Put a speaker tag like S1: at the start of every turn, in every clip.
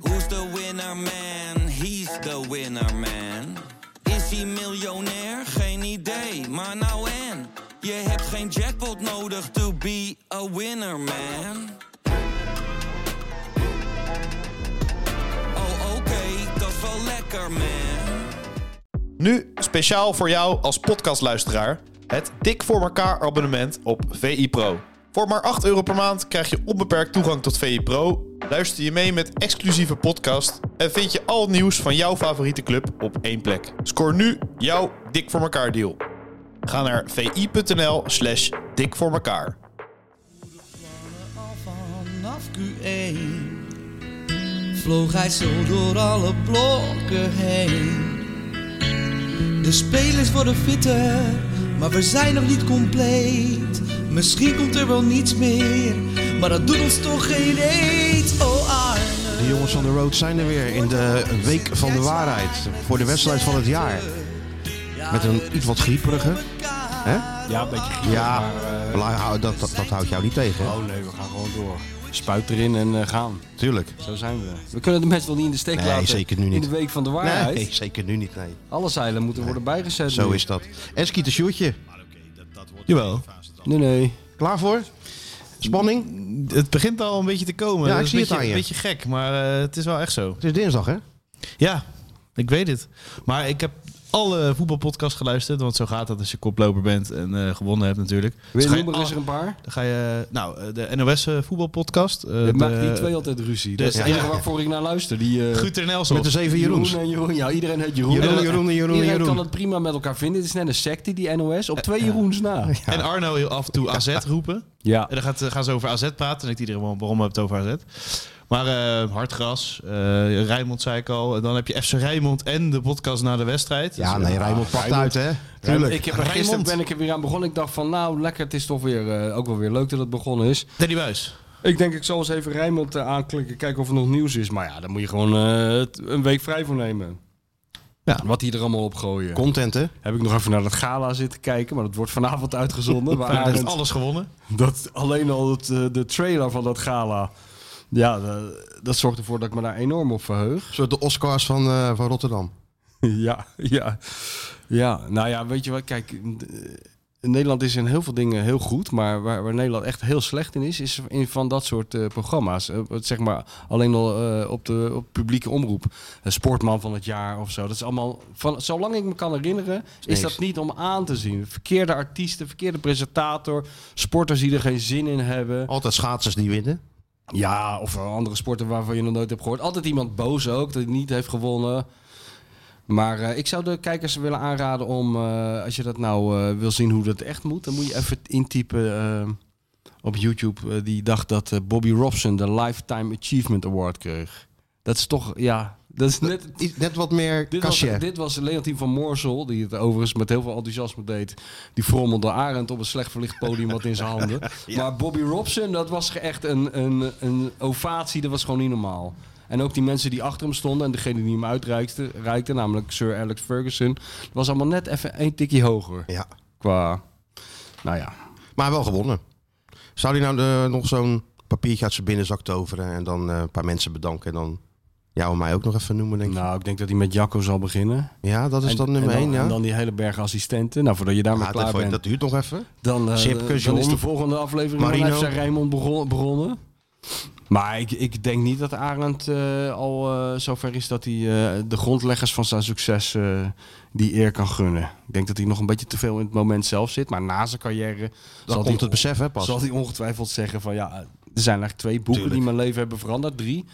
S1: Who's the winner man? He's the winner man. Is hij miljonair? Geen idee, maar nou en. Je hebt geen jackpot nodig to be a winner man. Oh oké, dat is wel lekker man.
S2: Nu speciaal voor jou als podcastluisteraar het Dik voor elkaar abonnement op VI Pro. Voor maar 8 euro per maand krijg je onbeperkt toegang tot VI Pro. Luister je mee met exclusieve podcast en vind je al het nieuws van jouw favoriete club op één plek. Scoor nu jouw Dik voor elkaar deal. Ga naar vi.nl slash dik voor elkaar.
S1: Al vanaf Q1 vloog hij zo door alle blokken heen. De spelers worden fitter, maar we zijn nog niet compleet. Misschien komt er wel niets meer, maar dat doet ons toch geen eet. Oh Arne.
S3: De jongens van de road zijn er weer in de Week van de Waarheid. Voor de wedstrijd van het jaar. Met een iets wat grieperige. Hè?
S4: Ja, een beetje gier,
S3: Ja,
S4: maar, eh,
S3: maar hou- dat, dat, dat houdt jou niet tegen. hè?
S4: Oh nee, we gaan gewoon door. Spuit erin en eh, gaan.
S3: Tuurlijk.
S4: Zo zijn we. We kunnen de mensen wel niet in de steek
S3: Nee,
S4: laten.
S3: zeker nu niet.
S4: In de week van de waarheid.
S3: Nee, zeker nu niet. Nee.
S4: Alle zeilen moeten worden bijgezet.
S3: Zo
S4: nu.
S3: is dat. Eski de shootje.
S2: Jawel,
S4: Nee, nee.
S3: Klaar voor? Spanning?
S2: het begint al een beetje te komen.
S3: Ja,
S2: Dat
S3: ik
S2: is
S3: zie
S2: een
S3: het
S2: beetje,
S3: aan je.
S2: Een beetje gek, maar eh, het is wel echt zo.
S3: Het is dinsdag, hè?
S2: Ja, ik weet het. Maar ik heb alle voetbalpodcasts geluisterd. Want zo gaat dat als je koploper bent en eh, gewonnen hebt natuurlijk.
S4: Wil
S2: Dus
S4: je
S2: ga je
S4: noemen, is
S2: al-
S4: er een paar?
S2: Dan ga je, nou, eh, de NOS eh, voetbalpodcast. eh,
S4: Het
S2: de-
S4: maakt die twee altijd ruzie. Dat is het
S2: ja.
S4: enige waarvoor ik naar luister. Die, eh
S2: Guter Nelson.
S3: Met de zeven Jeroens.
S4: Jeroen en Jeroen. Ja, iedereen heet Jeroen.
S3: Jeroen,
S4: En dat-
S3: Jeroen, Jeroen,
S4: iedereen
S3: Jeroen.
S4: kan het prima met elkaar vinden. Het is net een secte, die NOS. Op twee Jeroens na.
S2: En Arno heel af en toe AZ roepen.
S4: Ja.
S2: En dan gaat, eh, gaan ze over AZ praten. En ik iedereen wel waarom heb het over AZ. Maar eh Hartgras, eh Rijnmond zei ik al. En dan heb je FC Rijnmond en de podcast na de wedstrijd.
S3: Ja,
S2: Dus,
S3: nee, Rijmond pakt uit, hè? Tuurlijk.
S4: Ik heb er gisteren
S2: Rijnmond.
S4: ben ik er weer aan begonnen. Ik dacht van nou lekker, het is toch weer eh, ook wel weer leuk dat het begonnen is.
S2: Danny Buis.
S4: Ik denk, ik zal eens even Rijnmond eh, aanklikken, kijken of er nog nieuws is. Maar ja, daar moet je gewoon eh, het- een week vrij voor nemen.
S2: Ja.
S4: Wat die er allemaal op gooien.
S3: Content, hè?
S4: Heb ik nog even naar dat gala zitten kijken, maar dat wordt vanavond uitgezonden. Waar
S2: Hij heeft
S4: Arend-
S2: alles gewonnen.
S4: dat, alleen al het, eh, de trailer van dat gala. Ja, eh, dat zorgt ervoor dat ik me daar enorm op verheug.
S3: Een soort de Oscars van, eh, van Rotterdam.
S4: ja, ja. Ja, nou ja, weet je wat, kijk... eh, Nederland is in heel veel dingen heel goed, maar waar, waar Nederland echt heel slecht in is, is in van dat soort eh, programma's. Eh, wat zeg maar alleen al eh, op de op publieke omroep. Eh, sportman van het jaar of zo. Dat is allemaal, van, zolang ik me kan herinneren, is,
S3: niks.
S4: dat niet om aan te zien. Verkeerde artiesten, verkeerde presentator, sporters die er geen zin in hebben.
S3: Altijd schaatsers die winnen.
S4: Ja, of wel andere sporten waarvan je nog nooit hebt gehoord. Altijd iemand boos ook, dat niet heeft gewonnen. Maar eh, ik zou de kijkers willen aanraden om, eh, als je dat nou eh, wil zien hoe dat echt moet, dan moet je even intypen eh, op YouTube eh, die dag dat eh, Bobby Robson de Lifetime Achievement Award kreeg. Dat is toch, ja, dat is net
S3: Iets- Net wat meer
S4: dit was,
S3: cachet.
S4: dit was Leontien van Moorsel, die het overigens met heel veel enthousiasme deed. Die frommelde Arend op een slecht verlicht podium wat in zijn handen. Maar Bobby Robson, dat was ge- echt een, een, een ovatie, dat was gewoon niet normaal. En ook die mensen die achter hem stonden en degene die hem uitreikte, reikte, namelijk Sir Alex Ferguson, dat was allemaal net even een tikje hoger.
S3: Ja.
S4: Qua, nou ja.
S3: Maar wel gewonnen. Zou hij nou eh, nog zo'n papiertje uit zijn binnenzak toveren en dan eh, een paar mensen bedanken en dan jou en mij ook nog even noemen, denk ik.
S4: Nou, ik denk dat hij met Jacco zal beginnen.
S3: ja, dat is
S4: Nou, En-
S3: dan nummer
S4: en
S3: één, ja.
S4: En dan die hele berg assistenten. Nou, voordat je daarmee
S3: Ja, dat,
S4: klaar
S3: vond-
S4: bent.
S3: dat duurt nog even.
S4: Dan, eh,
S3: Sipke,
S4: dan is
S3: John,
S4: de volgende aflevering van
S3: Marino.
S4: FC Rijnmond begon- begonnen. Maar ik, ik denk niet dat Arend eh, al eh, zover is dat hij eh, de grondleggers van zijn succes eh, die eer kan gunnen. Ik denk dat hij nog een beetje te veel in het moment zelf zit. Maar na zijn carrière
S3: Dan
S4: zal,
S3: komt
S4: hij,
S3: het besef, hè, pas.
S4: zal hij ongetwijfeld zeggen van ja, er zijn eigenlijk twee boeken
S3: Tuurlijk.
S4: die mijn leven hebben veranderd. Drie.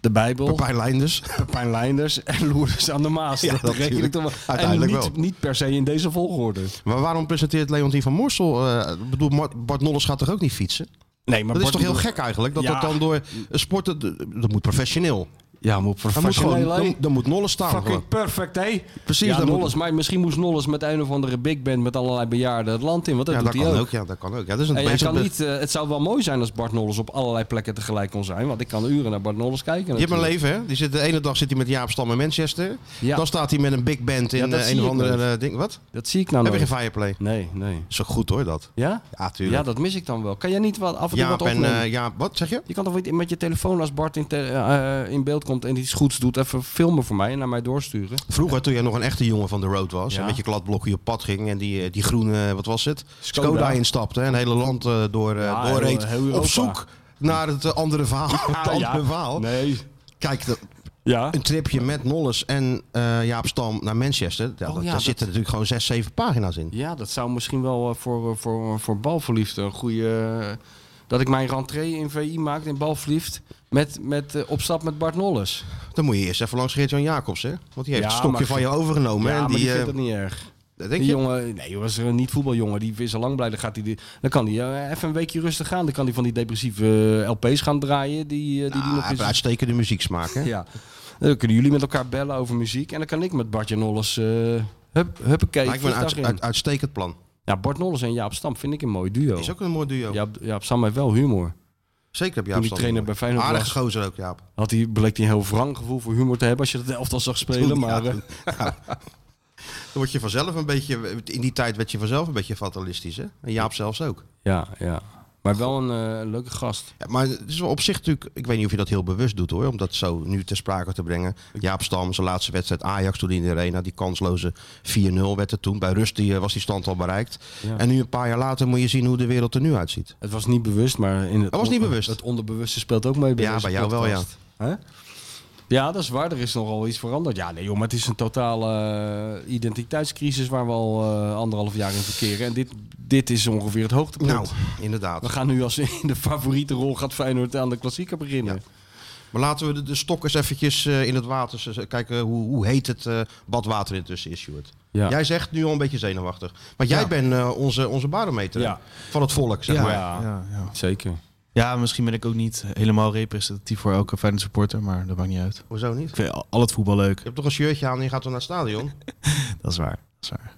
S4: De Bijbel,
S3: Pepijn Leinders.
S4: Pepijn Leinders en Loerders aan de Maas.
S3: Ja,
S4: dat reken ik
S3: natuurlijk.
S4: toch wel.
S3: Uiteindelijk
S4: en niet,
S3: wel.
S4: niet per se in deze volgorde.
S3: Maar waarom presenteert Leontien van Morsel? eh, ik bedoel, Mar- Bart Nolles gaat toch ook niet fietsen?
S4: Nee, maar
S3: Dat is
S4: Bart-
S3: toch heel gek eigenlijk? Dat
S4: Ja.
S3: dat dan door een sporten... Dat moet professioneel.
S4: Ja, maar op
S3: Dan moet, gewoon,
S4: professioneel
S3: dan, dan moet Nolles staan.
S4: Fucking
S3: gewoon.
S4: perfect, hé.
S3: Precies,
S4: Ja,
S3: dan moet-
S4: Nolles, maar misschien moest Nolles met een of andere big band met allerlei bejaarden het land in. Want dat
S3: Ja,
S4: doet
S3: dat
S4: hij
S3: kan ook.
S4: ook.
S3: Ja, dat kan ook. Ja, dat is een
S4: En je
S3: beetje-
S4: kan niet, eh, het zou wel mooi zijn als Bart Nolles op allerlei plekken tegelijk kon zijn. Want ik kan uren naar Bart Nolles kijken.
S3: Je hebt een
S4: natuurlijk.
S3: leven, hè? Die zit, de ene dag zit hij met Jaap Stam in Manchester.
S4: Ja.
S3: Dan staat hij met een big band in
S4: Ja, dat
S3: eh,
S4: zie
S3: een of
S4: ik
S3: andere
S4: nooit.
S3: eh, ding. Wat?
S4: Dat zie ik nou
S3: Heb je
S4: nooit.
S3: geen fireplay?
S4: Nee, nee.
S3: Is toch goed hoor, dat?
S4: Ja?
S3: Ja, tuurlijk.
S4: Ja, dat mis ik dan wel. Kan jij niet wat af en toe
S3: Jaap
S4: wat
S3: en...
S4: opnemen?
S3: eh, Jaap, wat zeg je?
S4: Je kan toch niet met je telefoon als Bart in, te- eh, eh, in beeld komt en iets goeds doet, even filmen voor mij en naar mij doorsturen.
S3: Vroeger, toen jij nog een echte jongen van de road was...
S4: Ja.
S3: en met je kladblokje op pad ging en die, eh, die groene, wat was het?
S4: Skoda.
S3: Skoda, instapte en het hele land eh, door, eh,
S4: Ja,
S3: doorreed.
S4: heel- heel Europa.
S3: op zoek naar het eh, andere verhaal. het andere verhaal.
S4: Nee.
S3: Kijk, dat-
S4: Ja.
S3: een tripje met Nolles en eh, Jaap Stam naar Manchester. Ja, dat,
S4: Oh ja,
S3: daar
S4: dat-
S3: zitten natuurlijk gewoon zes, zeven pagina's in.
S4: Ja, dat zou misschien wel eh, voor, eh, voor, voor balverliefd een goede. eh, dat ik mijn rentree in VI maak in balverliefd. Met, met eh, op stap met Bart Nolles.
S3: Dan moet je eerst even langs Geert-Jan Jacobs, hè? Want die heeft
S4: Ja,
S3: het stokje
S4: maar-
S3: van je overgenomen.
S4: ja,
S3: en
S4: maar die,
S3: die, eh,
S4: vindt dat niet erg.
S3: dat
S4: Die
S3: denk je?
S4: jongen, nee, was er een niet voetbaljongen. Die is al lang blij. Dan, gaat hij die, dan kan hij eh, even een weekje rustig gaan. Dan kan hij van die depressieve eh, LP's gaan draaien. Die, eh, die, die
S3: Ah,
S4: nog
S3: hij heeft
S4: eens
S3: uitstekende muzieksmaak, hè?
S4: Ja. Dan kunnen jullie met elkaar bellen over muziek. En dan kan ik met Bartje Nolles. eh hup, huppakee.
S3: Lijkt me een
S4: vliegtuig
S3: uit-
S4: in.
S3: uit- uitstekend plan.
S4: Ja, Bart Nolles en Jaap Stam vind ik een mooi duo.
S3: Is ook een mooi duo.
S4: Jaap, Jaap Stam heeft wel humor.
S3: Zeker heb Jaap
S4: Toen die
S3: Stam.
S4: trainer bij Feyenoord
S3: Aardig
S4: was.
S3: gozer ook, Jaap.
S4: Had hij, bleek hij een heel wrang gevoel voor humor te hebben als je dat elftal zag spelen.
S3: Toen,
S4: maar
S3: ja,
S4: eh,
S3: toen- ja. Dan word je vanzelf een beetje... In die tijd werd je vanzelf een beetje fatalistisch, hè? En Jaap zelfs ook.
S4: ja, ja. Maar wel een eh, leuke gast.
S3: Ja, maar het is wel op zich natuurlijk... Ik weet niet of je dat heel bewust doet, hoor. Om dat zo nu ter sprake te brengen. Jaap Stam, zijn laatste wedstrijd Ajax toen in de arena. Die kansloze 4-0 werd er toen. Bij rust die, eh, was die stand al bereikt.
S4: Ja.
S3: En nu een paar jaar later moet je zien hoe de wereld er nu uitziet.
S4: Het was niet bewust, maar in het,
S3: Het was niet
S4: on-
S3: bewust.
S4: het onderbewuste speelt ook mee. Bij
S3: Ja,
S4: deze
S3: bij jou wel,
S4: podcast. Hè? Ja, dat is waar. Er is nogal iets veranderd. Ja, nee, joh, maar het is een totale eh, identiteitscrisis waar we al eh, anderhalf jaar in verkeren. En dit, dit is ongeveer het hoogtepunt.
S3: Nou, inderdaad.
S4: We gaan nu als in de favoriete rol gaat Feyenoord aan de klassieker beginnen.
S3: Ja. Maar laten we de, de stok eens eventjes eh, in het water z- z- kijken hoe, hoe heet het eh, badwater intussen is, Stuart.
S4: Ja.
S3: Jij zegt nu al een beetje zenuwachtig. Want jij
S2: Ja.
S3: bent eh, onze, onze barometer hè?
S4: Ja.
S3: van het volk, zeg
S2: Ja.
S3: maar.
S4: Ja,
S2: Ja, ja.
S4: zeker.
S2: ja, misschien ben ik ook niet helemaal representatief voor elke Feyenoord supporter, maar dat maakt niet uit.
S3: Hoezo niet?
S2: Ik vind al, al het voetbal leuk.
S3: Je hebt toch een shirtje aan en je gaat dan naar het stadion?
S2: Dat is waar. Dat is waar.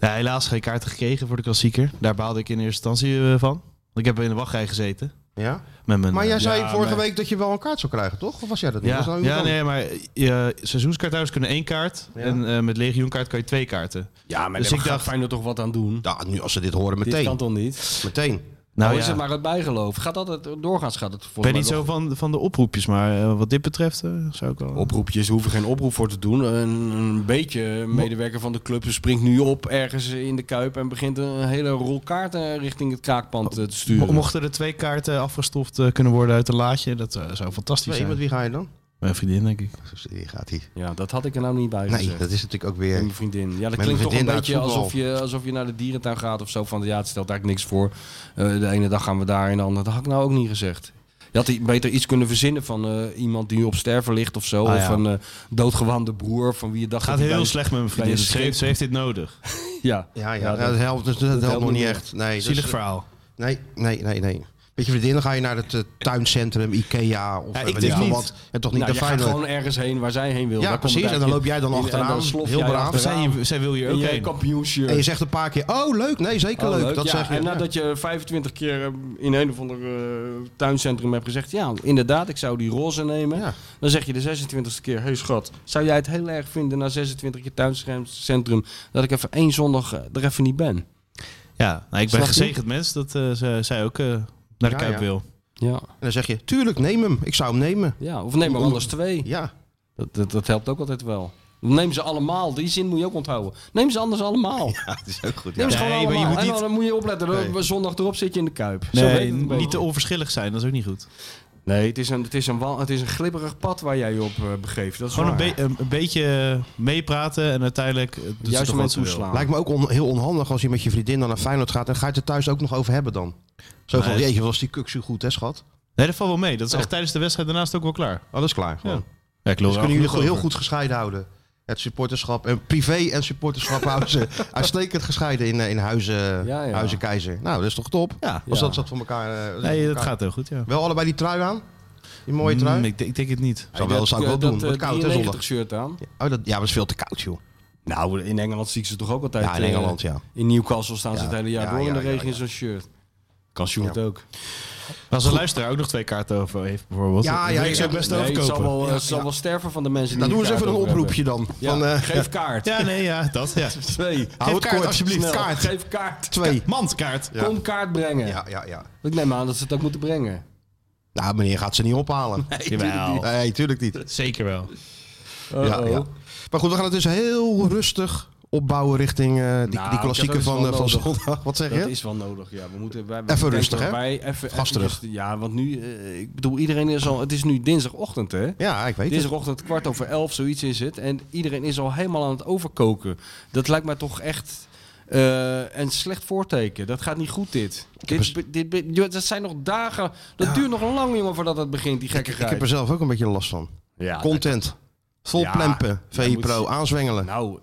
S2: Ja, helaas geen kaarten gekregen voor de klassieker. Daar baalde ik in eerste instantie eh, van. Want Ik heb in de wachtrij gezeten.
S3: Ja?
S2: Met mijn,
S3: Maar jij
S2: eh,
S3: zei
S4: Ja,
S3: vorige
S4: nee.
S3: week dat je wel een kaart zou krijgen, toch? Of was jij dat niet? Was
S2: ja,
S3: dat niet
S2: ja,
S3: dan?
S2: nee, maar je seizoenskaarthouders kunnen één kaart.
S3: Ja.
S2: En eh, met legioenkaart kan je twee kaarten.
S4: Ja, maar
S2: Dus
S4: daar
S2: ik
S4: gaat
S2: dacht-
S4: Feyenoord toch wat aan doen.
S3: Ja, nu als ze dit horen,
S4: Dit kan
S3: meteen.
S4: toch niet?
S3: Meteen.
S4: Nou
S2: Oh, ja.
S4: is het maar het bijgeloof. Gaat dat het, doorgaans gaat het
S2: Ik
S4: volgens
S2: ben
S4: mij
S2: niet
S4: wel
S2: zo van, van de oproepjes, maar eh, wat dit betreft eh, zou ik wel...
S4: Oproepjes, we hoeven geen oproep voor te doen. Een, een beetje medewerker van de club springt nu op ergens in de kuip en begint een hele rol kaarten richting het kraakpand eh, te
S2: Mo-
S4: sturen.
S2: Mochten er twee kaarten afgestoft eh, kunnen worden uit een laadje, dat eh, zou fantastisch
S3: Twee,
S2: zijn.
S3: met wie ga je dan?
S2: Mijn vriendin, denk ik.
S3: Hier gaat hij.
S4: Ja, dat had ik er nou niet bij
S3: Nee,
S4: gezegd.
S3: dat is natuurlijk ook
S4: Met
S3: weer...
S4: mijn vriendin. Ja, dat
S3: mijn
S4: klinkt toch een
S3: vriendin naar
S4: beetje
S3: het voetbal.
S4: alsof je, alsof je naar de dierentuin gaat of zo. Van ja, het stelt eigenlijk niks voor. Eh, de ene dag gaan we daar en de andere. Dat had ik nou ook niet gezegd. Je had i- beter iets kunnen verzinnen van eh, iemand die op sterven ligt of zo.
S2: Ah,
S4: of
S2: ja.
S4: een eh doodgewaande broer van wie je dacht...
S2: gaat
S4: dat hij
S2: heel
S4: bij-
S2: slecht met mijn vriendin.
S4: bij een
S2: Ze heeft, ze heeft dit nodig.
S4: Ja,
S3: Ja, ja,
S4: Ja,
S3: Nou, dat,
S4: dat-
S3: helpt, dat, helpt nog niet echt. Nee, dat is-
S2: Zielig verhaal.
S3: Nee, nee, nee, nee. Weet je, vriendin, dan ga je naar het eh, tuincentrum, Ikea of eh,
S2: Ja, ik
S3: weet ik
S2: dus
S3: veel
S2: niet.
S3: wat. En toch niet
S4: nou,
S3: de
S4: je gaat
S3: Feyenoord.
S4: gewoon ergens heen waar zij heen wil.
S3: Ja,
S4: Daar komt
S3: precies.
S4: het
S3: En dan loop
S4: eigenlijk
S3: jij dan
S4: in. En
S3: achteraan.
S4: dan slof
S3: Heel
S4: jij
S3: braaf.
S4: achteraan.
S2: Zij, zij wil hier
S4: in
S2: ook
S4: je
S2: heen.
S4: kampioenshirt.
S3: En je zegt een paar keer, oh leuk, nee zeker
S4: Oh,
S3: leuk.
S4: leuk.
S3: Dat
S4: Ja,
S3: zeg je.
S4: En
S3: Ja.
S4: nadat je 25 keer eh, in een of ander eh, tuincentrum hebt gezegd... ja, inderdaad, ik zou die roze nemen.
S3: Ja.
S4: Dan zeg je de 26e keer, hey schat, zou jij het heel erg vinden na 26 keer tuincentrum... dat ik even één zondag eh, er even niet ben?
S2: Ja, nou, ik
S4: Snap
S2: ben
S4: je?
S2: gezegend mens dat eh, ze- zij ook eh, naar de
S3: Ja,
S2: Kuip
S3: ja.
S2: wil.
S4: Ja.
S3: En dan zeg je, tuurlijk, neem hem. Ik zou hem nemen.
S4: ja. Of neem er
S3: Om-
S4: anders twee.
S3: Ja,
S4: Dat, dat, dat helpt ook altijd wel. Neem ze allemaal, die zin moet je ook onthouden. Neem ze anders allemaal.
S3: dat is ook goed.
S4: Neem ze
S2: Nee,
S4: gewoon
S2: maar je
S4: allemaal.
S2: moet
S4: en
S2: niet-
S4: dan moet je opletten,
S3: Nee.
S4: zondag erop zit je in de kuip. Zo werkt het
S2: Nee,
S4: een beetje.
S2: niet te onverschillig zijn, dat is ook niet goed.
S4: Nee, het is, een, het, is een, wa- het is een glibberig pad waar jij je op eh, begeeft. Dat is
S2: Gewoon een,
S4: waar.
S2: be- een, een beetje meepraten en uiteindelijk... eh, doet ze
S4: Juist
S2: toch
S4: om
S2: wat
S4: aan
S2: ze wil.
S4: toeslaan.
S3: Ah. Lijkt me ook on- heel onhandig als je met je vriendin dan naar Feyenoord gaat. En ga je het er thuis ook nog over hebben dan. Zo van,
S2: Nee.
S3: jeetje, was die kuksu goed hè schat?
S2: Nee, dat valt wel mee. Dat is echt tijdens de wedstrijd daarnaast ook wel Oh, klaar.
S3: Alles klaar, gewoon.
S2: Ja. Ja, ik
S3: Dus kunnen jullie gewoon heel goed gescheiden houden. Het supporterschap en privé en supporterschap houden ze uitstekend gescheiden in, eh, in Huizen,
S4: Ja, ja.
S3: Huizen Keizer. Nou, dat is toch top?
S2: Ja.
S3: Als
S4: Ja.
S3: dat zat voor elkaar. eh,
S2: Nee, dat
S3: elkaar-
S2: gaat heel goed, ja.
S3: Wel allebei die trui aan? Die mooie trui?
S2: Mm, ik, denk- ik denk het niet.
S3: Zou wel, zou ik wel doen. Wat koud, hè, zondag.
S4: eh, shirt aan.
S3: Oh, dat, ja, maar dat is veel te koud, joh.
S4: Nou, in Engeland zie ik ze toch ook altijd.
S3: Ja, in
S4: eh,
S3: Engeland, ja.
S4: In Newcastle staan ze
S3: Ja,
S4: het hele jaar
S3: ja,
S4: door in
S3: ja,
S4: de
S3: ja,
S4: regen
S3: ja.
S4: in zo'n shirt. Kan Sjoerd
S3: Ja.
S4: ook.
S2: Als een luisteraar ook nog twee kaarten over heeft, bijvoorbeeld.
S3: Ja,
S2: dan
S3: ja,
S2: wil
S3: ja,
S2: ik zou best
S4: Nee, het zal
S2: overkopen.
S4: wel, eh,
S3: Ja,
S4: het zal
S3: ja.
S4: wel sterven van de mensen die
S3: Nou, doe
S4: die
S3: eens even een
S4: kaart over hebben.
S3: oproepje dan.
S4: Ja,
S3: van, eh,
S4: geef kaart.
S2: Ja, nee, ja, dat. Ja.
S4: Twee.
S3: Hou het
S2: kaart,
S3: kort.
S2: alsjeblieft.
S4: Snel,
S3: Kaart.
S4: Geef kaart.
S3: Twee.
S2: Mandkaart.
S3: Ja.
S4: Kom kaart brengen.
S3: Ja, ja, ja.
S4: Ik neem aan dat ze het ook moeten brengen.
S3: Nou, meneer gaat ze niet ophalen.
S2: Jawel.
S3: Nee, tuurlijk niet.
S2: Zeker wel.
S4: Uh-oh.
S3: Ja, ja. Maar goed, we gaan het dus heel rustig opbouwen richting eh, die,
S4: Nou,
S3: die klassieke
S4: dat is
S3: van,
S4: wel
S3: eh, van
S4: nodig.
S3: zondag. Wat zeg
S4: Dat
S3: je?
S4: is wel nodig, ja. We moeten, wij,
S3: Even rustig, hè?
S4: Wij even,
S3: Gas terug.
S4: even- Ja, want nu, eh, ik bedoel, iedereen is al... Het is nu dinsdagochtend, hè?
S3: Ja, ik weet het.
S4: Dinsdagochtend kwart over elf, zoiets is het. En iedereen is al helemaal aan het overkoken. Dat lijkt mij toch echt eh, een slecht voorteken. Dat gaat niet goed, dit. Dit,
S3: eens-
S4: be- dit, be- joh, dat zijn nog dagen... Dat duurt nog lang, jongen, voordat het begint, die
S3: Ik,
S4: gekke
S3: ik heb er zelf ook een beetje last van.
S4: Ja,
S3: Content. Vol
S4: Ja,
S3: plempen. VI
S4: moet-
S3: Pro. Aanzwengelen.
S4: Nou,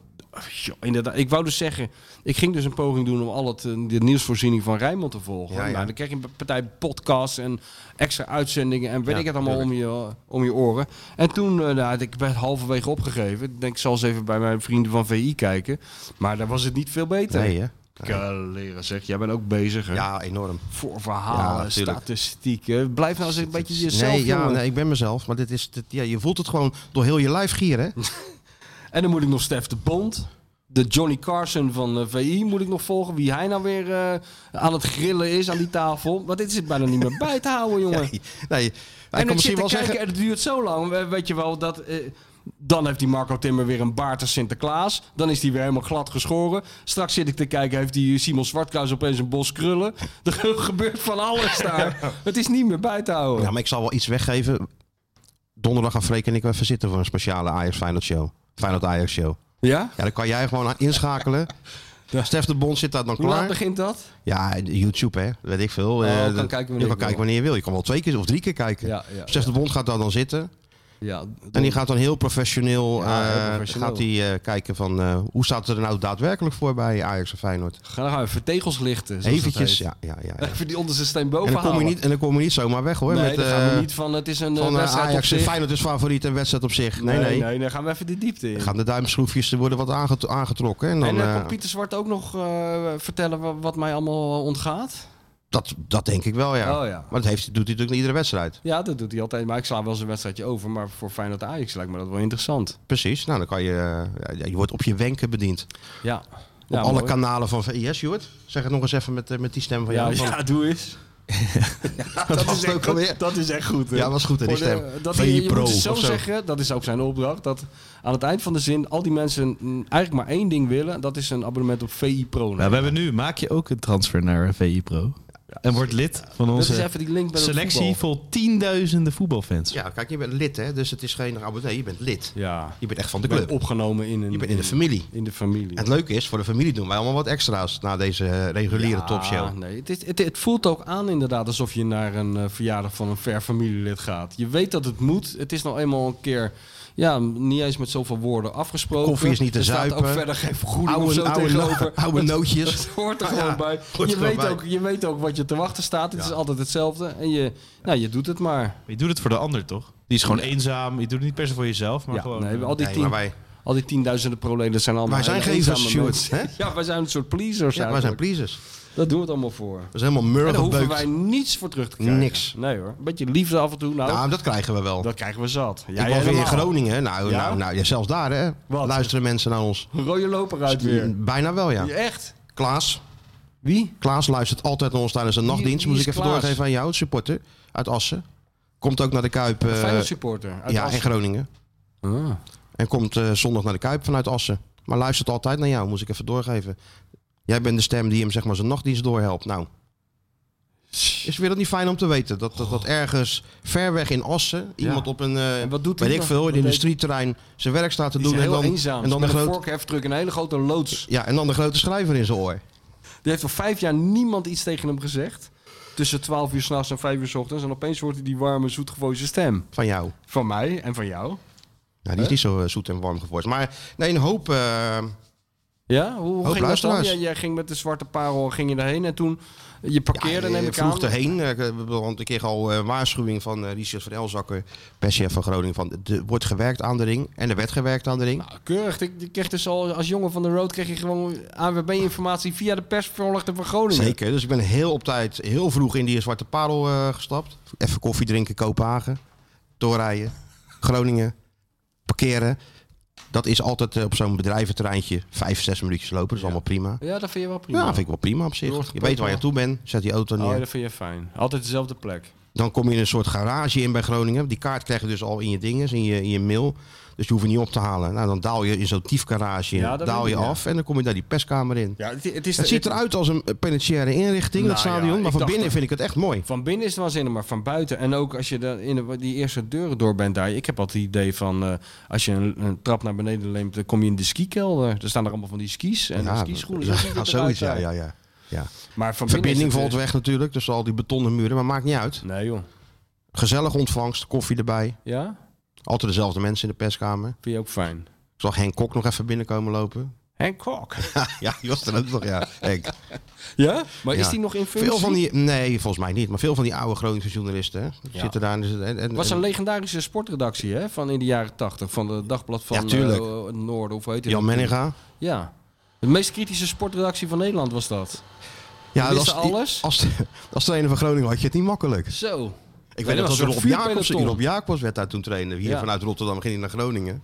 S4: joh, inderdaad. Ik wou dus zeggen, ik ging dus een poging doen om al het, eh, de nieuwsvoorziening van Rijnmond te volgen.
S3: Ja, ja.
S4: Nou, dan kreeg je een partij podcasts en extra uitzendingen en weet
S3: Ja,
S4: ik het allemaal om je, eh, om je oren. En toen, eh, nou, ik werd halverwege opgegeven. Ik denk, ik zal eens even bij mijn vrienden van VI kijken. Maar daar was het niet veel beter. eh,
S3: nee, hè?
S4: Leren zeg, jij bent ook bezig hè?
S3: Ja, enorm.
S4: voor verhalen,
S3: Ja, tuurlijk.
S4: statistieken. Blijf nou eens een beetje jezelf,
S3: nee, ja,
S4: jongen.
S3: nee, ik ben mezelf. Maar dit is, dit, ja, je voelt het gewoon door heel je lijf gieren. hè?
S4: En dan moet ik nog Stef de Bond. De Johnny Carson van eh, VI moet ik nog volgen. Wie hij nou weer eh, aan het grillen is aan die tafel. Want dit zit bijna niet meer bij te houden, jongen.
S3: Nee, nee. Hij
S4: en
S3: kan
S4: ik
S3: misschien
S4: zit te
S3: wel
S4: kijken
S3: zeggen...
S4: en het duurt zo lang. We- Weet je wel, dat... eh, dan heeft die Marco Timmer weer een baard als Sinterklaas. Dan is hij weer helemaal glad geschoren. Straks zit ik te kijken, heeft die Simon Zwartkruis opeens een bos krullen. Er gebeurt van alles daar. Het is niet meer bij te houden.
S3: Ja, maar ik zal wel iets weggeven. Donderdag gaan Freek en ik wel even zitten voor een speciale Ajax Feyenoord show. Feyenoord Ajax show.
S4: Ja?
S3: Ja, dan kan jij gewoon inschakelen. Stef de Bond zit daar dan
S4: Hoe laat
S3: klaar.
S4: begint dat?
S3: Ja, YouTube hè, weet ik veel.
S4: Oh,
S3: Eh,
S4: kan
S3: dat-
S4: kijken wanneer
S3: je kan
S4: ik
S3: kijken
S4: wil.
S3: wanneer je wil. Je kan wel twee keer of drie keer kijken.
S4: Ja, ja,
S3: Stef de Bond gaat daar dan zitten.
S4: Ja,
S3: En die gaat dan heel professioneel,
S4: Ja, heel
S3: eh,
S4: professioneel.
S3: Gaat die, eh, kijken van eh, hoe staat het er nou daadwerkelijk voor bij Ajax en Feyenoord.
S4: Ga nou even tegels lichten. zoals dat
S3: Eventjes,
S4: heet.
S3: ja, ja, ja. ja.
S4: Even die onderste steen boven
S3: En dan, kom je
S4: halen.
S3: niet, en dan kom je niet zomaar weg hoor.
S4: nee,
S3: met,
S4: dan gaan we
S3: eh,
S4: niet van het is een eh,
S3: van eh,
S4: wedstrijd op
S3: Ajax en
S4: zich.
S3: Feyenoord is favoriet en wedstrijd op zich. Nee, nee.
S4: dan gaan we even de diepte in.
S3: Gaan de duimschroefjes er worden wat aanget- aangetrokken. hè? En
S4: en
S3: dan,
S4: dan
S3: eh,
S4: kon Pieter Zwart ook nog eh, vertellen wa- wat mij allemaal eh, ontgaat.
S3: dat, dat denk ik wel, ja.
S4: Oh ja.
S3: Maar dat heeft, doet hij natuurlijk in iedere wedstrijd.
S4: Ja, dat doet hij altijd. Maar ik sla wel eens een wedstrijdje over. Maar voor Feyenoord Ajax lijkt me dat wel interessant.
S3: Precies. Nou, dan kan je... eh, ja, je wordt op je wenken bediend.
S4: Ja. Op
S3: Op alle kanalen van VIS, Jort. Zeg het nog eens even met, eh, met die stem van
S4: Ja,
S3: jou. Van-
S4: ja, doe eens.
S3: dat was het ook alweer.
S4: Dat is echt goed. hè?
S3: Ja, was goed hè, die
S4: Voor de-
S3: stem.
S4: dat
S3: VI
S4: hij, je
S3: Pro
S4: moet het zo
S3: of zo.
S4: zeggen, dat is ook zijn opdracht, dat aan het eind van de zin al die mensen mm, eigenlijk maar één ding willen. Dat is een abonnement op VI Pro.
S2: Nou, we hebben nu, maak je ook een transfer naar VI Pro. En word lid van
S4: dat is
S2: onze
S4: even die link bij
S2: selectie
S4: het voetbal.
S2: vol tienduizenden voetbalfans.
S3: Ja, kijk, je bent lid hè. Dus het is geen abonnee. Je bent lid.
S4: Ja.
S3: Je bent echt van de
S4: Ik ben
S3: club.
S4: opgenomen in een...
S3: Je bent in de familie.
S4: In de familie.
S3: En het leuke is, voor de familie doen wij allemaal wat extra's na deze eh, reguliere
S4: Ja,
S3: topshow.
S4: Nee, het, is, het, het voelt ook aan inderdaad alsof je naar een eh, verjaardag van een ver familielid gaat. Je weet dat het moet. Het is nou eenmaal een keer... Ja, niet eens met zoveel woorden afgesproken.
S3: Koffie is niet te
S4: er staat
S3: zuipen.
S4: ook verder geen vergoeding
S3: Oude-
S4: of zo
S3: oude no-
S4: tegenover.
S3: oude
S4: Het-
S3: nootjes. Ah,
S4: Het hoort er
S3: Ja,
S4: gewoon bij.
S3: hoort er
S4: Je
S3: gewoon
S4: weet,
S3: bij.
S4: ook, je weet ook wat je te wachten staat. Het
S3: Ja.
S4: is altijd hetzelfde. En je, nou, je doet het maar.
S2: Je doet het voor de ander, toch? Die is gewoon e- eenzaam. Je doet het niet per se voor jezelf, maar
S4: Ja,
S2: gewoon...
S4: nee,
S2: eh,
S4: al, die
S3: Nee,
S4: tien-
S3: maar wij,
S4: al die tienduizenden proleden zijn allemaal
S3: wij zijn
S4: hele
S3: geen
S4: eenzame
S3: stewards.
S4: mensen.
S3: Hè?
S4: Ja, wij zijn een soort pleasers
S3: Ja, wij zijn
S4: eigenlijk.
S3: pleasers.
S4: Dat doen we het allemaal voor.
S3: Dat is helemaal
S4: En daar
S3: murgen
S4: hoeven wij niets voor terug te krijgen.
S3: Niks.
S4: Nee hoor. Een beetje liefde af en toe. Nou,
S3: Nou, dat krijgen we wel.
S4: dat krijgen we zat. Ja,
S3: ik was weer in
S4: helemaal.
S3: Groningen. hè. Nou,
S4: Ja?
S3: nou, nou ja, zelfs daar hè.
S4: Wat?
S3: luisteren mensen naar ons.
S4: Rode loper uit weer.
S3: Bijna wel, ja.
S4: Je Echt?
S3: Klaas.
S4: Wie?
S3: Klaas luistert altijd naar ons tijdens de nachtdienst.
S4: wie
S3: Moet
S4: is
S3: ik even
S4: Klaas?
S3: doorgeven aan jou, supporter uit Assen. Komt ook naar de Kuip. eh,
S4: Feyenoord supporter. Uit
S3: ja,
S4: Assen.
S3: in Groningen.
S4: Ah.
S3: En komt eh, zondag naar de Kuip vanuit Assen. Maar luistert altijd naar jou, moest ik even doorgeven. Jij bent de stem die hem zeg maar zijn nachtdienst doorhelpt. Nou, is weer dat niet fijn om te weten? Dat, dat, dat ergens ver weg in Assen iemand op een, eh,
S4: En wat doet hij
S3: weet ik veel,
S4: dan?
S3: in
S4: Wat
S3: een
S4: deed-
S3: industrieterrein zijn werk staat te
S4: Die
S3: doen.
S4: is heel
S3: en dan,
S4: eenzaam.
S3: En dan, de
S4: met een
S3: grote,
S4: vorkhefdruk en een hele grote loods.
S3: ja, en dan de grote schrijver in zijn oor.
S4: Die heeft al vijf jaar niemand iets tegen hem gezegd. Tussen 12 uur s'nachts en 5 uur s ochtends. En opeens hoort hij die warme, zoetgevoelige stem.
S3: Van jou.
S4: Van mij en van jou.
S3: Nou, die is niet zo eh, zoet en warm geworden. Maar nee, een hoop. eh,
S4: Ja? Hoe, hoe
S3: Hoop
S4: ging dat dan?
S3: luisteraars.
S4: Jij, jij ging met de zwarte parel ging je daarheen. En toen Je parkeerde,
S3: Ja,
S4: neem
S3: eh,
S4: ik
S3: vroeg
S4: aan.
S3: erheen, eh, ik, eh, want ik kreeg al eh, waarschuwing van eh, Richard van Elzakker, perschef van Groningen, van er wordt gewerkt aan de ring en er werd gewerkt aan de ring.
S4: Nou, keurig. Ik- Je kreeg dus al als jongen van de road kreeg je gewoon AWB-informatie via de persverlichter van Groningen.
S3: Zeker, dus ik ben heel op tijd, heel vroeg in die zwarte parel eh, gestapt. Even koffie drinken, Kopenhagen, doorrijden, Groningen, parkeren. Dat is altijd eh, op zo'n bedrijventerreintje vijf, zes minuutjes lopen, dat is allemaal prima.
S4: Ja, dat vind je wel prima.
S3: Ja, vind ik wel prima op
S4: Door
S3: zich. Je weet
S4: Kopenhagen.
S3: waar je toe bent, zet die auto
S4: Oh,
S3: neer.
S4: dat vind je fijn. Altijd dezelfde plek.
S3: Dan kom je in een soort garage in bij Groningen. Die kaart krijg je dus al in je dinges, in je, in je mail. Dus je hoeft hem niet op te halen. Nou, dan daal je in zo'n tiefgarage, in,
S4: Ja, dat
S3: daal
S4: weet
S3: je
S4: ik, ja.
S3: af en dan kom je daar die perskamer in.
S4: Ja, het, het is
S3: Het ziet eruit als een penitentiaire inrichting,
S4: Nou
S3: dat stadion.
S4: ja, ik
S3: maar van
S4: dacht
S3: binnen
S4: dat-
S3: vind ik het echt mooi.
S4: Van binnen is het waanzinnig, maar van buiten. En ook als je dan in de- die eerste deuren door bent daar. Ik heb altijd het idee van, eh, als je een, een trap naar beneden neemt, dan kom je in de skikelder. Er staan er allemaal van die skis en
S3: Ja,
S4: skischoenen.
S3: ja,
S4: Zo ziet het eruit
S3: zoiets, ja,
S4: daar.
S3: ja, ja. ja.
S4: Maar van binnen
S3: Verbinding
S4: is het,
S3: valt weg natuurlijk tussen al die betonnen muren, maar maakt niet uit.
S4: eh, Nee joh.
S3: Gezellig ontvangst, koffie erbij.
S4: Ja?
S3: Altijd dezelfde mensen in de perskamer.
S4: Vind je ook fijn.
S3: Ik zag Henk Kok nog even binnenkomen lopen.
S4: Henk Kok.
S3: ja, die was er ook nog, ja. Henk.
S4: Ja? Maar is
S3: Ja.
S4: die nog in functie?
S3: Veel van die, nee, volgens mij niet. Maar veel van die oude Groningse journalisten hè,
S4: Ja.
S3: zitten daar. en- En, en,
S4: Het was een legendarische sportredactie hè, van in de jaren tachtig. Van de dagblad van
S3: Ja, tuurlijk.
S4: eh, het Noorden of hoe heet het?
S3: Jan Menninga.
S4: Ja. De meest kritische sportredactie van Nederland was dat.
S3: Ja,
S4: wisten
S3: als,
S4: alles.
S3: Als, als trainer van Groningen had je het niet makkelijk.
S4: Zo.
S3: Ik weet nog
S4: dat was
S3: dat
S4: een
S3: Rob
S4: soort
S3: Jacobs,
S4: vuurpeloton.
S3: Rob Jacobs werd daar toen trainen. Hier
S4: Ja.
S3: vanuit Rotterdam ging hij naar Groningen.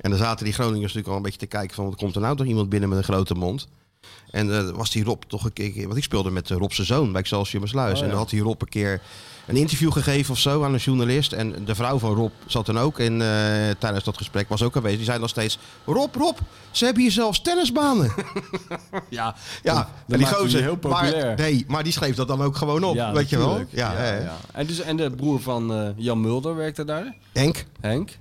S3: En dan zaten die Groningers natuurlijk al een beetje te kijken van... wat komt er nou toch iemand binnen met een grote mond? En eh, was die Rob toch een keer... Want ik speelde met eh, Rob zijn zoon bij Excelsior Sluis.
S4: Oh, ja.
S3: En dan had die Rob een keer een interview gegeven of zo aan een journalist. En de vrouw van Rob zat dan ook in, eh, tijdens dat gesprek, was ook aanwezig. Die zei nog steeds... Rob, Rob, ze hebben hier zelfs tennisbanen.
S4: Ja.
S3: ja, en die
S4: maakte hij
S3: gozer...
S4: heel populair.
S3: Maar, nee, maar die schreef dat dan ook gewoon op, weet je wel?
S4: natuurlijk. Ja,
S3: hè.
S4: ja. En, dus, en de broer van eh, Jan Mulder werkte daar,
S3: Henk,
S4: Henk.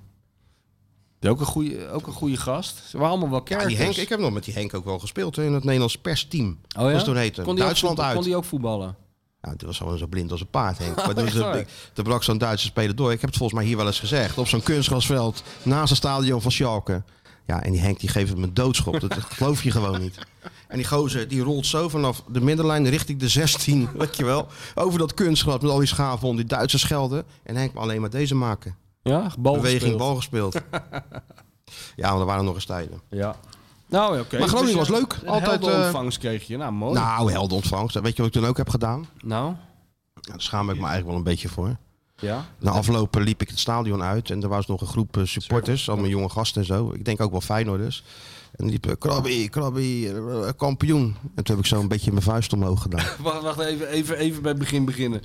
S4: Die Ook een, goede, ook een goede gast. Ze waren allemaal wel
S3: Ja,
S4: kerkers.
S3: Ah, die Henk, ik heb nog met die Henk ook wel gespeeld hè, in het Nederlands persteam.
S4: Oh ja?
S3: Was toen heette.
S4: Kon die ook
S3: Duitsland
S4: voetbal-
S3: uit.
S4: Kon die ook voetballen?
S3: Nou, die was gewoon zo blind als een paard, Henk. Maar toen
S4: Echt
S3: ze-
S4: waar?
S3: ik- toen brak zo'n Duitse speler door. Ik heb het volgens mij hier wel eens gezegd. Op zo'n kunstgrasveld naast het stadion van Schalke. Ja, en die Henk die geeft hem een doodschop. Dat geloof je gewoon niet. En die gozer die rolt zo vanaf de middenlijn richting de 16. Weet je wel. Over dat kunstgras met al die schaven om die Duitse schelden. En Henk maar alleen maar deze maken.
S4: Ja, bal
S3: Beweging,
S4: gespeeld.
S3: bal gespeeld. Ja, want er waren nog eens tijden.
S4: Ja. Nou, oké.
S3: Maar Groningen
S4: Dus je-
S3: was leuk.
S4: Een
S3: Altijd,
S4: heldenontvangst
S3: eh,
S4: ontvangst kreeg je. Nou, mooi. Nou.
S3: Nou, helder ontvangst. Weet je wat ik toen ook heb gedaan? Ja, daar schaam ik me eigenlijk wel een beetje voor.
S4: Ja.
S3: Na aflopen liep ik het stadion uit en er was nog een groep eh, supporters, allemaal jonge gasten en zo. Ik denk ook wel Feyenoorders. En die liepen, krabby, krabby, eh, kampioen. En toen heb ik zo een beetje mijn vuist omhoog gedaan.
S4: Wacht, wacht even, even, even bij het begin beginnen.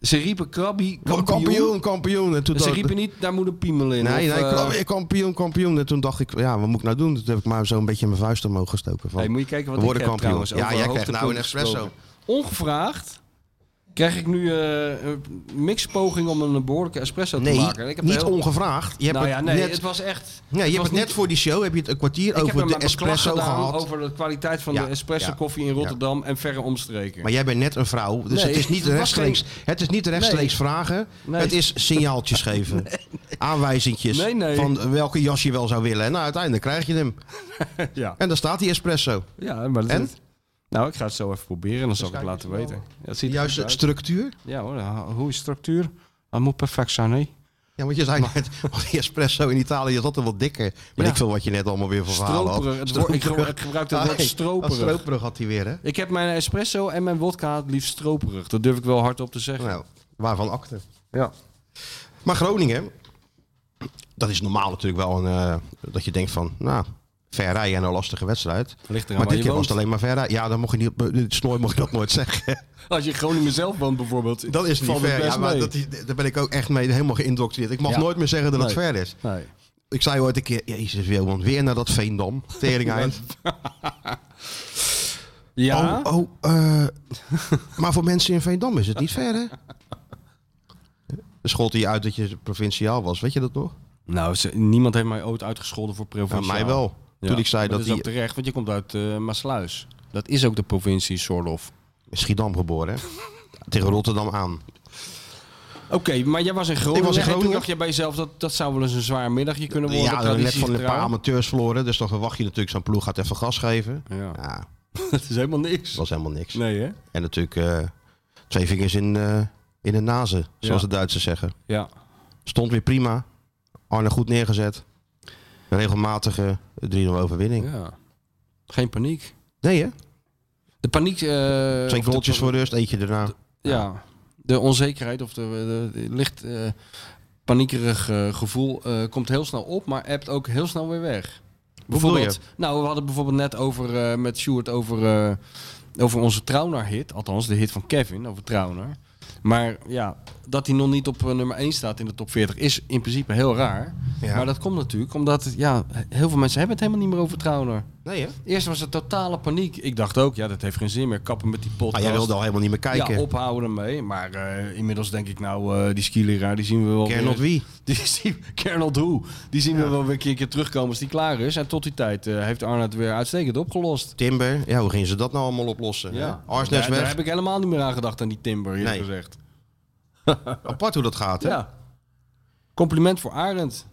S4: Ze riepen krabby,
S3: Kampioen,
S4: kampioen.
S3: kampioen. En toen
S4: Dus ze
S3: dacht-
S4: riepen niet, daar moet een piemel in.
S3: Nee,
S4: of,
S3: nee,
S4: eh,
S3: krabby, kampioen, kampioen. En toen dacht ik, ja, wat moet ik nou doen? Toen heb ik maar zo een beetje mijn vuist omhoog gestoken. Van,
S4: Hey, moet je kijken wat
S3: We
S4: ik
S3: worden
S4: heb
S3: kampioen.
S4: trouwens.
S3: Ja,
S4: over
S3: jij krijgt nou een
S4: hoogtepunten gesproken.
S3: espresso.
S4: Ongevraagd krijg ik nu eh, een mixpoging om een behoorlijke espresso te maken. En
S3: nee,
S4: Ik heb
S3: niet
S4: heel-
S3: ongevraagd. Je hebt
S4: nou ja,
S3: het
S4: nee,
S3: net,
S4: het was echt...
S3: nee, je
S4: was
S3: hebt het
S4: niet-
S3: net voor die show heb je het een kwartier
S4: ik heb
S3: over
S4: hem
S3: de
S4: maar beklag
S3: espresso
S4: gedaan
S3: gehad.
S4: over de kwaliteit van
S3: Ja,
S4: de espresso
S3: ja,
S4: koffie in
S3: ja.
S4: Rotterdam en verre omstreken.
S3: Maar jij bent net een vrouw, dus
S4: Nee,
S3: het is niet
S4: het was
S3: rechtstreeks, het is niet rechtstreeks vragen.
S4: Nee.
S3: Het is signaaltjes geven. Aanwijzingjes
S4: Nee, nee.
S3: van welke jas je wel zou willen. En nou, uiteindelijk krijg je hem.
S4: ja.
S3: En daar staat die espresso.
S4: ja, maar dat
S3: En?
S4: is- Nou, ik ga het zo even proberen en dan zal ik het
S3: kijken
S4: laten
S3: of het
S4: weten. Ja, het
S3: De
S4: ziet er
S3: juiste
S4: goed uit.
S3: structuur.
S4: Ja hoor, ja, hoe is structuur? Dat moet perfect zijn, hè?
S3: Ja, want je zei net, want die espresso in Italië is altijd wat dikker. Maar
S4: Ja.
S3: ik veel wat je net allemaal weer voor verhalen had.
S4: Stroperig. Het woord- ik gebruik- ik gebruik het woord
S3: Nee,
S4: stroperig.
S3: dat stroperig had hij weer, hè?
S4: Ik heb mijn espresso en mijn wodka het liefst stroperig. Dat durf ik wel hardop te zeggen.
S3: Nou, waarvan akte.
S4: Ja.
S3: Maar Groningen, dat is normaal natuurlijk wel een... eh, dat je denkt van, nou, ver rijden en een lastige wedstrijd.
S4: Ligt eraan
S3: Maar
S4: waar
S3: dit
S4: je
S3: keer was
S4: woont.
S3: het alleen maar verder. Ja, dan mocht je niet op eh, dit snooi mocht je dat nooit zeggen.
S4: Als je in Groningen zelf woont bijvoorbeeld.
S3: Dat is niet
S4: valt het
S3: ver.
S4: best
S3: Ja, maar
S4: mee.
S3: dat, die- daar ben ik ook echt mee helemaal geïndoctrineerd. Ik mag
S4: Ja.
S3: nooit meer zeggen dat het
S4: Nee.
S3: ver is.
S4: Nee.
S3: Ik zei ooit een keer, jezus Wilman, weer naar dat Veendam. Teringeind.
S4: Ja?
S3: Oh, oh eh, maar voor mensen in Veendam is het niet ver, hè? Schold hij uit dat je provinciaal was, weet je dat nog?
S4: Nou, ze- niemand heeft mij ooit uitgescholden voor
S3: Nou,
S4: provinciaal.
S3: mij wel.
S4: Ja,
S3: Toen ik zei
S4: maar
S3: dat
S4: is
S3: hij
S4: ook terecht, want je komt uit eh Maasluis. Dat is ook de provincie Sorlof.
S3: in Schiedam geboren, hè? Tegen Rotterdam aan.
S4: Oké, maar jij was in Groningen.
S3: Ik was in
S4: En toen
S3: Groningen.
S4: dacht je bij jezelf, dat, dat zou wel eens een zwaar middagje kunnen worden.
S3: Ja, net van een
S4: traditiegetrouw.
S3: paar amateurs verloren. Dus dan verwacht je natuurlijk zo'n ploeg gaat even gas geven.
S4: Ja.
S3: Ja,
S4: dat is helemaal niks.
S3: was helemaal niks.
S4: Nee, hè?
S3: En natuurlijk eh, twee vingers in, eh, in de nazen, zoals
S4: Ja.
S3: de Duitsers zeggen.
S4: Ja.
S3: Stond weer prima. Arne goed neergezet. Een regelmatige 3-0 overwinning.
S4: ja. Geen paniek.
S3: Nee hè?
S4: De paniek... eh,
S3: Twee
S4: of de-
S3: goaltjes voor rust, eentje daarna.
S4: Ja, de onzekerheid of de, de- de licht eh, paniekerig eh, gevoel eh, komt heel snel op, maar ebt ook heel snel weer weg.
S3: bedoel je?
S4: Bijvoorbeeld, nou, we hadden bijvoorbeeld net over eh, met Sjoerd over, eh, over onze Trauner-hit, althans de hit van Kevin over Trauner. Maar ja, dat hij nog niet op eh, nummer 1 staat in de top 40 is in principe heel raar.
S3: Ja.
S4: Maar dat komt natuurlijk omdat ja, heel veel mensen hebben het helemaal niet meer over Trauner.
S3: Nee hè?
S4: Eerst was het totale paniek. Ik dacht ook, ja, dat heeft geen zin meer. Kappen met die podcast.
S3: Maar jij wilde al helemaal niet meer kijken.
S4: Ja, ophouden ermee. Maar eh, inmiddels denk ik nou, eh, die skileraar, die zien we wel
S3: Kernot
S4: weer...
S3: wie?
S4: Die zien, Kernel Doe. Die zien we wel weer een keer, een keer terugkomen als die klaar is. En tot die tijd eh, heeft Arne het weer uitstekend opgelost.
S3: Timber. Ja, hoe gingen ze dat nou allemaal oplossen?
S4: Ja.
S3: Ja. Arsnes
S4: daar, daar
S3: weg.
S4: heb ik helemaal niet meer aan gedacht aan die Timber, eerlijk
S3: Nee.
S4: gezegd.
S3: Apart hoe dat gaat hè? Ja,
S4: Ja. Compliment voor Arend.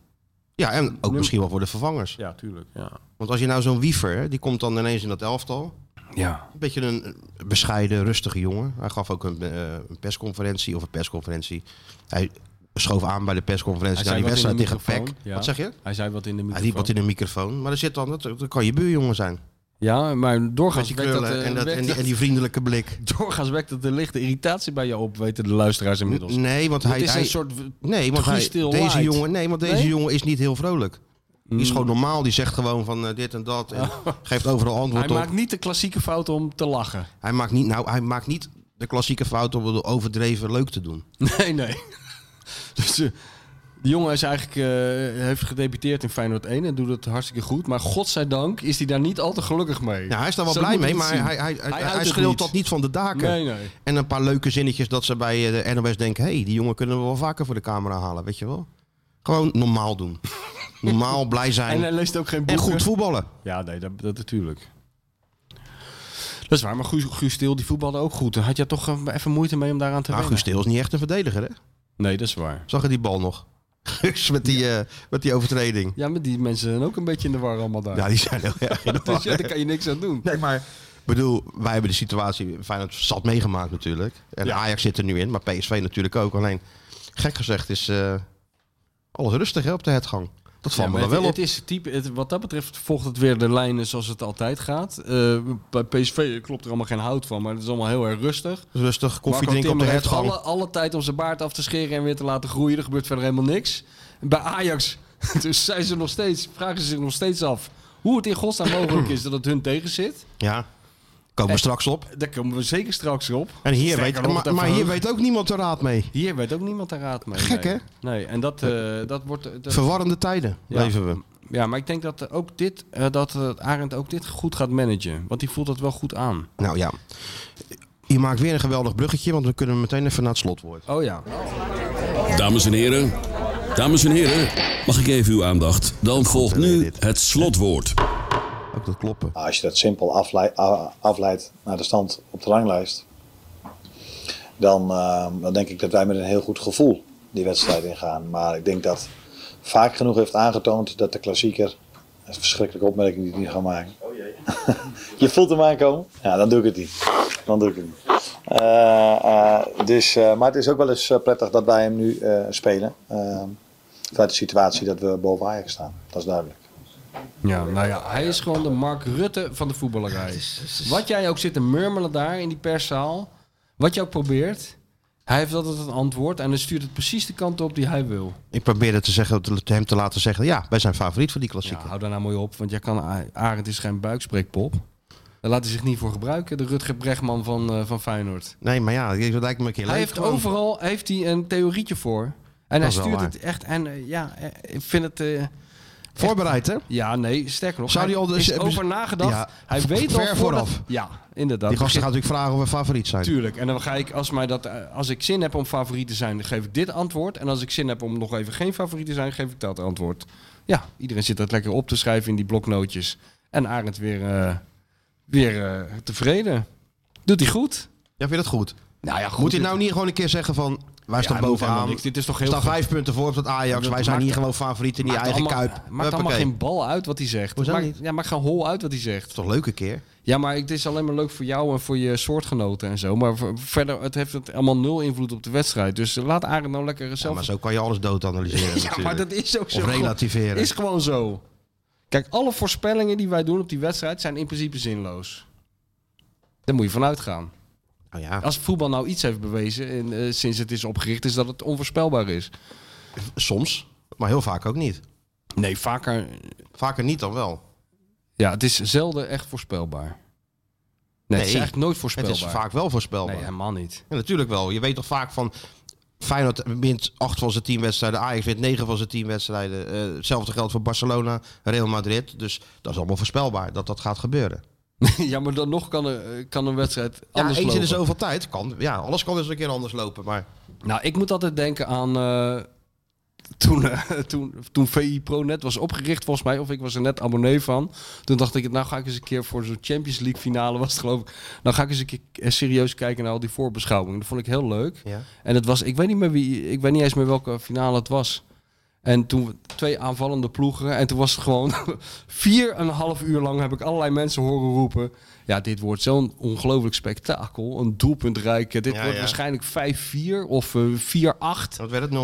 S3: en ook misschien wel voor de vervangers.
S4: Ja, tuurlijk. Ja.
S3: Want als je nou zo'n wiever, hè, die komt dan ineens in dat elftal.
S4: ja.
S3: Een beetje een eh, bescheiden, rustige jongen. Hij gaf ook een, eh, een persconferentie of een persconferentie. Hij schoof aan bij de persconferentie
S4: Hij
S3: naar die
S4: zei wat
S3: wedstrijd
S4: in de
S3: tegen PEC.
S4: microfoon, ja.
S3: Wat zeg je?
S4: Hij zei wat in de
S3: Hij
S4: microfoon.
S3: riep wat in de microfoon. Maar er zit dan, dat, dat kan je buurjongen zijn.
S4: Ja, maar
S3: Met
S4: doorgaans
S3: die
S4: wekt dat,
S3: krullen
S4: eh,
S3: en, dat,
S4: wekt
S3: en, die,
S4: dat-
S3: en die vriendelijke blik.
S4: doorgaans wekt dat de lichte irritatie bij je op, weten de luisteraars inmiddels.
S3: Nee, want hij...
S4: het is
S3: hij-
S4: een soort
S3: Nee, want hij,
S4: Guus
S3: deze,
S4: light.
S3: jongen, nee, want deze
S4: Nee?
S3: jongen is niet heel vrolijk. Die
S4: Mm.
S3: is gewoon normaal. Die zegt gewoon van eh, dit en dat. En geeft overal antwoord
S4: Hij
S3: op.
S4: maakt niet de klassieke fout om te lachen.
S3: Hij, maakt niet, nou, hij maakt niet de klassieke fout om het overdreven leuk te doen.
S4: Nee, nee. Dus eh, de jongen is eigenlijk, eh, heeft gedebuteerd in Feyenoord 1 en doet het hartstikke goed. Maar godzijdank is hij daar niet al te gelukkig mee.
S3: Ja, Nou, hij is daar wel
S4: Zo
S3: blij
S4: moet
S3: mee,
S4: je het
S3: maar
S4: zien.
S3: hij, hij, hij,
S4: Hij
S3: hij,
S4: houdt het
S3: schreeuwt
S4: niet.
S3: dat niet van de daken.
S4: Nee, nee.
S3: En een paar leuke zinnetjes dat ze bij eh, de NOS denken... hé, hey, die jongen kunnen we wel vaker voor de camera halen, weet je wel. Gewoon normaal doen. normaal, blij
S4: En
S3: zijn en,
S4: hij leest ook geen boeken.
S3: goed voetballen.
S4: Ja, nee, dat, dat natuurlijk. Dat is waar, maar Guus, Guus Stil die voetbalde ook goed. Had jij toch eh, even moeite mee om daaraan te
S3: Nou,
S4: wennen?
S3: Guus Steel is niet echt een verdediger, hè?
S4: Nee, dat is waar.
S3: Zag je die bal nog? Guus met die, eh, met die overtreding.
S4: Ja, maar die mensen zijn ook een beetje in de war allemaal daar.
S3: Ja, die zijn heel erg in de war,
S4: dus ja,
S3: hè?
S4: daar kan je niks aan doen.
S3: Nee, maar ik bedoel, wij hebben de situatie Feyenoord zat meegemaakt natuurlijk. En
S4: Ja.
S3: Ajax zit er nu in, maar PSV natuurlijk ook. Alleen, gek gezegd is eh, alles rustig hè, op de headgang. Dat valt
S4: Ja,
S3: me dan
S4: maar het,
S3: wel op.
S4: het is type, het- wat dat betreft volgt het weer de lijnen zoals het altijd gaat. Eh, bij PSV klopt er allemaal geen hout van, maar het is allemaal heel erg rustig.
S3: Rustig, koffie
S4: Marco
S3: drinken op de
S4: Timmer heeft
S3: headgang.
S4: alle, alle tijd om zijn baard af te scheren en weer te laten groeien. Er gebeurt verder helemaal niks. En bij Ajax dus zijn ze nog steeds, vragen ze zich nog steeds af hoe het in godsnaam mogelijk is dat het hun tegen zit.
S3: Ja, komen we straks op.
S4: Daar komen we zeker straks op.
S3: En hier
S4: Sterker
S3: weet,
S4: nog,
S3: maar,
S4: dat
S3: maar hier
S4: verheugt-
S3: weet ook niemand de raad mee.
S4: Hier weet ook niemand aan raad mee.
S3: Gek,
S4: nee.
S3: hè?
S4: Nee, en dat, eh, dat wordt... dat-
S3: Verwarrende tijden
S4: Ja.
S3: leven we.
S4: Ja, maar ik denk dat eh, ook dit, eh, dat eh, Arend ook dit goed gaat managen. Want die voelt dat wel goed aan.
S3: Nou ja, je maakt weer een geweldig bruggetje, want we kunnen meteen even naar het slotwoord.
S4: Oh ja.
S5: Dames en heren, dames en heren, mag ik even uw aandacht? Dan volgt
S6: eh,
S5: nu het slotwoord.
S3: Ook dat kloppen.
S7: Nou, als je dat simpel aflei- a- afleidt naar de stand op de ranglijst, dan, eh, dan denk ik dat wij met een heel goed gevoel die wedstrijd ingaan. Maar ik denk dat vaak genoeg heeft aangetoond dat de klassieker. Dat is een verschrikkelijke opmerking die ik nu ga maken. je voelt hem aankomen? Ja, dan doe ik het niet. Dan doe ik het niet. Eh, eh, dus, eh, maar het is ook wel eens eh, prettig dat wij hem nu eh, spelen. eh, vanuit de situatie dat we boven Ajax staan. Dat is duidelijk.
S4: ja. Nou ja, hij is gewoon de Mark Rutte van de voetballerij. Wat jij ook zit te murmelen daar in die perszaal. Wat jij ook probeert. Hij heeft altijd een antwoord. En hij stuurt het precies de kant op die hij wil.
S3: Ik probeerde te zeggen, te- hem te laten zeggen, ja, wij zijn favoriet voor die
S4: Ja,
S3: klassieker.
S4: hou daar nou mooi op. Want jij kan, A- Arend is geen buikspreekpop. Daar laat hij zich niet voor gebruiken. De Rutger Bregman van, eh, van Feyenoord.
S3: Nee, maar ja, dat lijkt me een keer leuk.
S4: Hij heeft
S3: gewoon.
S4: overal heeft hij een theorietje voor. En hij
S3: is wel
S4: stuurt
S3: waar.
S4: het echt. En eh, ja, eh, ik vind het. eh,
S3: Voorbereid, hè?
S4: ja, nee, sterker nog.
S3: Zou
S4: hij
S3: die al de-
S4: is
S3: ze-
S4: over nagedacht.
S3: Ja,
S4: hij weet al
S3: ver
S4: voordat-
S3: vooraf.
S4: Ja, inderdaad.
S3: Die gasten gaan natuurlijk vragen of we favoriet zijn.
S4: Tuurlijk. En dan ga ik, als, mij dat, eh, als ik zin heb om favoriet te zijn, dan geef ik dit antwoord. En als ik zin heb om nog even geen favoriet te zijn, geef ik dat antwoord. Ja, iedereen zit dat lekker op te schrijven in die bloknootjes. En Arend weer, eh, weer eh, tevreden. Doet hij goed?
S3: Ja, vind je dat goed?
S4: Nou ja, goed.
S3: Moet hij nou niet gewoon een keer zeggen van... Wij staan
S4: dat hoeft helemaal
S3: bovenaan.
S4: niks. Dit is toch heel
S3: staan
S4: goed.
S3: vijf punten voor op dat Ajax.
S4: Dat
S3: Wij zijn
S4: maakt-
S3: hier gewoon favoriet in die
S4: Maakt
S3: eigen
S4: allemaal-
S3: kuip.
S4: Maakt allemaal
S3: Huppakee.
S4: geen bal uit wat hij zegt.
S3: Hoezo
S4: Maakt-
S3: niet?
S4: Ja, maakt geen hol uit wat hij zegt.
S3: Toch leuk een keer.
S4: Ja, maar het is alleen maar leuk voor jou en voor je soortgenoten en zo. Maar ver- verder, het heeft het allemaal nul invloed op de wedstrijd. Dus laat Arend nou lekker
S3: Ja,
S4: zelf...
S3: maar zo kan je alles dood analyseren.
S4: Ja, maar dat is ook zo.
S3: Of relativeren.
S4: Is gewoon zo. Kijk, alle voorspellingen die wij doen op die wedstrijd zijn in principe zinloos. Daar moet je van uitgaan.
S3: Oh ja.
S4: Als voetbal nou iets heeft bewezen en, eh, sinds het is opgericht, is dat het onvoorspelbaar is.
S3: Soms, maar heel vaak ook niet.
S4: Nee, vaker.
S3: Vaker niet dan wel.
S4: Ja, het is zelden echt voorspelbaar. Nee, het is
S3: Nee,
S4: echt nooit
S3: Het
S4: voorspelbaar.
S3: is vaak wel voorspelbaar.
S4: Nee, helemaal niet.
S3: Ja, natuurlijk wel. Je weet toch vaak van... Feyenoord wint acht van zijn tien wedstrijden. Ajax wint negen van zijn tien wedstrijden. Eh, hetzelfde geldt voor Barcelona, Real Madrid. Dus dat is allemaal voorspelbaar dat dat gaat gebeuren.
S4: ja, maar dan nog kan, er, eh, kan een wedstrijd
S3: Ja,
S4: anders
S3: eens in
S4: lopen.
S3: de zoveel tijd kan... Ja, alles kan dus een keer anders lopen. Maar
S4: Nou, ik moet altijd denken aan eh, toen, eh, toen, toen VI Pro net was opgericht volgens mij, of ik was er net abonnee van. Toen dacht ik, nou ga ik eens een keer voor zo'n Champions League finale was het geloof ik. Nou ga ik eens een keer eh, serieus kijken naar al die voorbeschouwingen. Dat vond ik heel leuk.
S3: ja.
S4: En het was, ik weet niet meer wie, ik weet niet eens meer welke finale het was. En toen we- twee aanvallende ploegen. En toen was het gewoon vier en een half uur lang heb ik allerlei mensen horen roepen. Ja, dit wordt zo'n ongelooflijk spektakel. Een doelpuntrijk. Dit
S3: Ja,
S4: wordt
S3: ja.
S4: waarschijnlijk 5-4 of eh, 4-8. 1-0.
S3: Wat werd het? 0-0?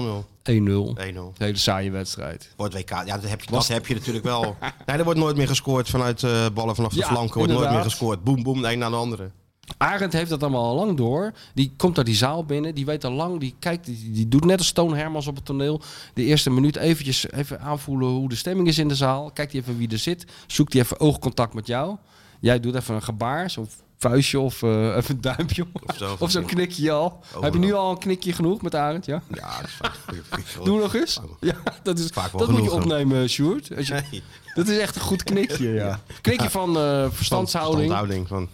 S4: Een
S3: 1-0.
S4: hele saaie wedstrijd.
S3: Wordt WK. Ja, dat heb je, dat heb je natuurlijk wel. Nee, er wordt nooit meer gescoord vanuit eh, ballen vanaf de
S4: Ja,
S3: flanken. Wordt nooit
S4: inderdaad.
S3: meer gescoord. Boem, boem, de een naar de andere.
S4: Arend heeft dat allemaal al lang door. Die komt uit die zaal binnen. Die weet al lang. Die kijkt. Die, die doet net als Toon Hermans op het toneel. De eerste minuut eventjes even aanvoelen hoe de stemming is in de zaal. Kijkt hij even wie er zit. Zoekt hij even oogcontact met jou. Jij doet even een gebaar. Zo'n vuistje of eh, even een duimpje. Of,
S3: zo. Oh,
S4: zo'n knikje al. Heb je nu
S3: nou.
S4: al een knikje genoeg met Arend? Ja.
S3: Ja, dat is vaak.
S4: Doe nog eens. Ja, dat is,
S3: Oh, Vaak wel
S4: dat moet je
S3: genoeg, hè?
S4: opnemen, Sjoerd. Als je, Dat is echt een goed knikje, ja. Knikje van eh, verstandshouding.
S3: Verstandhouding. Van,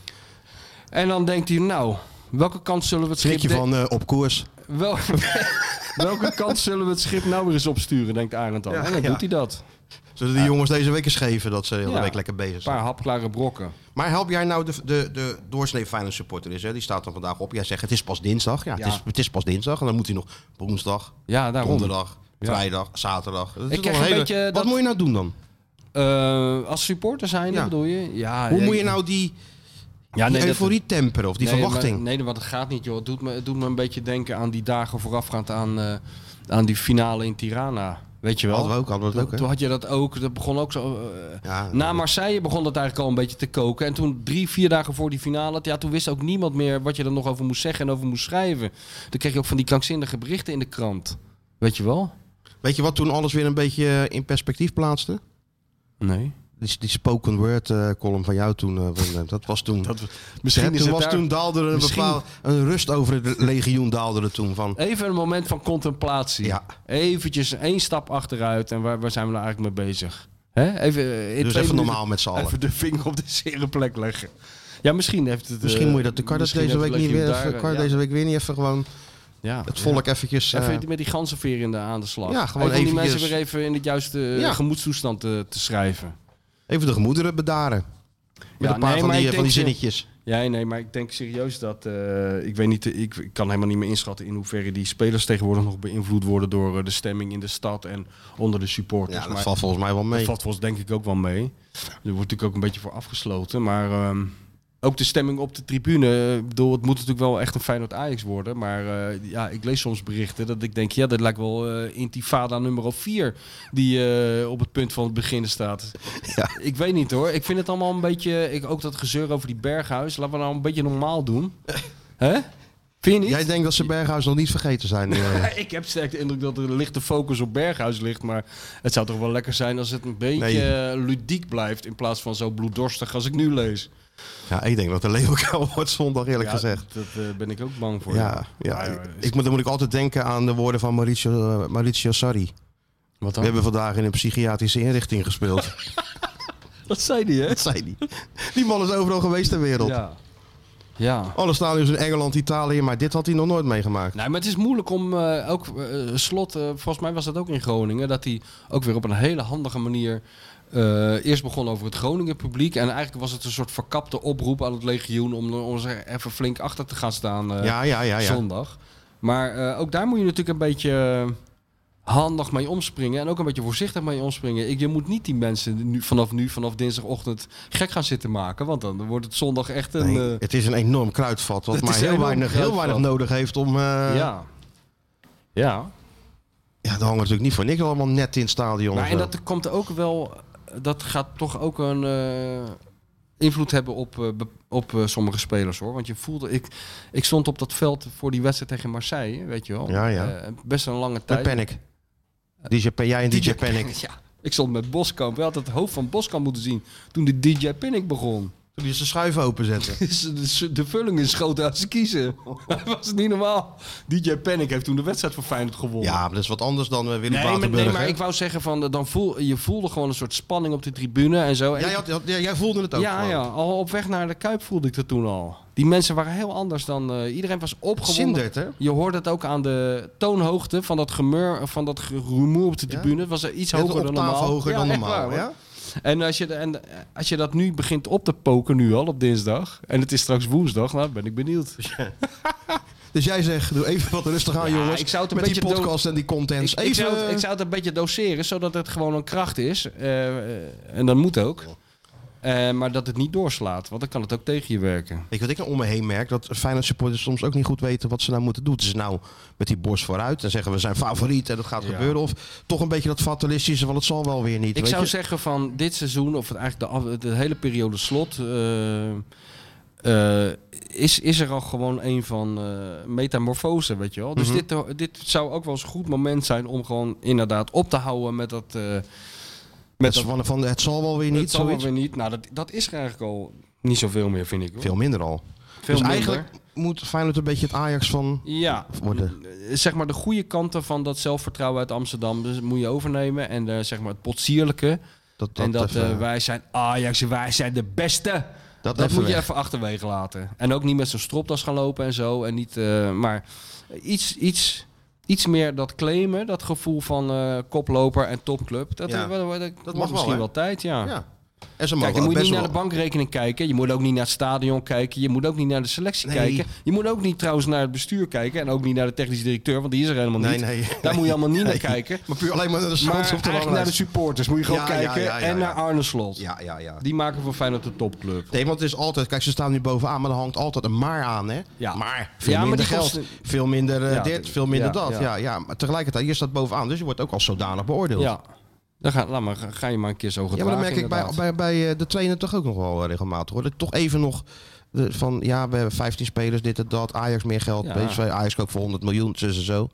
S4: En dan denkt hij, nou, welke kant zullen we het schip...
S3: Schrik je
S4: de-
S3: van eh, op koers.
S4: Wel, welke kant zullen we het schip nou weer eens opsturen, denkt Arend dan. en dan
S3: ja.
S4: doet hij dat.
S3: Zullen die jongens deze week eens geven dat ze de hele
S4: Ja.
S3: week lekker bezig
S4: Een
S3: zijn?
S4: paar hapklare brokken.
S3: Maar help jij nou de, de, de doorsnee Feyenoord supporter is, hè? die staat dan vandaag op. Jij zegt het is pas dinsdag. Ja,
S4: Ja.
S3: Het, is, het is pas dinsdag. En dan moet hij nog woensdag,
S4: Ja, daarom.
S3: donderdag, vrijdag, zaterdag. Dat is
S4: Ik
S3: toch
S4: krijg
S3: een
S4: een
S3: hele-
S4: beetje
S3: Wat
S4: dat-
S3: moet je nou doen dan?
S4: Eh, als supporter zijn,
S3: Ja.
S4: bedoel je? Ja,
S3: Hoe
S4: ja,
S3: moet je nou die, die
S4: ja, nee, dat-
S3: euforie temperen of die
S4: nee,
S3: verwachting?
S4: maar- nee, want het gaat niet, joh. Het doet me, het doet me een beetje denken aan die dagen voorafgaand aan, eh, aan die finale in Tirana. Weet je wel?
S3: Hadden we ook, hadden we dat ook, hè?
S4: Toen had je dat ook, dat begon ook zo. eh,
S3: Ja,
S4: na Marseille begon dat eigenlijk al een beetje te koken. En toen drie, vier dagen voor die finale, ja, toen wist ook niemand meer wat je er nog over moest zeggen en over moest schrijven. Toen kreeg je ook van die krankzinnige berichten in de krant. Weet je wel?
S3: Weet je wat toen alles weer een beetje eh, in perspectief plaatste?
S4: Nee.
S3: Die, die spoken word eh, column van jou toen, eh, van, eh, dat was toen... Dat,
S4: Misschien is
S3: toen,
S4: het
S3: was,
S4: daar-
S3: toen daalde er een,
S4: Misschien-
S3: bepaalde, een rust over het legioen daalde er toen van...
S4: Even een moment van contemplatie.
S3: Ja.
S4: Eventjes één stap achteruit en waar, waar zijn we nou eigenlijk mee bezig? Hè? Even, eh, in twee
S3: Dus even
S4: minuten
S3: normaal met z'n allen.
S4: Even de vinger op de zere plek leggen. Ja, misschien heeft het... eh,
S3: Misschien moet je dat de kar dat
S4: misschien
S3: deze
S4: heeft
S3: week
S4: het
S3: niet
S4: legioen
S3: weer,
S4: daar,
S3: even,
S4: eh,
S3: Kar
S4: ja.
S3: deze week weer niet even gewoon
S4: Ja.
S3: het volk eventjes. eh,
S4: Even met die ganzenveer in de, aan de slag.
S3: Ja, gewoon
S4: even om die
S3: eventjes-
S4: mensen weer even in het juiste eh,
S3: Ja.
S4: gemoedstoestand te, te schrijven.
S3: even de gemoederen bedaren. Met
S4: Ja,
S3: een paar
S4: nee,
S3: van,
S4: maar
S3: die,
S4: ik
S3: eh, van die
S4: denk ze-
S3: zinnetjes.
S4: Ja, nee, maar ik denk serieus dat... eh, ik, weet niet, eh, ik, ik kan helemaal niet meer inschatten in hoeverre die spelers tegenwoordig nog beïnvloed worden door eh, de stemming in de stad en onder de supporters.
S3: Ja, dat
S4: Maar-
S3: valt volgens mij wel mee.
S4: Dat valt volgens denk ik ook wel mee. Er wordt natuurlijk ook een beetje voor afgesloten. Maar ehm, ook de stemming op de tribune. Ik bedoel, het moet natuurlijk wel echt een Feyenoord Ajax worden. Maar eh, ja, ik lees soms berichten dat ik denk... Ja, dat lijkt wel eh, intifada nummer 4 die eh, op het punt van het beginnen staat.
S3: Ja.
S4: Ik weet niet hoor. Ik vind het allemaal een beetje... Ik, ook dat gezeur over die berghuis. Laten we nou een beetje normaal doen. Hè? Vind je niet?
S3: Jij denkt dat ze Berghuis nog niet vergeten zijn. eh.
S4: Ik heb sterk de indruk dat er een lichte focus op Berghuis ligt. Maar het zou toch wel lekker zijn als het een beetje
S3: Nee.
S4: eh, ludiek blijft. In plaats van zo bloeddorstig als ik nu lees.
S3: ja, ik denk dat de Leeuwenkuil wordt zondag eerlijk
S4: Ja,
S3: gezegd.
S4: Dat eh, ben ik ook bang voor.
S3: Ja, ja.
S4: Ja, joh,
S3: Ik, moet dan moet ik altijd denken aan de woorden van Mauricio, eh, Mauricio Sarri.
S4: Wat
S3: We
S4: dan?
S3: hebben vandaag in een psychiatrische inrichting gespeeld.
S4: Dat zei hij, hè?
S3: dat zei die. Die man is overal geweest ter wereld.
S4: Ja. Ja.
S3: Alle stadions in Engeland, Italië, maar dit had hij nog nooit meegemaakt.
S4: Nee, maar het is moeilijk om eh, ook eh, slot. eh, volgens mij was dat ook in Groningen. Dat hij ook weer op een hele handige manier. eh, eerst begon over het Groningen publiek. En eigenlijk was het een soort verkapte oproep aan het legioen. om, om er even flink achter te gaan staan. eh,
S3: Ah, ja, ja, ja, ja.
S4: zondag. Maar eh, ook daar moet je natuurlijk een beetje eh, handig mee omspringen. En ook een beetje voorzichtig mee omspringen. Ik, je moet niet die mensen nu, vanaf nu, vanaf dinsdagochtend, gek gaan zitten maken. Want dan wordt het zondag echt een...
S3: Nee,
S4: eh,
S3: het is een enorm kruidvat, wat
S4: het
S3: maar
S4: is een
S3: heel
S4: enorm
S3: weinig, heel
S4: kruidvat.
S3: weinig nodig heeft om... eh, ja.
S4: ja. Ja.
S3: daar hangen natuurlijk niet voor niks allemaal net in het stadion.
S4: Maar
S3: of eh,
S4: en
S3: zo.
S4: dat komt ook wel, dat gaat toch ook een eh, invloed hebben op, eh, be- op eh, sommige spelers hoor. Want je voelde, ik, ik stond op dat veld voor die wedstrijd tegen Marseille, weet je wel.
S3: Ja, ja.
S4: Eh, best een lange tijd.
S3: Met Panic. DJ, Pan- jij en DJ, Panic.
S4: Ja, ik stond met Boskamp. We hadden het hoofd van Boskamp moeten zien toen de DJ Panic begon.
S3: Toen die zijn schuiven openzetten.
S4: Dus de- De vulling is groter als ze kiezen. Dat was niet normaal. DJ Panic heeft toen de wedstrijd voor Feyenoord gewonnen.
S3: ja, maar dat is wat anders dan eh, Willem
S4: Nee, maar,
S3: Batenburg.
S4: nee, maar
S3: hè?
S4: ik wou zeggen van, eh, dan voel, je voelde gewoon een soort spanning op de tribune en zo. En
S3: jij,
S4: ik-
S3: had, had- jij- jij voelde het ook
S4: ja,
S3: gewoon.
S4: ja, al op weg naar de Kuip voelde ik dat toen al. Die mensen waren heel anders dan... eh, iedereen was opgewonden.
S3: Zindert, hè?
S4: Je hoort het ook aan de toonhoogte van dat, gemeur, van dat gerumoer op de
S3: Ja.
S4: tribune. Het was eh, iets
S3: Net
S4: hoger
S3: een
S4: dan
S3: octaaf
S4: normaal.
S3: hoger dan
S4: echt
S3: normaal.
S4: waar, hoor.
S3: ja?
S4: En, als je, de- en eh, als je dat nu begint op te poken, nu al op dinsdag... en het is straks woensdag, nou ben ik benieuwd.
S3: Dus jij zegt, doe even wat rustig aan,
S4: Ja,
S3: jongens.
S4: ik zou het een
S3: met die
S4: beetje dood-
S3: podcast en die contents.
S4: Ik,
S3: even...
S4: ik, zou het, ik zou het een beetje doseren, zodat het gewoon een kracht is. eh, eh, en dat moet ook. Eh, maar dat het niet doorslaat, want dan kan het ook tegen je werken.
S3: Weet je wat ik nou om me heen merk? Dat Feyenoord supporters soms ook niet goed weten wat ze nou moeten doen. Het is nou met die borst vooruit en zeggen we zijn favoriet en dat gaat gebeuren. Of toch een beetje dat fatalistische, want het zal wel weer niet.
S4: Ik
S3: weet
S4: zou
S3: je?
S4: zeggen van dit seizoen, of het eigenlijk de, af- de hele periode slot, eh, eh, is, is er al gewoon een van eh, metamorfose, weet je wel.
S3: Mhm.
S4: Dus dit, dit zou ook wel eens een goed moment zijn om gewoon inderdaad op te houden met dat... eh,
S3: Met van, van het zal wel weer
S4: dat
S3: niet,
S4: zal wel
S3: zoiets.
S4: weer niet. Nou, dat, dat is er eigenlijk al niet zoveel meer, vind ik. hoor.
S3: Veel minder al.
S4: Veel
S3: dus
S4: minder.
S3: eigenlijk moet Feyenoord een beetje het Ajax van
S4: Ja,
S3: worden.
S4: zeg maar de goede kanten van dat zelfvertrouwen uit Amsterdam dus moet je overnemen. En eh, zeg maar het potsierlijke.
S3: Dat,
S4: en dat
S3: even-
S4: eh, wij zijn Ajax, wij zijn de beste.
S3: dat,
S4: Dat,
S3: even
S4: moet je
S3: weg.
S4: even achterwege laten. En ook niet met zo'n stropdas gaan lopen en zo. En niet, eh, maar iets, iets, iets meer dat claimen, dat gevoel van eh, koploper en topclub. Dat,
S3: Ja.
S4: eh, wel- wel- dat,
S3: mag
S4: wordt
S3: wel,
S4: misschien
S3: hè?
S4: wel, tijd, ja.
S3: Ja. En ze mogen
S4: Kijk, je moet
S3: best
S4: niet naar de
S3: wel-
S4: bankrekening kijken. Je moet ook niet naar het stadion kijken. Je moet ook niet naar de selectie
S3: Nee.
S4: kijken. Je moet ook niet trouwens naar het bestuur kijken. En ook niet naar de technische directeur, want die is er helemaal
S3: Nee,
S4: niet.
S3: nee.
S4: Daar moet je allemaal niet
S3: Nee.
S4: naar kijken.
S3: Maar puur alleen maar naar de
S4: Maar
S3: schans op de
S4: eigenlijk naar de
S3: ranglijst.
S4: supporters moet je gewoon
S3: Ja, ja,
S4: kijken.
S3: ja, ja,
S4: en
S3: ja.
S4: naar Arne Slot.
S3: Ja, ja, ja.
S4: Die maken voor Feyenoord de topclub.
S3: Nee, want het is altijd, kijk, ze staan nu bovenaan, maar er hangt altijd een maar aan, hè?
S4: Ja.
S3: Maar veel
S4: Ja, maar
S3: minder
S4: die
S3: geld,
S4: kosten-
S3: veel minder eh,
S4: Ja,
S3: dit, veel minder
S4: ja,
S3: dat. Ja.
S4: ja.
S3: Ja, maar tegelijkertijd, je staat bovenaan, dus je wordt ook als zodanig beoordeeld.
S4: Ja. Dan ga, laat maar, ga ga je maar een keer zo
S3: Ja,
S4: gedragen.
S3: maar dat merk ik bij,
S4: inderdaad.
S3: bij, bij eh, de trainer toch ook nog wel eh, regelmatig. Hoor. Dat ik toch even nog eh, van, ja, we hebben 15 spelers, dit en dat. Ajax meer geld,
S4: Ja.
S3: PSV, Ajax ook voor 100 miljoen, zus en zo.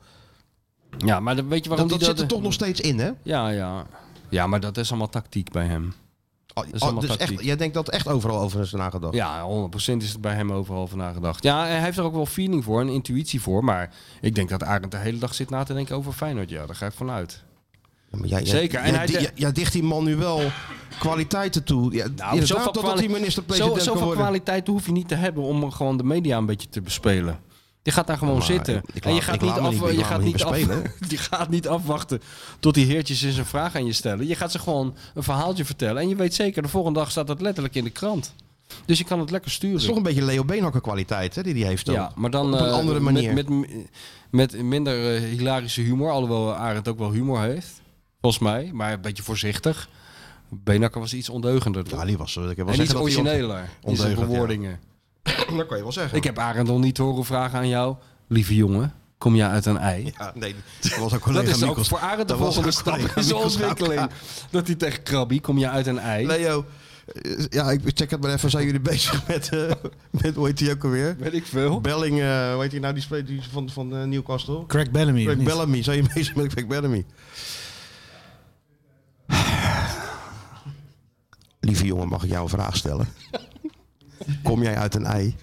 S4: Ja, maar dan weet je waarom
S3: Dat, dat
S4: die
S3: zit er toch nog steeds in, hè?
S4: Ja, ja. Ja, maar dat is allemaal tactiek bij hem.
S3: Oh,
S4: is
S3: oh,
S4: allemaal
S3: dus
S4: tactiek.
S3: echt, jij denkt dat echt overal over is nagedacht.
S4: Ja, 100% is het bij hem overal van nagedacht. Ja, en hij heeft er ook wel feeling voor en intuïtie voor. Maar ik denk dat Arend de hele dag zit na te denken over Feyenoord. Ja, daar ga ik vanuit.
S3: Ja, maar jij, jij-
S4: Zeker, en
S3: jij,
S4: hij
S3: di-
S4: de- Nou,
S3: jij- jij dicht die man nu wel kwaliteiten toe. Ja,
S4: zoveel
S3: inderdaad, totdat
S4: kwali-
S3: hij minister-president kan
S4: Zo, zoveel
S3: worden.
S4: kwaliteit hoef je niet te hebben om gewoon de media een beetje te bespelen. Je gaat daar gewoon
S3: Maar
S4: zitten.
S3: ik
S4: en
S3: laat-
S4: je
S3: ik laat
S4: gaat, niet,
S3: me
S4: af,
S3: niet- ik
S4: je,
S3: laat
S4: gaat
S3: me niet
S4: niet af,
S3: bespelen.
S4: je gaat niet afwachten tot die heertjes eens een vraag aan je stellen. Je gaat ze gewoon een verhaaltje vertellen. En je weet zeker, de volgende dag staat dat letterlijk in de krant. Dus je kan het lekker
S3: Het is
S4: sturen.
S3: toch een beetje Leo Beenhakker kwaliteit hè, die hij heeft. Dan.
S4: Ja, maar dan
S3: op een
S4: eh,
S3: andere
S4: met-
S3: manier.
S4: Met, met, minder eh, hilarische humor, alhoewel Arend ook wel humor heeft, volgens mij, maar een beetje voorzichtig. Benakker was iets ondeugender. toch?
S3: Ja, die was, eh, ik heb wel
S4: en iets
S3: zeggen dat hij on-
S4: origineler in zijn
S3: ondeugend, ja.
S4: bewoordingen.
S3: Dat kan je wel zeggen.
S4: Ik heb Arend nog niet horen vragen aan jou, lieve jongen, kom jij uit een ei?
S3: Ja, nee, dat was ook
S4: Dat
S3: collega
S4: is ook
S3: Mikkels.
S4: voor Arend de
S3: Dat was
S4: volgende
S3: ook
S4: stap
S3: collega
S4: in zijn
S3: Mikkels.
S4: ontwikkeling. Dat hij tegen Krabby, kom je uit een ei?
S3: Leo, eh, ja, ik check het maar even. Zijn jullie bezig met, eh, met hoe heet die ook alweer?
S4: Weet ik veel.
S3: Belling, eh hoe heet die nou, die speelt die van, van eh, Newcastle?
S8: Craig Bellamy. of
S3: Craig
S8: niet?
S3: Bellamy, zijn je bezig met Craig Bellamy? Lieve jongen, mag ik jou een vraag stellen? Kom jij uit een ei?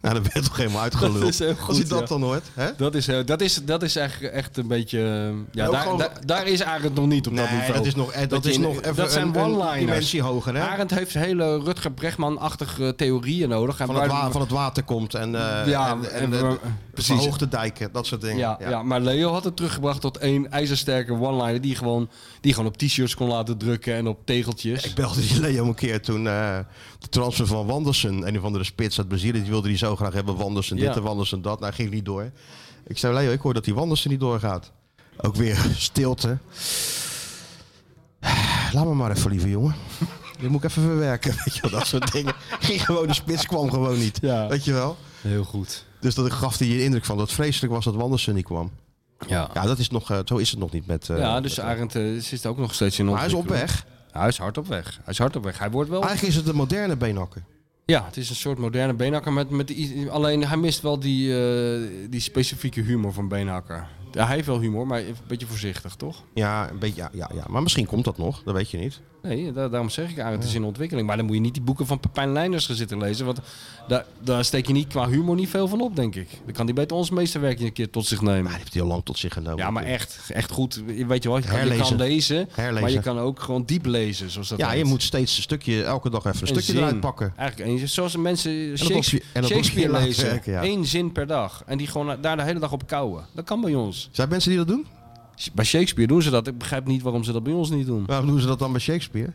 S3: Nou, dan ben je toch helemaal uitgeluld.
S4: Dat is heel goed,
S3: Als je dat
S4: ja.
S3: dan hoort, hè?
S4: Dat is, eh, dat is, dat is echt, echt een beetje... eh, Ja,
S3: ook
S4: daar,
S3: gewoon-
S4: daar, daar is Arend nog niet op dat
S3: Nee,
S4: niveau.
S3: dat is nog, eh, dat
S4: je
S3: is
S4: in-
S3: nog even
S4: dat zijn
S3: een- een
S4: one-liners.
S3: dimensie hoger, hè?
S4: Arend heeft hele Rutger Bregman-achtige theorieën nodig. En
S3: Van het,
S4: waar-
S3: wa- van het water komt en, eh
S4: Ja,
S3: en, en,
S4: en
S3: de-
S4: we-
S3: de
S4: precies.
S3: verhoogde dijken, dat soort dingen.
S4: ja, ja. maar Leo had het teruggebracht tot één ijzersterke one-liner... die gewoon, die gewoon op t-shirts kon laten drukken en op tegeltjes.
S3: Ik belde die Leo een keer toen eh, de transfer van Wandersen, een of andere spits uit Brazilië, die wilde die zo graag hebben. Wanders en dit
S4: Ja.
S3: en Wanders en dat. Nou, ging niet door. Ik zei, Leo, ik hoor dat die Wanders er niet doorgaat. Ook weer stilte. Laat me maar even, lieve jongen. Dit moet ik even verwerken, weet je wel, dat soort dingen. Ging gewoon, de spits kwam gewoon niet,
S4: Ja.
S3: weet je wel.
S4: Heel goed.
S3: Dus dat gaf hij je indruk van dat het vreselijk was dat Wandersen niet kwam.
S4: Ja.
S3: Ja, dat is nog, eh, zo is het nog niet met... eh,
S4: Ja, dus Arend eh, zit ook nog steeds in
S3: maar hij is op
S4: ontwikkeling.
S3: weg.
S4: Hij is hard op weg. Hij is hard op weg. Hij wordt wel...
S3: Eigenlijk is het een moderne beenhakker.
S4: Ja, het is een soort moderne beenhakker. Met, met i- alleen hij mist wel die, eh, die specifieke humor van beenhakker. Ja, hij heeft wel humor, maar een beetje voorzichtig, toch?
S3: Ja, een beetje, ja, ja, ja, maar misschien komt dat nog, dat weet je niet.
S4: Nee, da- daarom zeg ik Arend, het is in ontwikkeling. Maar dan moet je niet die boeken van Pepijn Leijners gaan zitten lezen. Want daar, daar steek je niet qua humor niet veel van op, denk ik. Dan kan hij beter ons meesterwerk een keer tot zich nemen.
S3: Maar die heeft hij al lang tot zich genomen.
S4: Ja, maar echt, echt goed. Je Weet je wel, je kan, je
S3: Herlezen.
S4: kan lezen, maar je
S3: Herlezen.
S4: kan ook gewoon diep lezen. Zoals dat
S3: Ja, je
S4: heet.
S3: moet steeds een stukje, elke dag even een
S4: Een
S3: stukje
S4: zin.
S3: eruit pakken.
S4: Eigenlijk, en je- zoals de mensen
S3: dat
S4: Shakespeare,
S3: op je- en dat op je
S4: Shakespeare
S3: laten
S4: lezen.
S3: werken, ja.
S4: Eén zin per dag. En die gewoon daar de hele dag op kouwen. Dat kan bij ons.
S3: Zijn mensen die dat doen?
S4: Bij Shakespeare doen ze dat. Ik begrijp niet waarom ze dat bij ons niet doen.
S3: Waarom doen ze dat dan bij Shakespeare?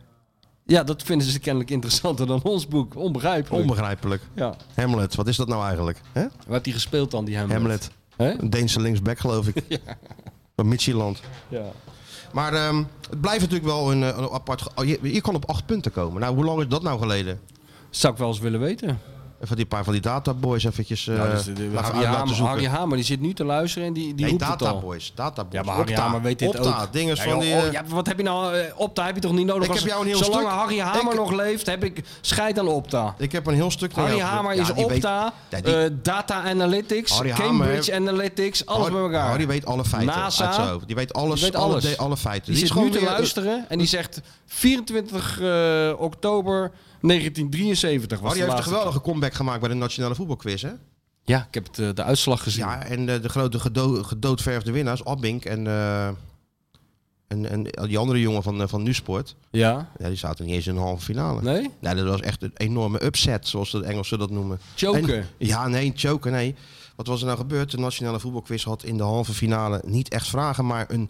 S4: Ja, dat vinden ze kennelijk interessanter dan ons boek. Onbegrijpelijk.
S3: Onbegrijpelijk.
S4: ja.
S3: Hamlet, wat is dat nou eigenlijk? hè?
S4: Wat heeft die gespeeld dan, die Hamlet?
S3: Hamlet,
S4: Hè?
S3: een Deense linksback geloof ik. Van Michieland.
S4: Ja.
S3: Maar ehm, het blijft natuurlijk wel een, eh, een apart... ge- oh, je, je kan op acht punten komen. Nou, hoe lang is dat nou geleden?
S4: Zou ik wel eens willen weten.
S3: Even die paar van die databoys eventjes eh
S4: Ja, dus de- de-
S3: laten
S4: Harry,
S3: uit laten
S4: Hamer,
S3: zoeken.
S4: Harry Hamer, die zit nu te luisteren en die, die
S3: Nee,
S4: roept het al.
S3: databoys. Databoys.
S4: Ja, maar Harry
S3: Opta,
S4: Hamer weet dit
S3: Opta,
S4: ook.
S3: Dingen
S4: Ja,
S3: van
S4: joh,
S3: die...
S4: oh, ja, wat heb je nou... eh, Opta heb je toch niet nodig?
S3: Ik heb jou een heel
S4: Zolang
S3: stuk.
S4: Harry Hamer
S3: Ik-
S4: nog leeft, heb ik scheid aan Opta.
S3: Ik heb een heel stuk... naar
S4: Harry
S3: jou-
S4: Hamer
S3: Ja,
S4: is
S3: die weet-
S4: Opta,
S3: Ja, die-
S4: eh, Data Analytics,
S3: Harry
S4: Cambridge
S3: Hamer-
S4: Analytics, alles
S3: Harry-
S4: bij elkaar.
S3: Harry weet alle feiten.
S4: NASA.
S3: uit zijn hoofd. Die weet alles.
S4: Die weet
S3: alle
S4: alles.
S3: de- Alle, feiten.
S4: die
S3: is
S4: zit
S3: gewoon
S4: nu te
S3: weer- eh,
S4: luisteren en die zegt 24 eh, oktober 1973 was
S3: Harry
S4: de
S3: heeft een
S4: laatste.
S3: geweldige comeback gemaakt bij de Nationale Voetbalquiz, hè?
S4: Ja, ik heb het, eh, de uitslag gezien.
S3: Ja, en eh, de grote gedo gedoodverfde winnaars, Abbink en, eh, en, en die andere jongen van, eh, van NuSport,
S4: Ja?
S3: ja, die zaten niet eens in de halve finale.
S4: Nee?
S3: Nee, dat was echt een enorme upset, zoals de Engelsen dat noemen.
S4: Choker.
S3: En- ja, nee, choker, nee. Wat was er nou gebeurd? De Nationale Voetbalquiz had in de halve finale niet echt vragen, maar een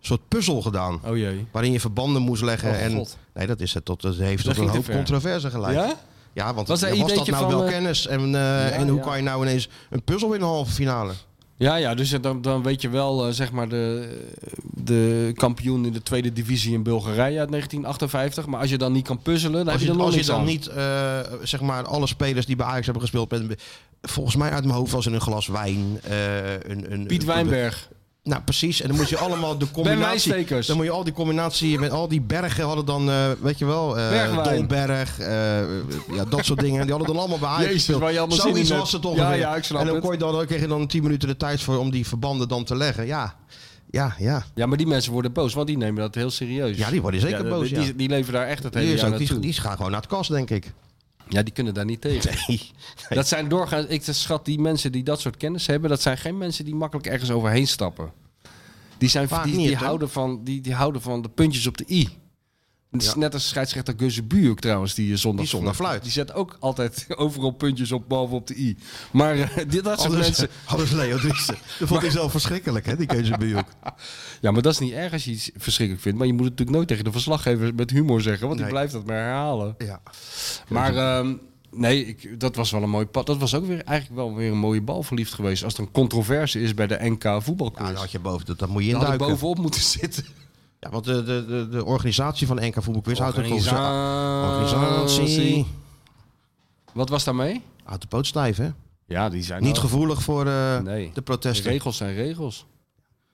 S3: soort puzzel gedaan.
S4: Oh jee.
S3: Waarin je verbanden moest leggen.
S4: Oh,
S3: en,
S4: God.
S3: nee, dat, is het tot, dat heeft
S4: Dat
S3: tot een
S4: ging te
S3: hoop
S4: ver.
S3: controverse geleid.
S4: Ja?
S3: Ja, want
S4: Was
S3: was,
S4: er
S3: was dat
S4: ideetje
S3: nou
S4: van,
S3: wel
S4: eh,
S3: kennis? En, eh, en hoe kan je nou ineens een puzzel in de halve finale?
S4: Ja, ja, dus dan, dan weet je wel, eh, zeg maar, de, de kampioen in de tweede divisie in Bulgarije uit 1958. Maar als je dan niet kan puzzelen, dan
S3: Als
S4: heb
S3: je,
S4: je er nog
S3: als je
S4: niks
S3: dan
S4: aan.
S3: niet, eh, zeg maar, alle spelers die bij Ajax hebben gespeeld... Met, volgens mij uit mijn hoofd was in een glas wijn. eh, een, een,
S4: Piet
S3: een-
S4: Wijnberg.
S3: nou, precies. En dan moest je allemaal de combinatie...
S4: Wijnstekers.
S3: Dan moet je al die combinatie met al die bergen hadden dan, eh, weet je wel... eh
S4: Bergwijn.
S3: Dolberg, eh, ja, dat soort dingen. Die hadden dan allemaal bij Ajax
S4: Jezus,
S3: gespeeld.
S4: waar je allemaal zin
S3: Zoiets
S4: in
S3: was
S4: hebt.
S3: het toch
S4: Ja, ja, ik snap
S3: En dan,
S4: het.
S3: kon je dan, dan kreeg je dan 10 minuten de tijd voor om die verbanden dan te leggen. Ja, ja, ja.
S4: Ja, maar die mensen worden boos, want die nemen dat heel serieus.
S3: Ja, die worden zeker
S4: de-
S3: boos,
S4: Die,
S3: ja.
S4: die leven daar echt het hele
S3: Die, is
S4: jaar
S3: ook, die,
S4: naartoe.
S3: die gaan gewoon naar het kast, denk ik.
S4: Ja, die kunnen daar niet tegen. Dat zijn doorgaans, ik schat die mensen die dat soort kennis hebben, dat zijn geen mensen die makkelijk ergens overheen stappen. Die, zijn,
S3: Vaak
S4: die,
S3: niet,
S4: die
S3: hè?
S4: houden van, die, die houden van de puntjes op de i. Het is net als scheidsrechter Geuzebuurk trouwens, die eh, zondag,
S3: Die zondag fluit.
S4: Die zet ook altijd overal puntjes op, behalve op de i. Maar eh, dit, dat soort
S3: Anders,
S4: mensen...
S3: anders Leo Driessen. Dat vond hij zelf verschrikkelijk, hè, die Keuze Bioek.
S4: Ja, maar dat is niet erg als je iets verschrikkelijk vindt. Maar je moet het natuurlijk nooit tegen de verslaggever met humor zeggen, want
S3: Nee.
S4: die blijft dat maar herhalen.
S3: Ja.
S4: Maar ehm, nee, ik, dat was wel een mooi pad. Dat was ook weer, eigenlijk wel weer een mooie balverliefd geweest. Als er een controverse is bij de NK
S3: ja,
S4: voetbalkoers.
S3: dat Nou, had je boven, dat, dat moet je
S4: dan had ik
S3: induiken.
S4: bovenop moeten zitten.
S3: Ja, want de, de, de, de organisatie van NK Voetbalquiz houdt het volgens organisatie.
S4: Wat was daarmee?
S3: Houdt de poot stijf, hè?
S4: Ja, die zijn
S3: Niet
S4: ook-
S3: gevoelig voor eh,
S4: Nee.
S3: de protesten.
S4: Regels zijn regels.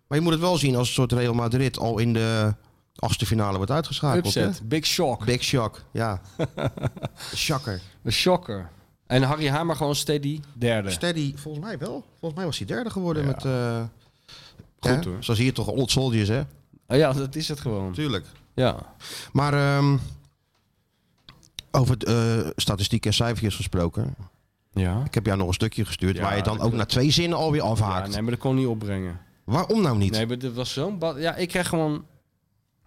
S3: Maar je moet het wel zien als een soort Real Madrid al in de achtste finale wordt uitgeschakeld. Hè?
S4: Upset. Big shock.
S3: Big shock, ja. Shocker.
S4: De shocker. En Harry Hamer gewoon steady derde.
S3: Steady, volgens mij wel. Volgens mij was hij derde geworden
S4: Ja.
S3: met... eh,
S4: Goed,
S3: hè?
S4: hoor.
S3: Zo zie je toch old soldiers, hè?
S4: Oh ja, dat is het gewoon.
S3: Tuurlijk.
S4: Ja.
S3: Maar ehm, over eh statistiek en cijfertjes gesproken.
S4: Ja.
S3: Ik heb jou nog een stukje gestuurd
S4: Ja,
S3: waar je dan
S4: dat-
S3: ook na twee zinnen alweer
S4: ja
S3: afhaakt.
S4: nee, maar dat kon niet opbrengen.
S3: Waarom nou niet?
S4: Nee, maar dit was zo'n... ba- Ja, ik kreeg gewoon...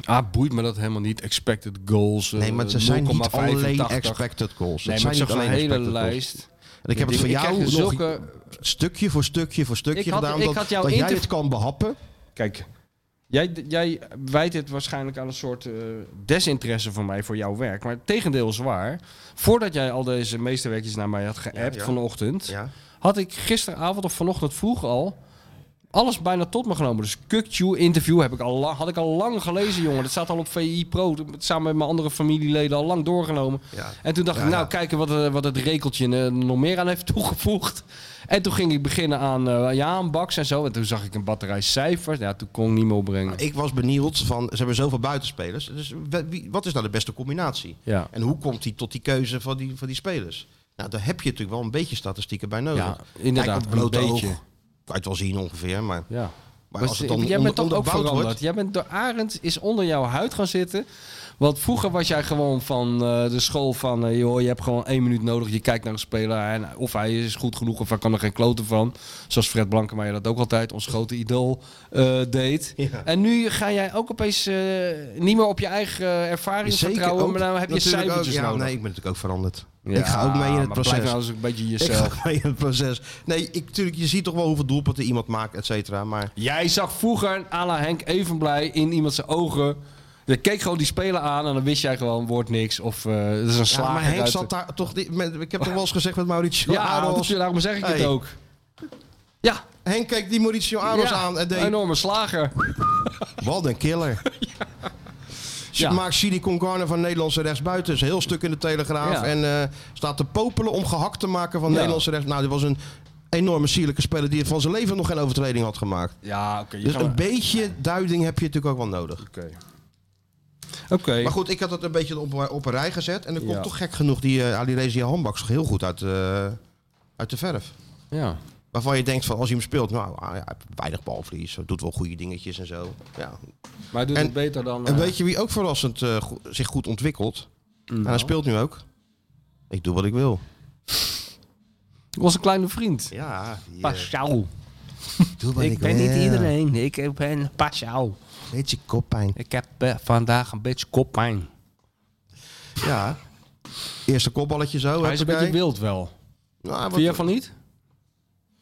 S4: Ah, boeit me dat helemaal niet. Expected goals. eh,
S3: Nee, maar ze zijn niet
S4: 0,85.
S3: alleen expected goals.
S4: Nee,
S3: het zijn
S4: maar ik
S3: niet
S4: zag
S3: alleen
S4: een hele
S3: expected goals.
S4: lijst.
S3: En ik heb het voor jou nog
S4: kreeg zulke...
S3: stukje voor stukje voor stukje
S4: Ik had-
S3: gedaan.
S4: ik
S3: dat
S4: had jouw
S3: dat jij
S4: interv-
S3: het kan behappen.
S4: Kijk, Jij, jij wijt het waarschijnlijk aan een soort eh, desinteresse van mij voor jouw werk. Maar het tegendeel is waar. Voordat jij al deze meesterwerkjes naar mij had geappt
S3: Ja, ja.
S4: vanochtend,
S3: Ja.
S4: had ik gisteravond of vanochtend vroeg al alles bijna tot me genomen. Dus Kukju interview heb ik al lang, had ik al lang gelezen, jongen. Dat staat al op VI Pro, samen met mijn andere familieleden al lang doorgenomen.
S3: Ja.
S4: En toen dacht
S3: Ja,
S4: ik, nou,
S3: ja.
S4: kijken wat, eh, wat het rekeltje eh, nog meer aan heeft toegevoegd. En toen ging ik beginnen aan, eh, ja, een baks en zo. En toen zag ik een batterij cijfers. Ja, toen kon ik niet meer opbrengen.
S3: Ik was benieuwd van, ze hebben zoveel buitenspelers. Dus we- wie- wat is nou de beste combinatie?
S4: Ja.
S3: En hoe komt hij tot die keuze van die, van die spelers? Nou, daar heb je natuurlijk wel een beetje statistieken bij nodig.
S4: Ja, inderdaad,
S3: Kijk, op blote
S4: een
S3: oog
S4: beetje.
S3: kan je het wel zien ongeveer, maar,
S4: Ja.
S3: maar
S4: Was-
S3: als het dan
S4: jij
S3: onder-
S4: bent toch ook
S3: onderbouwd
S4: veranderd.
S3: wordt...
S4: Jij bent door Arend is onder jouw huid gaan zitten. Want vroeger was jij gewoon van eh, de school van... eh, joh, je hebt gewoon één minuut nodig. Je kijkt naar een speler. En of hij is goed genoeg of hij kan er geen kloten van. Zoals Fred Blankenmeijer dat ook altijd. Ons grote idool eh, deed.
S3: Ja.
S4: En nu ga jij ook opeens eh, niet meer op je eigen eh, ervaring vertrouwen.
S3: ook.
S4: maar nou heb je
S3: Natuurlijk
S4: cijfertjes
S3: ook. ja,
S4: nodig.
S3: Nee, ik ben natuurlijk ook veranderd.
S4: Ja,
S3: ik ga ook mee in het
S4: maar
S3: proces.
S4: Blijf nou eens een beetje
S3: ik
S4: jezelf.
S3: ga mee in het proces. Nee, ik, tuurlijk, je ziet toch wel hoeveel doelpunten iemand maakt, et cetera. Maar
S4: Jij zag vroeger à la Henk even blij in iemand zijn ogen. Je keek gewoon die speler aan en dan wist jij gewoon, wordt niks. Of eh het is een
S3: Ja,
S4: slager.
S3: maar Henk
S4: uit de-
S3: zat daar toch... niet- met- Ik heb toch wel eens gezegd met Mauricio
S4: Ja,
S3: Aros.
S4: dat- daarom zeg ik het
S3: Hey.
S4: ook. Ja,
S3: Henk keek die Mauricio Aros
S4: ja,
S3: aan eh, en deed...
S4: een enorme slager.
S3: Wat een killer.
S4: Ja.
S3: Maakt Sidi Concarne van Nederlandse rechtsbuiten. Is een heel stuk in de Telegraaf.
S4: Ja.
S3: En eh, staat te popelen om gehakt te maken van
S4: Ja.
S3: Nederlandse rechts. Nou, dit was een enorme sierlijke speler die van zijn leven nog geen overtreding had gemaakt.
S4: Ja, oké. je
S3: Dus
S4: gaat
S3: een
S4: maar-
S3: beetje duiding heb je natuurlijk ook wel nodig.
S4: Oké. Oké.
S3: Maar goed, ik had het een beetje op, op een rij gezet. En er komt
S4: Ja.
S3: toch gek genoeg die eh Ali Rezia handbaks toch heel goed uit, eh, uit de verf.
S4: Ja.
S3: Waarvan je denkt van als hij hem speelt, nou, ah, ja, hij heeft weinig balverlies. Doet wel goede dingetjes en zo. Ja,
S4: Maar hij doet
S3: En-
S4: het beter dan...
S3: En
S4: eh,
S3: weet je wie ook verrassend eh, go- zich goed ontwikkelt?
S4: Nou.
S3: En hij speelt nu ook. Ik doe wat ik wil.
S4: Onze kleine vriend.
S3: Ja,
S4: Pascal.
S3: doe
S4: Ik ben niet iedereen. Ik ben Pascal.
S3: Beetje koppijn.
S4: Ik heb eh, vandaag een beetje koppijn.
S3: Ja. Eerste kopballetje zo.
S4: Hij is een beetje
S3: huppakee.
S4: wild wel.
S3: Nou, wat-
S4: Vind jij van niet?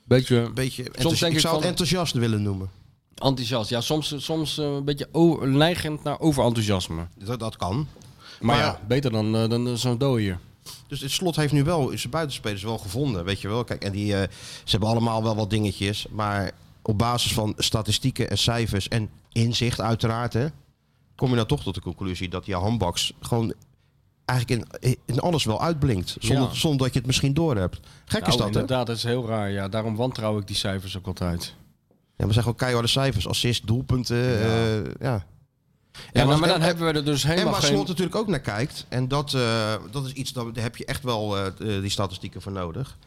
S4: Beetje
S3: een beetje enthousi-
S4: denk
S3: ik,
S4: ik
S3: zou het
S4: van-
S3: enthousiast willen noemen.
S4: enthousiast. Ja, soms, soms eh, een beetje o- neigend naar overenthousiasme. Maar,
S3: Dat, dat kan.
S4: ja, beter dan, eh, dan eh, zo'n dode hier.
S3: Dus het slot heeft nu wel zijn buitenspelers wel gevonden, weet je wel. Kijk, en die, eh, ze hebben allemaal wel wat dingetjes, maar op basis van statistieken en cijfers en inzicht uiteraard, hè, kom je nou toch tot de conclusie dat die handbaks gewoon eigenlijk in, in alles wel uitblinkt, zonder,
S4: Ja.
S3: zonder dat je het misschien doorhebt. Gek
S4: Nou,
S3: is dat, hè?
S4: inderdaad, dat is heel raar. Ja, daarom wantrouw ik die cijfers ook altijd.
S3: Ja, we zeggen ook keiharde cijfers, assist, doelpunten, eh, ja.
S4: Ja,
S3: En
S4: nou,
S3: was-
S4: maar dan
S3: en-
S4: hebben we er dus
S3: En
S4: helemaal
S3: waar Slot
S4: geen...
S3: natuurlijk ook naar kijkt, en dat, eh, dat is iets, dat- daar heb je echt wel eh, t- eh, die statistieken voor nodig.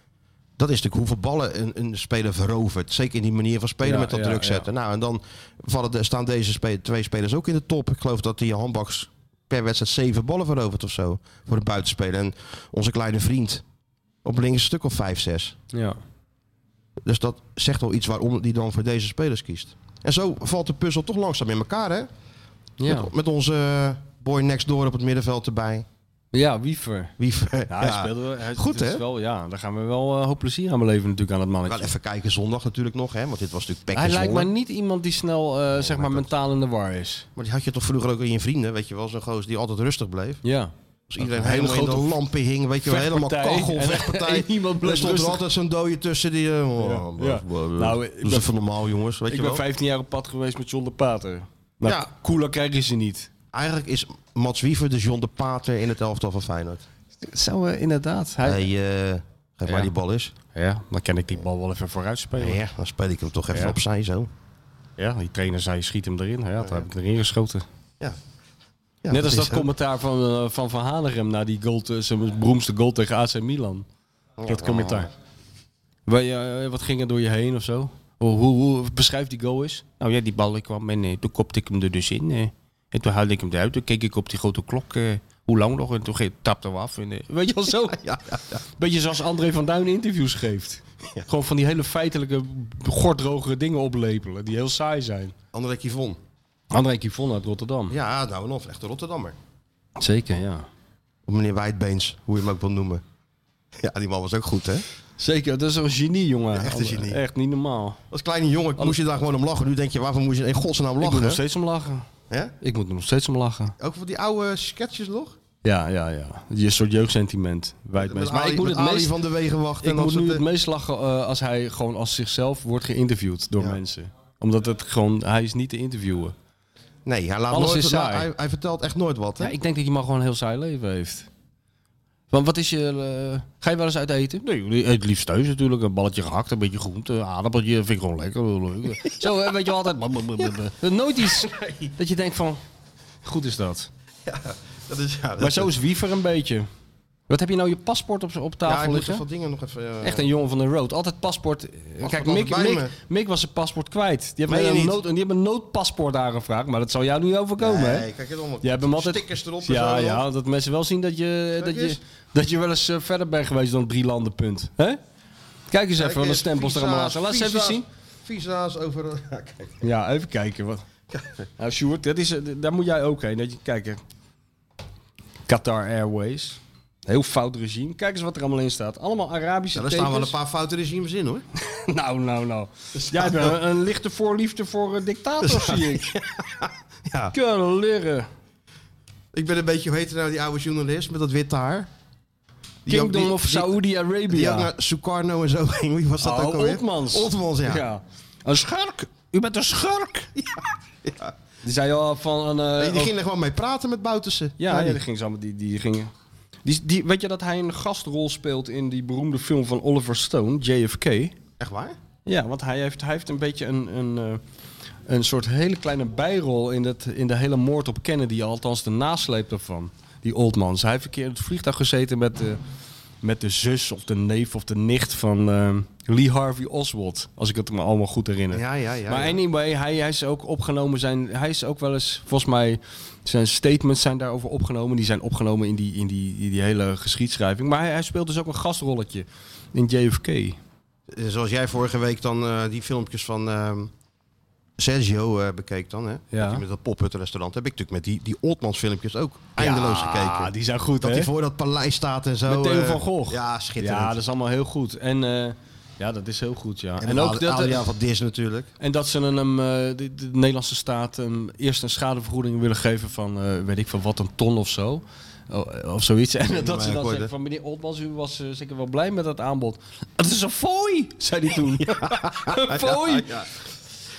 S3: Dat is natuurlijk hoeveel ballen een, een speler verovert. Zeker in die manier van spelen
S4: Ja,
S3: met dat
S4: ja,
S3: druk zetten. Nou, en dan vallen de, staan deze spe- twee spelers ook in de top. Ik geloof dat die handbaks per wedstrijd zeven ballen verovert of zo. Voor de buitenspeler. En onze kleine vriend op links een stuk of vijf, zes.
S4: Ja.
S3: Dus dat zegt wel iets waarom die dan voor deze spelers kiest. En zo valt de puzzel toch langzaam in elkaar, hè?
S4: Ja.
S3: Met, met onze eh, boy next door op het middenveld erbij.
S4: ja, Wiever.
S3: Wie
S4: Ja, hij speelde wel- hij-
S3: Goed,
S4: het is
S3: hè?
S4: Wel, ja, daar gaan we wel eh, een hoop plezier aan beleven natuurlijk aan het
S3: We
S4: mannetje.
S3: gaan even kijken zondag natuurlijk nog, hè? Want dit was natuurlijk pek
S4: Hij
S3: en
S4: lijkt
S3: Zwolle.
S4: mij niet iemand die snel
S3: Oh,
S4: eh, zeg maar mentaal in de war is.
S3: Maar die had je toch vroeger ook in je vrienden, weet je wel? Zo'n gozer die altijd rustig bleef.
S4: Ja.
S3: Als iedereen
S4: Een hele
S3: helemaal in de
S4: grote
S3: lampen hing, weet je wel? Helemaal
S4: vechtpartij.
S3: kachel,
S4: En-
S3: vechtpartij.
S4: en niemand bleef
S3: Er stond er
S4: rustig.
S3: altijd zo'n dode tussen die... eh, oh, blablabla.
S4: ja. Nou, ik
S3: Doe
S4: ben-
S3: eens even normaal, jongens, weet
S4: Ik
S3: je
S4: ben
S3: wel?
S4: 15 jaar op pad geweest met John de Pater. Nou,
S3: Ja.
S4: cooler krijgen ze niet.
S3: Eigenlijk is Mats Wiever de John de Pater in het elftal van Feyenoord.
S4: Zo, inderdaad. Hij,
S3: Hey, eh, geef maar die bal eens.
S4: Ja, dan kan ik die bal wel even vooruit spelen. Ja,
S3: Ja, dan speel ik hem toch even
S4: Ja.
S3: opzij zo.
S4: die trainer zei, schiet hem erin. Ja, daar heb ik erin geschoten.
S3: Ja. Ja,
S4: Net als
S3: is
S4: dat
S3: zo.
S4: commentaar van eh, Van Van Hanegem na die goal, te- zijn beroemdste goal tegen AC Milan. Dat commentaar. Waar je, eh, wat ging er door je heen of zo? Hoe, hoe, hoe beschrijf die goal eens? Nou ja, die bal die kwam en eh, toen kopte ik hem er dus in. eh. en toen haalde ik hem eruit. Toen keek ik op die grote klok. eh, hoe lang nog? En toen ge- tapte we af. En, eh, weet je wel zo?
S3: Ja, ja, ja.
S4: Beetje zoals André van Duin interviews geeft. Gewoon van die hele feitelijke, gordrogere dingen oplepelen. Die heel saai zijn.
S3: André Kivon.
S4: André Kivon uit Rotterdam.
S3: Ja, nou en of. Echte Rotterdammer.
S4: Zeker, ja.
S3: Of meneer Wijdbeens, hoe je hem ook wil noemen. Ja, die man was ook goed, hè?
S4: Zeker, dat is een genie, jongen.
S3: echt een genie.
S4: Echt niet normaal.
S3: Als kleine jongen moest je daar gewoon om lachen. Nu denk je, waarvoor moet je in godsnaam
S4: Ik moet er nog
S3: lachen?
S4: steeds om lachen.
S3: Hè?
S4: Ik moet er nog steeds om lachen.
S3: Ook voor die oude sketches nog?
S4: Ja, ja, ja. Je soort jeugdsentiment. Wij het
S3: Met
S4: meest. Maar
S3: Ali-
S4: ik moet
S3: met
S4: het
S3: Ali
S4: meest...
S3: van de wegen wachten.
S4: Ik
S3: en dat
S4: moet nu
S3: soort,
S4: het meest lachen eh, als hij gewoon als zichzelf wordt geïnterviewd door
S3: Ja.
S4: mensen. Omdat het gewoon, hij is niet te interviewen.
S3: eh, Nee, hij laat
S4: Alles
S3: nooit...
S4: is saai.
S3: Hij, hij vertelt echt nooit wat, hè?
S4: Ja, ik denk dat die man gewoon een heel saai leven heeft. Want wat is je... eh, ga je wel eens uit eten? Nee, het liefst thuis natuurlijk. Een balletje gehakt, een beetje groente, een aardappeltje. Vind ik gewoon lekker. leuk. Zo, hè, weet je altijd. Eh, Nooit iets dat je denkt van... Goed is dat.
S3: dat is, ja, dat-
S4: Maar zo is Wiever een beetje. Wat heb je nou je paspoort op, op
S3: Ja,
S4: tafel
S3: ik moet
S4: liggen?
S3: er wat dingen nog even... eh,
S4: Echt een jongen van de road. Altijd paspoort. Eh, Kijk,
S3: altijd
S4: Mick,
S3: bij
S4: Mick,
S3: me.
S4: Mick was zijn paspoort kwijt. Die
S3: Meen
S4: hebben,
S3: je
S4: een,
S3: niet?
S4: nood, die hebben een noodpaspoort aangevraagd. Maar dat zal jou niet overkomen, hè?
S3: Nee, kijk, het allemaal
S4: Jij hebt hem altijd...
S3: stickers erop en
S4: Ja,
S3: zo.
S4: ja, dat mensen wel zien dat je, eh, dat je,
S3: eens.
S4: dat je wel eens eh, verder bent geweest dan drie landen, punt. Hè? Kijk eens even wat de
S3: eens,
S4: stempels er
S3: eh, visa's,
S4: allemaal aan staan. Laat eens even
S3: visa's,
S4: zien.
S3: Visa's over... Ja, kijk.
S4: Ja, even kijken. Wat. Nou, Sjoerd, dat is, eh, daar moet jij ook heen. Dat je, kijk, hè. Qatar Airways. Heel fout regime. Kijk eens wat er allemaal in staat. Allemaal Arabische
S3: Ja,
S4: ja,
S3: daar staan wel een paar foute regimes in, hoor.
S4: Nou, nou, nou. Jij bent een, een lichte voorliefde voor eh, dictators, zie ik.
S3: Ja.
S4: Kunnen leren.
S3: Ik ben een beetje, hoe heet het nou, die oude journalist met dat witte haar? Die ook-
S4: Kingdom
S3: die-
S4: of
S3: die-
S4: Saudi-Arabië.
S3: Die ook naar Sukarno en zo ging. Wie was dat
S4: Oh,
S3: ook alweer?
S4: Oltmans.
S3: Oltmans, ja.
S4: Een schurk. U bent een schurk. Ja. Die zei al van een... eh,
S3: Nee, die
S4: oh-
S3: ging er gewoon mee praten met Boutersen.
S4: ja, ja,
S3: die-
S4: die ging samen. Die, die gingen... Die, die, weet je dat hij een gastrol speelt in die beroemde film van Oliver Stone, JFK?
S3: Echt waar?
S4: Ja, want hij heeft, hij heeft een beetje een, een, eh, een soort hele kleine bijrol in, dat, in de hele moord op Kennedy. Althans, de nasleep daarvan. Die Oldmans. Hij heeft een keer in het vliegtuig gezeten met de, met de zus of de neef of de nicht van eh, Lee Harvey Oswald. Als ik het me allemaal goed herinner.
S3: Ja, ja, ja.
S4: maar
S3: ja.
S4: anyway, hij, hij is ook opgenomen. Zijn, hij is ook wel eens, volgens mij, zijn statements zijn daarover opgenomen. Die zijn opgenomen in die, in die, in die hele geschiedschrijving. Maar hij, hij speelt dus ook een gastrolletje in JFK.
S3: Eh, Zoals jij vorige week dan eh, die filmpjes van ehm, Sergio eh, bekeek dan, hè?
S4: Ja.
S3: Dat hij Met dat pophuttenrestaurant. Heb ik natuurlijk met die, die Oltmans filmpjes ook eindeloos
S4: Ja,
S3: gekeken.
S4: die zijn goed,
S3: dat
S4: hè?
S3: hij voor dat paleis staat en zo.
S4: Met Theo
S3: eh,
S4: van Gogh.
S3: Ja, schitterend.
S4: Ja, dat is allemaal heel goed. En eh, ja, dat is heel goed, ja.
S3: en,
S4: En, ook dat, eh,
S3: Adriaan van Dis natuurlijk.
S4: en dat ze hem, eh, de, de Nederlandse staat hem eerst een schadevergoeding willen geven van, eh, weet ik van wat, een ton of zo. O- Of zoiets.
S3: maar
S4: En dat ze dan
S3: akkoord,
S4: zeggen
S3: hè?
S4: van meneer Oldmans, u was eh, zeker wel blij met dat aanbod. Het is een fooi, zei hij toen. Een fooi. Ja,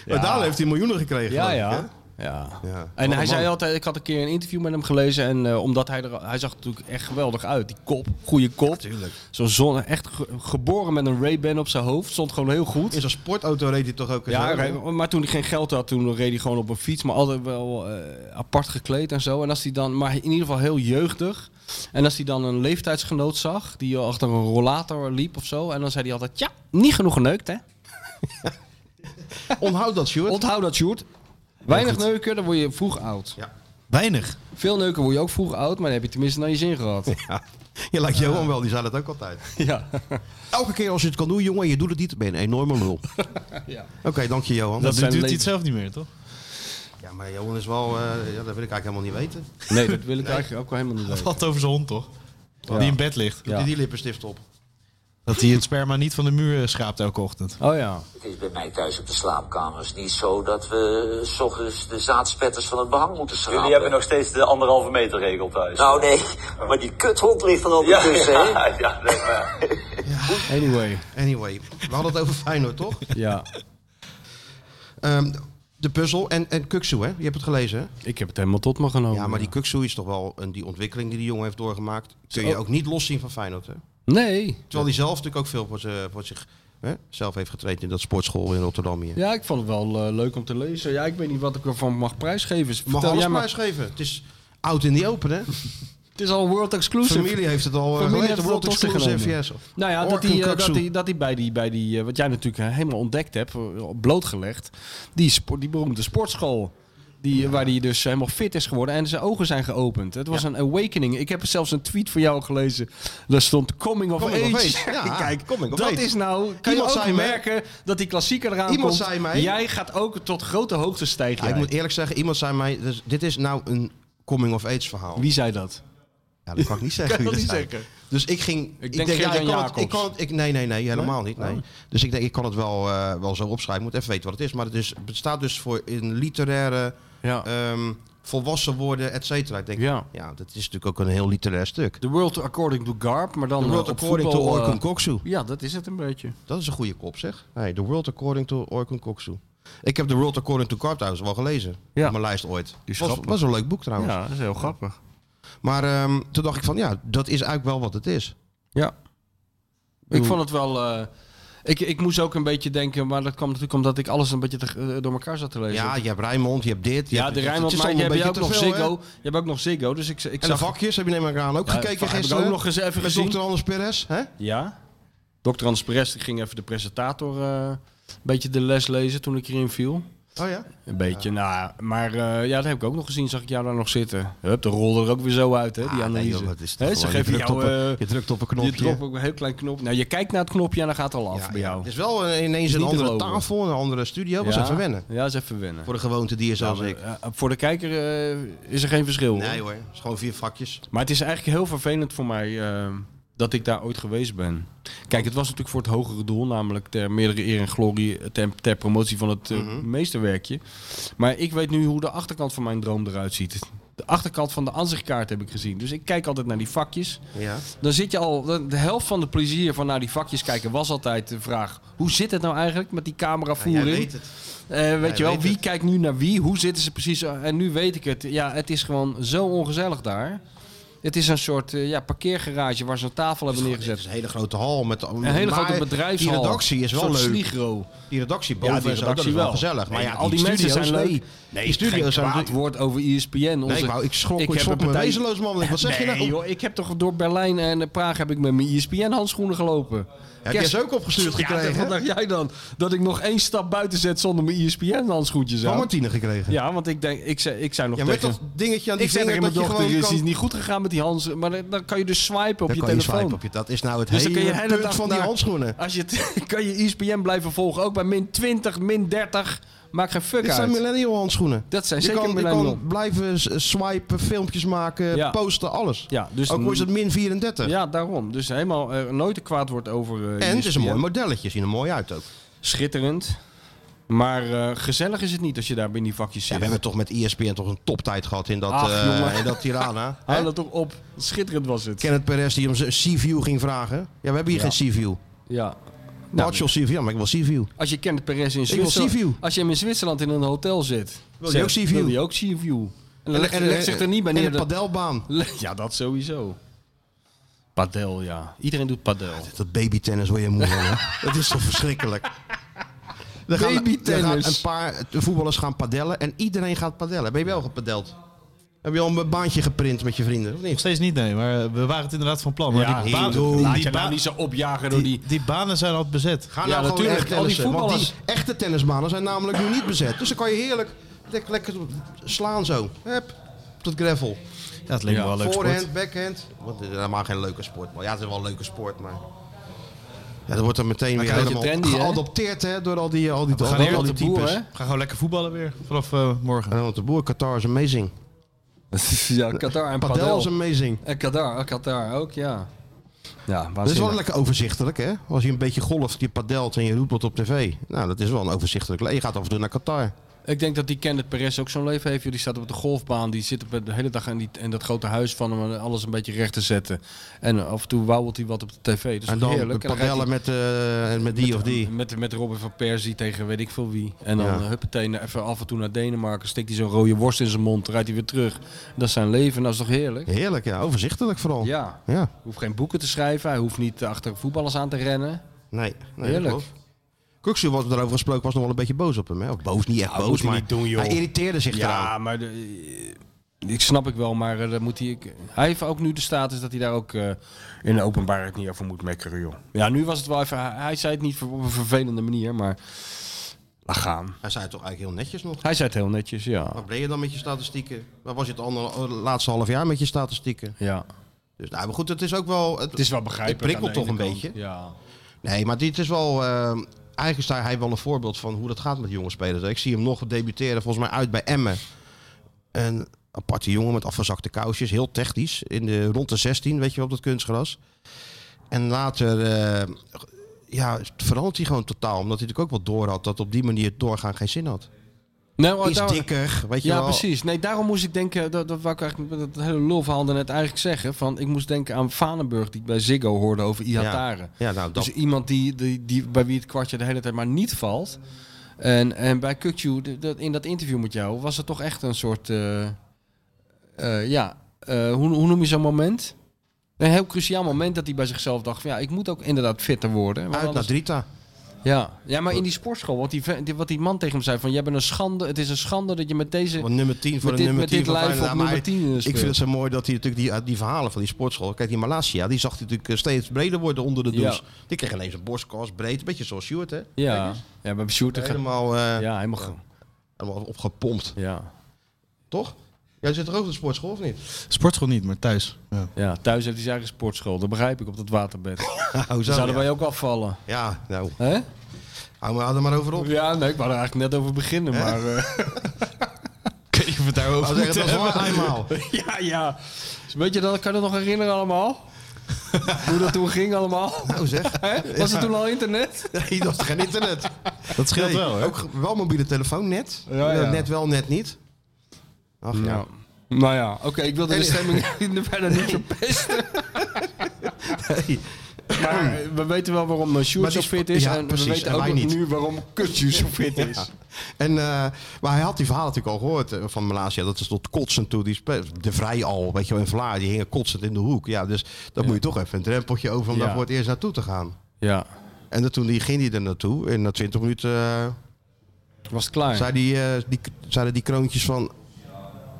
S4: ja.
S3: Maar daar heeft hij miljoenen gekregen.
S4: Ja,
S3: geloof ik,
S4: ja.
S3: Ja, wat
S4: En
S3: een
S4: hij
S3: man.
S4: zei altijd, ik had een keer een interview met hem gelezen en eh, omdat hij er, hij zag er natuurlijk echt geweldig uit. Die kop, goede kop.
S3: Tuurlijk.
S4: Zo'n zon, echt ge- geboren met een Ray-Ban op zijn hoofd, stond gewoon heel goed.
S3: In zo'n sportauto reed hij toch ook. en
S4: Ja,
S3: zo?
S4: hij- maar toen hij geen geld had, toen reed hij gewoon op een fiets, maar altijd wel eh, apart gekleed en zo. En als hij dan, maar in ieder geval heel jeugdig. En als hij dan een leeftijdsgenoot zag, die achter een rollator liep of zo, en dan zei hij altijd, ja, niet genoeg geneukt, hè?
S3: Onthoud dat, Sjoerd.
S4: Onthoud dat, Sjoerd. Weinig neuken, dan word je vroeg oud.
S2: Weinig.
S4: Veel neuken word je ook vroeg oud, maar dan heb je tenminste naar je zin gehad.
S3: Ja. Je lijkt Johan wel, die zei dat ook altijd.
S4: ja.
S3: Elke keer als je het kan doen, jongen, en je doet het niet, ben je een enorme lul.
S4: Ja.
S3: Oké, dank je, Johan.
S2: Dat,
S4: zijn
S2: doet hij
S4: le-
S2: het zelf niet meer, toch?
S3: Ja, maar Johan is wel, eh, ja, dat wil ik eigenlijk helemaal niet weten.
S4: Nee, dat wil ik eigenlijk ook wel helemaal niet weten.
S2: Valt over zijn hond, toch? Die in bed ligt.
S3: Doe
S4: Ja.
S3: die lippenstift op.
S2: Dat hij het sperma niet van de muur eh, schraapt elke ochtend.
S4: Oh ja.
S8: Het is bij mij thuis op de slaapkamer is niet zo dat we s ochtends de zaadspetters van het behang moeten schrapen.
S9: Jullie hebben nog steeds de anderhalve meter regel thuis.
S8: Nou nee, maar die kuthond ligt er al
S9: ja,
S8: tussen. hè?
S9: ja, ja, nee, maar ja.
S4: Anyway.
S3: Anyway, we hadden het over Feyenoord, toch?
S4: Ja.
S3: Ehm, de puzzel en, en Kuksu, hè? Je hebt het gelezen, hè?
S4: Ik heb het helemaal tot me genomen.
S3: Ja, maar die Kuksu is toch wel een, die ontwikkeling die die jongen heeft doorgemaakt. Kun je ook niet loszien van Feyenoord, hè?
S4: Nee.
S3: Terwijl hij zelf natuurlijk ook veel voor, ze- voor zich hè, zelf heeft getraind in dat sportschool in Rotterdam hier.
S4: Ja, ik vond het wel eh, leuk om te lezen. Ja, ik weet niet wat ik ervan mag prijsgeven.
S3: Mag
S4: Vertel
S3: alles
S4: jij maar.
S3: prijsgeven. Het is oud in die open, hè?
S4: Het is al world exclusive.
S3: Familie heeft het al eh,
S4: Familie heeft
S3: gelezen.
S4: het
S3: World
S4: al tot zich
S3: Exclusive,
S4: genomen.
S3: yes.
S4: Nou ja, dat
S3: Orkun
S4: hij, eh, dat
S3: Kaksoe.
S4: hij, dat hij bij die, bij die eh, wat jij natuurlijk eh, helemaal ontdekt hebt, eh, blootgelegd, die, spo- die beroemde sportschool. Die, Waar hij dus helemaal fit is geworden en zijn ogen zijn geopend. Het was een awakening. Ik heb zelfs een tweet van jou gelezen. Daar stond Coming of
S3: Coming of
S4: Age.
S3: age, ja.
S4: Kijk,
S3: Coming of
S4: dat
S3: age.
S4: is nou. Kan
S3: Iemand
S4: je ook
S3: zei mij-
S4: merken dat die klassieker eraan
S3: Iemand
S4: komt.
S3: zei mij-
S4: Jij gaat ook tot grote hoogte
S3: Ja,
S4: stijgen.
S3: ik
S4: jij.
S3: moet eerlijk zeggen, iemand zei mij, dus dit is nou een coming of age verhaal.
S4: Wie zei dat?
S3: Ja, dat kan ik niet zeggen.
S2: Kan
S3: wie
S2: dat
S3: dat
S2: niet
S3: zijn.
S2: zeggen.
S3: Dus ik ging. Ik,
S4: denk
S3: ja, ik
S4: Gert-Jan
S3: kan het, ik kan
S4: Jacobs. Oh.
S3: het, ik, nee, nee, nee, helemaal niet. Nee. Dus ik denk, ik kan het wel, eh, wel zo opschrijven. Ik moet even weten wat het is. Maar het, is, het staat dus voor in literaire
S4: Ja.
S3: ehm, volwassen worden, et cetera. Ik denk, ja.
S4: Ja.
S3: dat is natuurlijk ook een heel literair stuk.
S4: The World According to Garb, maar dan
S3: The World
S4: eh, op
S3: According to
S4: voetbal, eh,
S3: Orkun Koksu.
S4: Ja, dat is het een beetje.
S3: Dat is een goede kop, zeg. Nee, The World According to Orkun Koksu. Ik heb The World According to Carp trouwens wel gelezen.
S4: Ja.
S3: Op mijn lijst ooit.
S4: is
S3: was,
S4: grappig.
S3: was een leuk boek trouwens.
S4: dat is heel grappig.
S3: Maar ehm, toen dacht ik van, ja, dat is eigenlijk wel wat het is.
S4: Ja. Ik vond het wel... eh, ik, ik moest ook een beetje denken, maar dat kwam natuurlijk omdat ik alles een beetje te- eh, door elkaar zat te lezen.
S3: Ja, je hebt Rijnmond, je hebt dit. je
S4: Ja,
S3: hebt- het-
S4: de
S3: het
S4: Rijnmond,
S3: is
S4: maar je
S3: allemaal
S4: hebt
S3: een
S4: je ook
S3: beetje
S4: nog
S3: te veel, hè?
S4: Ziggo. Je hebt ook nog Ziggo, dus ik, ik
S3: En de
S4: zag...
S3: vakjes heb je neem ik aan ook
S4: Ja,
S3: gekeken
S4: heb ik
S3: gisteren.
S4: ook nog eens even
S3: Met
S4: gezien.
S3: Dr. Anders Perez, hè?
S4: Ja. Dr. Hans Perez die ging even de presentator eh, een beetje de les lezen toen ik erin viel.
S3: Oh ja?
S4: Een beetje, nou, maar eh, ja, dat heb ik ook nog gezien. Zag ik jou daar nog zitten. Hup, de rolde er ook weer zo uit, hè, die analyse.
S3: joh, dat is toch
S4: Hè, ze
S3: gewoon-
S4: geven
S3: je drukt
S4: jou
S3: op een-
S4: eh,
S3: je drukt op een
S4: je
S3: knopje.
S4: drukt op een heel klein knop. Nou, je kijkt naar het knopje en dan gaat het al af
S3: Ja,
S4: bij
S3: ja.
S4: jou.
S3: Het is wel eh, ineens
S4: Is
S3: een
S4: niet te
S3: andere
S4: geloven.
S3: tafel, een andere studio. Was
S4: Ja.
S3: even wennen.
S4: Ja, is even wennen.
S3: Voor de gewoonte dier zoals ik.
S4: Eh, voor de kijker eh, is er geen verschil. hoor.
S3: Nee hoor, het is gewoon vier vakjes.
S4: Maar het is eigenlijk heel vervelend voor mij eh, dat ik daar ooit geweest ben. Kijk, het was natuurlijk voor het hogere doel, namelijk ter meerdere eer en glorie, eh, ter, ter promotie van het eh,
S3: Mhm.
S4: meesterwerkje. Maar ik weet nu hoe de achterkant van mijn droom eruit ziet. De achterkant van de aanzichtkaart heb ik gezien. Dus ik kijk altijd naar die vakjes.
S3: Ja.
S4: Dan zit je al, de- de helft van de plezier van naar die vakjes kijken was altijd de vraag: hoe zit het nou eigenlijk met die
S3: Ja, jij
S4: cameravoering?
S3: weet het.
S4: Eh, weet je wel,
S3: weet
S4: wie
S3: het.
S4: kijkt nu naar wie? Hoe zitten ze precies? Eh, En nu weet ik het. Ja, het is gewoon zo ongezellig daar. Het is een soort eh, ja, parkeergarage waar ze een tafel hebben
S3: Het
S4: neergezet.
S3: is een hele grote hal met
S4: Een hele grote
S3: bedrijfshal.
S4: bedrijfshal.
S3: Die redactie is
S4: Een
S3: wel
S4: soort
S3: leuk.
S4: sligro.
S3: Die redactie boven ja, die dat is wel, gezellig. Maar
S4: Nee,
S3: ja,
S4: al die, mensen
S3: studio's,
S4: zijn leuk.
S3: Nee, die studio's zijn
S4: kwaad
S3: natuurlijk-
S4: woord over E ESPN. Onze-
S3: Nee, ik, wou, ik schrok, ik
S4: heb
S3: schrok
S4: een
S3: me
S4: partij-
S3: wezenloos man. Wat zeg je
S4: nee,
S3: nou?
S4: joh, ik heb toch door Berlijn en eh, Praag heb ik met mijn ESPN-handschoenen gelopen.
S3: Heb je ze ook opgestuurd
S4: Ja,
S3: gekregen?
S4: dat- wat dacht jij dan? Dat ik nog één stap buiten zet zonder mijn E ESPN-handschoentjes
S3: Van
S4: aan?
S3: Martine gekregen.
S4: Ja, want ik denk, ik zei, ik zei nog
S3: Ja, met
S4: tegen...
S3: dat dingetje aan die
S4: ik zei
S3: vinger
S4: tegen mijn
S3: dat je
S4: dochter,
S3: gewoon
S4: is iets
S3: kan...
S4: niet goed gegaan met die Hans. Maar dan- dan kan je dus swipen op
S3: Dan
S4: je
S3: kan je
S4: telefoon.
S3: swipen op je. Dat is nou het
S4: dus dan kun je de
S3: hele
S4: hele
S3: punt
S4: dag
S3: van die
S4: naar-
S3: handschoenen.
S4: Als je het- kan je E ESPN blijven volgen, ook bij min 20, min 30. Maakt geen fuck
S3: Dit zijn
S4: uit.
S3: millennial handschoenen.
S4: Dat zijn
S3: je
S4: zeker
S3: kan, je
S4: millennial.
S3: kan blijven s- swipen, filmpjes maken,
S4: Ja.
S3: posten, alles.
S4: Ja, dus
S3: Ook al is het min 34.
S4: ja, daarom. Dus helemaal eh, nooit te kwaad wordt over eh,
S3: En het is een
S4: ESPN.
S3: mooi modelletje, zien er mooi uit ook.
S4: Schitterend. Maar eh, gezellig is het niet als je daar binnen die vakjes
S3: Ja,
S4: zit.
S3: we hebben toch met E ESPN toch een toptijd gehad in dat,
S4: Ach,
S3: eh,
S4: jongen.
S3: in dat Tirana. Hè?
S4: Haal dat toch op. Schitterend was het.
S3: Kenneth Perez die om zijn C-view ging vragen. Ja, we hebben hier
S4: Ja.
S3: geen C-view.
S4: Ja. Nou,
S3: Partial C-view, ja, maar ik wil C-view.
S4: Als je Kenneth Perez in
S3: wil Seaview.
S4: Zwitserland, als je hem in Zwitserland in een hotel zit,
S3: Wil je
S4: zeg-
S3: ook Seaview?
S4: Wil je ook Seaview? En dan legt legt zich er niet bij
S3: En
S4: neer.
S3: een
S4: dat-
S3: padelbaan.
S4: Ja, dat sowieso. Padel, ja. Iedereen doet padel.
S3: Dat babytennis word je moe van, hè? Dat is toch verschrikkelijk. Er gaan-
S4: Babytennis.
S3: er gaan Een paar voetballers gaan padellen en iedereen gaat padellen. Ben je wel gepadeld? Heb je al een baantje geprint met je vrienden? Of
S2: Nog
S3: niet?
S2: steeds niet, nee. Maar eh, we waren het inderdaad van plan. Maar
S4: Ja,
S2: die,
S4: heel
S2: banen,
S3: doe.
S2: die,
S4: Laat je nou
S2: ba-
S4: niet zo opjagen door die...
S2: die, die banen zijn al bezet.
S3: Ga
S4: Ja,
S3: nou gewoon
S4: natuurlijk,
S3: echt
S4: al die
S3: tennissen. Want die
S4: voetballers.
S3: echte tennisbanen zijn namelijk nu niet bezet. Dus dan kan je heerlijk lekker, lekker slaan zo. Hup, op dat gravel.
S2: Ja, het leek me
S4: Ja,
S2: wel een leuk
S3: Voorhand,
S2: sport.
S3: backhand. Want het is helemaal geen leuke sport. Maar ja, het is wel een leuke sport, maar... Ja, dat wordt dan meteen weer
S4: een
S3: helemaal
S4: beetje trendy, hè?
S3: geadopteerd hè? door al die, eh, al die,
S2: We gaan
S3: al die,
S2: eerst
S3: al die
S2: op de boer,
S3: types.
S2: hè? We gaan gewoon lekker voetballen weer vanaf eh, morgen.
S3: En dan de boer, Qatar is amazing.
S4: ja, Qatar en padel.
S3: Padel is amazing.
S4: En Qatar, eh, Qatar ook, ja. Ja,
S3: Dat is wel
S4: waanzinnig.
S3: lekker overzichtelijk, hè? Als je een beetje golft, je padelt en je roept wat op tv. Nou, dat is wel een overzichtelijk. le- Je gaat af en toe naar Qatar.
S4: Ik denk dat die Kenneth Perez ook zo'n leven heeft. joh. Die staat op de golfbaan, die zit op het- de hele dag in, die, in dat grote huis van hem... en alles een beetje recht te zetten. En af en toe wauwelt hij wat op de tv. Dus
S3: en dan
S4: heerlijk. En dan rijdt hij-
S3: padellen met, eh, en met die of die.
S4: Met, met Robin van Persie tegen weet ik veel wie. En dan
S3: Ja.
S4: ja. huppatee nou, even af en toe naar Denemarken. Steekt hij zo'n rode worst in zijn mond. Rijdt hij weer terug. Dat is zijn leven. Dat is toch heerlijk?
S3: Heerlijk, ja. Overzichtelijk vooral. Ja.
S4: Ja. Hoeft geen boeken te schrijven. Hij hoeft niet achter voetballers aan te rennen.
S3: Nee, nee
S4: Heerlijk.
S3: Kuksu, wat we daarover gesproken, was nog wel een beetje boos op hem. Hè? Of boos, niet echt
S4: Ja,
S3: boos,
S4: moet hij
S3: maar
S4: niet doen, joh.
S3: hij irriteerde zich eraan.
S4: Ja, maar... de- ik snap ik wel, maar eh, daar moet hij... ik- Hij heeft ook nu de status dat hij daar ook eh, in de openbaarheid niet over moet mekkeren, joh. Ja, nu was het wel even... Hij, hij zei het niet ver- op een vervelende manier, maar... Laat gaan.
S3: Hij zei het toch eigenlijk heel netjes nog.
S4: Hij zei het heel netjes, ja.
S3: Wat ben je dan met je statistieken? Waar was je het andere, laatste half jaar met je statistieken?
S4: Ja.
S3: Dus nou, maar goed, het is ook wel...
S4: Het is wel begrijpelijk.
S3: Het prikkelt
S4: aan de
S3: toch
S4: ene
S3: een
S4: kant.
S3: beetje?
S4: Ja.
S3: Nee, maar dit is wel... eh, eigenlijk is daar hij wel een voorbeeld van hoe dat gaat met jonge spelers. Ik zie hem nog debuteren, volgens mij uit bij Emmen. En Aparte jongen met afgezakte kousjes. Heel technisch. In de, rond de 16, weet je wel, op dat kunstgras. En later eh, ja, verandert hij gewoon totaal. Omdat hij natuurlijk ook wel door had dat op die manier doorgaan geen zin had.
S4: Nou, oh,
S3: Is
S4: daar-
S3: dikker, weet je
S4: Ja,
S3: wel.
S4: precies. Nee, daarom moest ik denken, dat, dat wou ik eigenlijk met dat hele lulverhaal net eigenlijk zeggen. Van, ik moest denken aan Vanenburg, die ik bij Ziggo hoorde over Iataren.
S3: Ja, nou, dat,
S4: Dus iemand die, die, die, bij wie het kwartje de hele tijd maar niet valt. En, en bij Kukju, de- dat- in dat interview met jou, was het toch echt een soort... eh, eh, ja, eh, hoe, hoe noem je zo'n moment? Een heel cruciaal moment dat hij bij zichzelf dacht van... Ja, ik moet ook inderdaad fitter worden. want
S3: uit naar
S4: anders-
S3: Drita.
S4: ja. ja, maar in die sportschool, wat die, ve- die- wat die man tegen hem zei van... Jij bent een schande, het is een schande dat je met deze...
S3: Want nummer 10 voor
S4: Met
S3: een
S4: dit-
S3: nummer
S4: met
S3: 10
S4: dit
S3: van
S4: lijf
S3: Feyenoord.
S4: op
S3: Maar
S4: nummer eh. 10
S3: Ik
S4: speelt.
S3: vind het zo mooi dat hij natuurlijk die, die verhalen van die sportschool... Kijk, die Malasia, die zag hij natuurlijk eh, steeds breder worden onder de douche.
S4: Ja.
S3: Die kreeg ineens een borstkas, breed. Een beetje zoals Stuart, hè?
S4: Ja, ja bij Sjoerd...
S3: Helemaal, eh,
S4: Ja, helemaal goed.
S3: helemaal opgepompt,
S4: Ja.
S3: toch? Jij zit er ook op de sportschool, of niet?
S10: Sportschool niet, maar thuis. Ja.
S4: ja, thuis heeft hij zijn eigen sportschool. Dat begrijp ik op dat waterbed.
S3: Nou,
S4: Dan zouden wij ook afvallen.
S3: Ja, nou,
S4: Hè?
S3: hou maar, hou er maar over op.
S4: Ja, nee, ik wou er eigenlijk net over beginnen, maar... eh,
S10: Ik weet niet of we het daarover
S3: Wou zeggen,
S10: moeten
S3: dat was wel eenmaal.
S4: ja, ja. Dus weet je, dat, kan je dat nog herinneren allemaal? Hoe dat toen ging allemaal?
S3: Nou zeg,
S4: Hè? Was er toen al internet?
S3: nee, dat is geen internet.
S10: Dat scheelt
S3: Nee,
S10: wel, hè?
S3: Ook ge- wel mobiele telefoon, net.
S4: Ja, ja.
S3: Net wel, net niet. Ach ja.
S4: Nou, nou ja, oké, ik wilde de stemming verder niet verpesten. Maar eh, we weten wel waarom eh, Sjoerd
S3: Maar
S4: zo
S3: die
S4: fit
S3: spo-
S4: is.
S3: ja,
S4: en
S3: precies,
S4: we weten
S3: en
S4: ook
S3: wij
S4: nog
S3: niet.
S4: nu waarom Kutju zo fit is.
S3: En, eh, maar hij had die verhalen natuurlijk al gehoord eh, van Malaysia. Dat is tot kotsen toe. Die spe- de Vrij al, weet je wel, in Vlaar. Die hingen kotsend in de hoek. Ja, dus dat moet je toch even een drempeltje over om
S4: Ja.
S3: daar voor het eerst naartoe te gaan.
S4: Ja,
S3: En dat, toen die, ging hij er naartoe. En na 20 minuten eh,
S4: was het klaar.
S3: zeiden die, eh, die, zeiden die kroontjes van...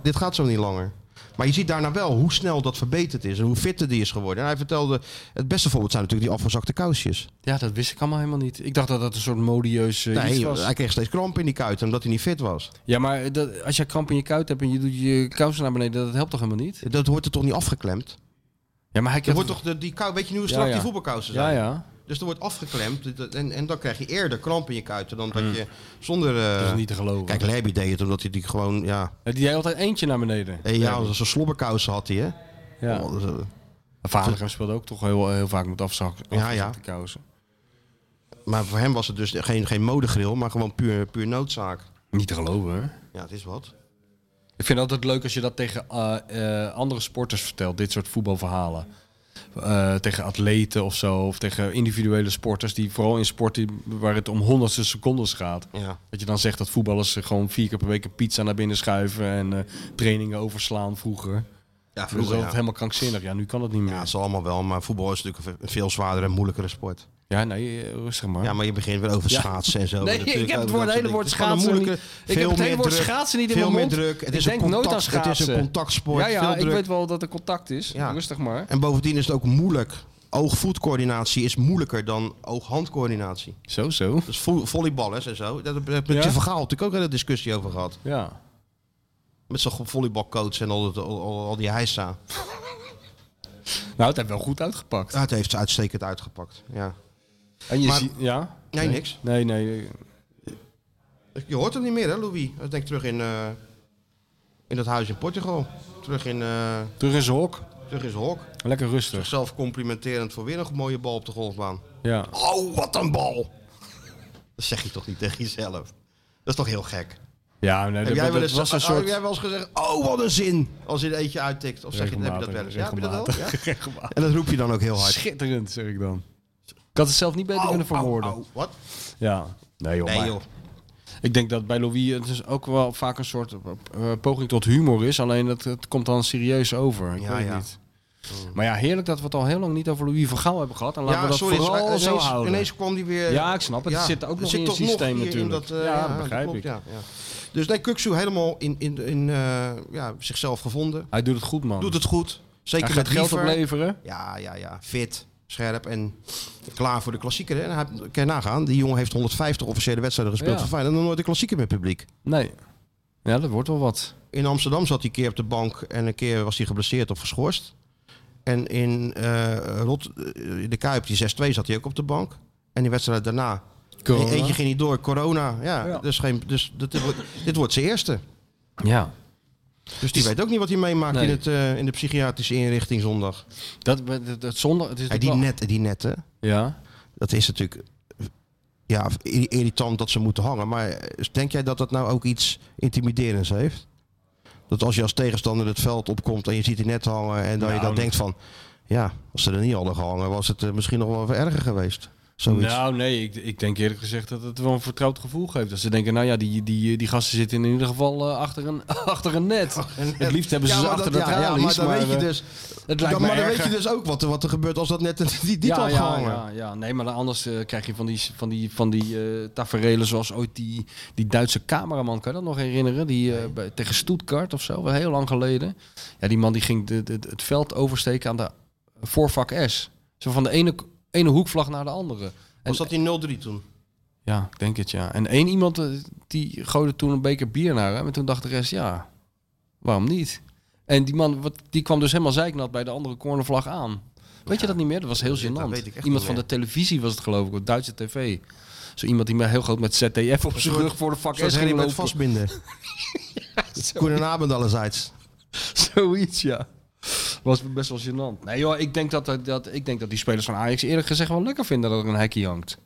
S3: Dit gaat zo niet langer. Maar je ziet daarna wel hoe snel dat verbeterd is. En hoe fitter die is geworden. En hij vertelde... Het beste voorbeeld zijn natuurlijk die afgezakte kousjes.
S4: Ja, dat wist ik allemaal helemaal niet. Ik dacht dat dat een soort modieus eh, iets
S3: Nee,
S4: was.
S3: hij kreeg steeds kramp in die kuiten omdat hij niet fit was.
S4: Ja, maar dat, als je kramp in je kuit hebt en je doet je kousen naar beneden, dat helpt toch helemaal niet?
S3: Dat wordt er toch niet afgeklemd?
S4: Ja, maar
S3: Er
S4: hij
S3: wordt
S4: krijgt...
S3: toch de, die kou, weet je nu hoe
S4: Ja,
S3: strak
S4: ja.
S3: die voetbalkousen zijn?
S4: Ja, ja.
S3: Dus er wordt afgeklemd dat- en, en dan krijg je eerder kramp in je kuiten dan dat je zonder... eh,
S4: Hmm. Dat is niet te geloven.
S3: Kijk, Labby deed het omdat hij die gewoon, ja...
S4: die deed altijd eentje naar beneden.
S3: Hey, ja, zo'n slobberkousen had hij, hè?
S4: Ja.
S3: Oh, dat is, eh,
S4: Vadergem speelde ook toch heel, heel vaak met afzak.
S3: Ja, ja.
S4: afgezakte kousen.
S3: maar voor hem was het dus geen, geen modegril, maar gewoon puur, puur noodzaak.
S4: Niet te geloven, hè?
S3: Ja, het is wat.
S4: Ik vind het altijd leuk als je dat tegen eh, eh, andere sporters vertelt, dit soort voetbalverhalen. Eh, tegen atleten of zo, of tegen individuele sporters, die vooral in sporten waar het om honderdste secondes gaat.
S3: Ja.
S4: Dat je dan zegt dat voetballers eh, gewoon vier keer per week een pizza naar binnen schuiven en eh, trainingen overslaan vroeger.
S3: Ja,
S4: Dat is
S3: vroeger,
S4: altijd
S3: ja.
S4: helemaal krankzinnig. Ja, nu kan dat niet meer.
S3: Ja,
S4: Ja,
S3: het zal allemaal wel, maar voetbal is natuurlijk een veel zwaardere en moeilijkere sport.
S4: nee, eh, rustig maar.
S3: Ja, maar je begint weer over
S4: Ja.
S3: schaatsen en zo.
S4: Nee,
S3: Natuurlijk
S4: ik heb het
S3: ook
S4: woord-
S3: dat soort
S4: hele woord
S3: dingen. is gewoon een
S4: schaatsen
S3: moeilijke-
S4: niet- ik heb
S3: veel
S4: het hele
S3: meer
S4: woord
S3: druk,
S4: schaatsen niet in
S3: veel
S4: mijn
S3: meer
S4: mond.
S3: druk. Het
S4: Ik
S3: is een
S4: denk nooit aan
S3: contact- Het is een
S4: schaatsen.
S3: contactsport,
S4: ja, ja
S3: veel
S4: ik
S3: druk.
S4: weet wel dat er contact is.
S3: Ja.
S4: Rustig maar.
S3: En bovendien is het ook moeilijk. Oog-voetcoördinatie is moeilijker dan oog-handcoördinatie.
S4: Zo, zo.
S3: Dus vo- volleyballers en zo. Daar heb ik met
S4: Ja?
S3: Tje Vergaal natuurlijk ook een hele discussie over gehad.
S4: Ja.
S3: Met zo'n volleybalcoach en al, dat- al, al- al die heisa.
S4: Nou, het heeft wel goed uitgepakt.
S3: Ja, het heeft ze uitstekend uitgepakt. Ja.
S4: En je
S3: Maar-
S4: ziet... Ja?
S3: Nee, niks.
S4: Nee, nee.
S3: Je hoort hem niet meer, hè, Louis? Dat denk ik terug in, eh, in dat huis in Portugal. Terug in, eh,
S4: Terug in zijn hok.
S3: terug in zijn hok.
S4: Lekker rustig.
S3: Zelf complimenterend voor weer een mooie bal op de golfbaan.
S4: Ja.
S3: Oh, wat een bal! Dat zeg je toch niet tegen jezelf? Dat is toch heel gek?
S4: Ja, nee,
S3: Heb
S4: dat,
S3: jij, wel
S4: dat
S3: eens,
S4: was een
S3: oh,
S4: soort...
S3: heb jij wel eens gezegd, oh wat een zin, als je er eentje uittikt? Of zeg je, heb je dat
S4: Regelmatig,
S3: wel eens? Ja, heb je dat wel? Ja?
S4: regelmatig, regelmatig.
S3: En dat roep je dan ook heel hard.
S4: Schitterend, zeg ik dan. Ik had het zelf niet beter
S3: Oh,
S4: kunnen verwoorden.
S3: oh, oh, Wat?
S4: Ja. Nee joh,
S3: Nee
S4: maar
S3: joh.
S4: ik denk dat bij Louis het is ook wel vaak een soort eh, eh, poging tot humor is. Alleen dat, het komt dan serieus over. Ik
S3: Ja,
S4: weet het
S3: ja. Hmm.
S4: niet. Maar ja, heerlijk dat we het al heel lang niet over Louis van Gaal hebben gehad. En laten
S3: ja,
S4: we dat
S3: sorry,
S4: vooral
S3: ineens,
S4: zo houden.
S3: ineens kwam die weer...
S4: Ja, ik snap het. Het zit ook nog in
S3: zit
S4: het
S3: toch nog
S4: systeem
S3: hier in
S4: natuurlijk.
S3: dat, eh,
S4: Ja,
S3: ja,
S4: dat begrijp
S3: klopt,
S4: ik.
S3: Ja, ja. Dus nee, Kuksu helemaal in, in, in eh, ja, zichzelf gevonden.
S4: Hij doet het goed, man.
S3: Doet het goed. Zeker
S4: Hij
S3: met
S4: gaat geld
S3: Wiever.
S4: opleveren.
S3: Ja, ja, ja. Fit, scherp en klaar voor de klassieker. hè. En hij, kan je nagaan, die jongen heeft 150 officiële wedstrijden gespeeld
S4: Ja.
S3: voor Feyenoord en nog nooit de klassieker met publiek.
S4: Nee. Ja, dat wordt wel wat.
S3: In Amsterdam zat hij een keer op de bank en een keer was hij geblesseerd of geschorst. En in eh, Rot, eh, in de Kuip, die 6-2, zat hij ook op de bank. En die wedstrijd daarna.
S4: Corona.
S3: E- Eentje ging niet door, corona. Ja,
S4: Ja.
S3: Dus, geen, dus dat, dit, wordt, dit wordt zijn eerste.
S4: Ja.
S3: Dus die weet ook niet wat hij meemaakt
S4: Nee.
S3: in, het, eh, in de psychiatrische inrichting zondag.
S4: Dat, dat, dat zondag... Het is
S3: Hey,
S4: toch
S3: die,
S4: wel-
S3: net, die netten,
S4: Ja.
S3: dat is natuurlijk ja, ir- irritant dat ze moeten hangen. Maar denk jij dat dat nou ook iets intimiderends heeft? Dat als je als tegenstander het veld opkomt en je ziet die net hangen en
S4: Nou,
S3: dat je dan denkt van... Ja, als ze er niet hadden gehangen was het eh, misschien nog wel even erger geweest. Zoiets.
S4: Nou, nee, ik, ik denk eerlijk gezegd dat het wel een vertrouwd gevoel geeft. Dat ze denken, nou ja, die, die, die gasten zitten in ieder geval eh, achter, een, achter een net. Het liefst hebben ze
S3: Ja,
S4: ze
S3: maar
S4: achter
S3: dat-
S4: de
S3: ja, ja,
S4: tralies.
S3: maar dan weet je
S4: eh,
S3: dus,
S4: het lijkt
S3: dan,
S4: me
S3: maar dan weet
S4: erger.
S3: je dus ook wat, er- wat er gebeurt als dat net die, die had
S4: ja,
S3: gehangen.
S4: ja, ja, nee, maar dan anders eh, krijg je van die, van die, van die eh, taferelen zoals ooit die, die Duitse cameraman, kan je dat nog herinneren? Die, eh, bij- tegen Stuttgart of zo, wel heel lang geleden. Ja, die man die ging de, de- het veld oversteken aan de eh, voorvak S. Zo van de ene, ene hoekvlag naar de andere. En,
S3: Was dat die 0-3 toen?
S4: Ja, ik denk het ja. En één iemand eh, die gooide toen een beker bier naar hem. En toen dacht de rest, ja, waarom niet? En die man, wat, die kwam dus helemaal zeiknat bij de andere cornervlag aan. Weet je dat niet meer? Dat was heel
S3: dat
S4: gênant.
S3: weet ik echt
S4: iemand
S3: niet
S4: van de
S3: meer.
S4: televisie was het geloof ik, op Duitse tv. Zo iemand die me heel groot met ZTF op zijn
S3: soort-
S4: rug voor de vak
S3: Zoals
S4: S
S3: Henry
S4: ging
S3: met
S4: lopen.
S3: vastbinden. Koen en Abend allerzijds.
S4: Zoiets, ja. Was best wel gênant. Nee joh, ik denk dat, dat- dat, ik denk dat die spelers van Ajax eerlijk gezegd wel lekker vinden dat er een hekje hangt.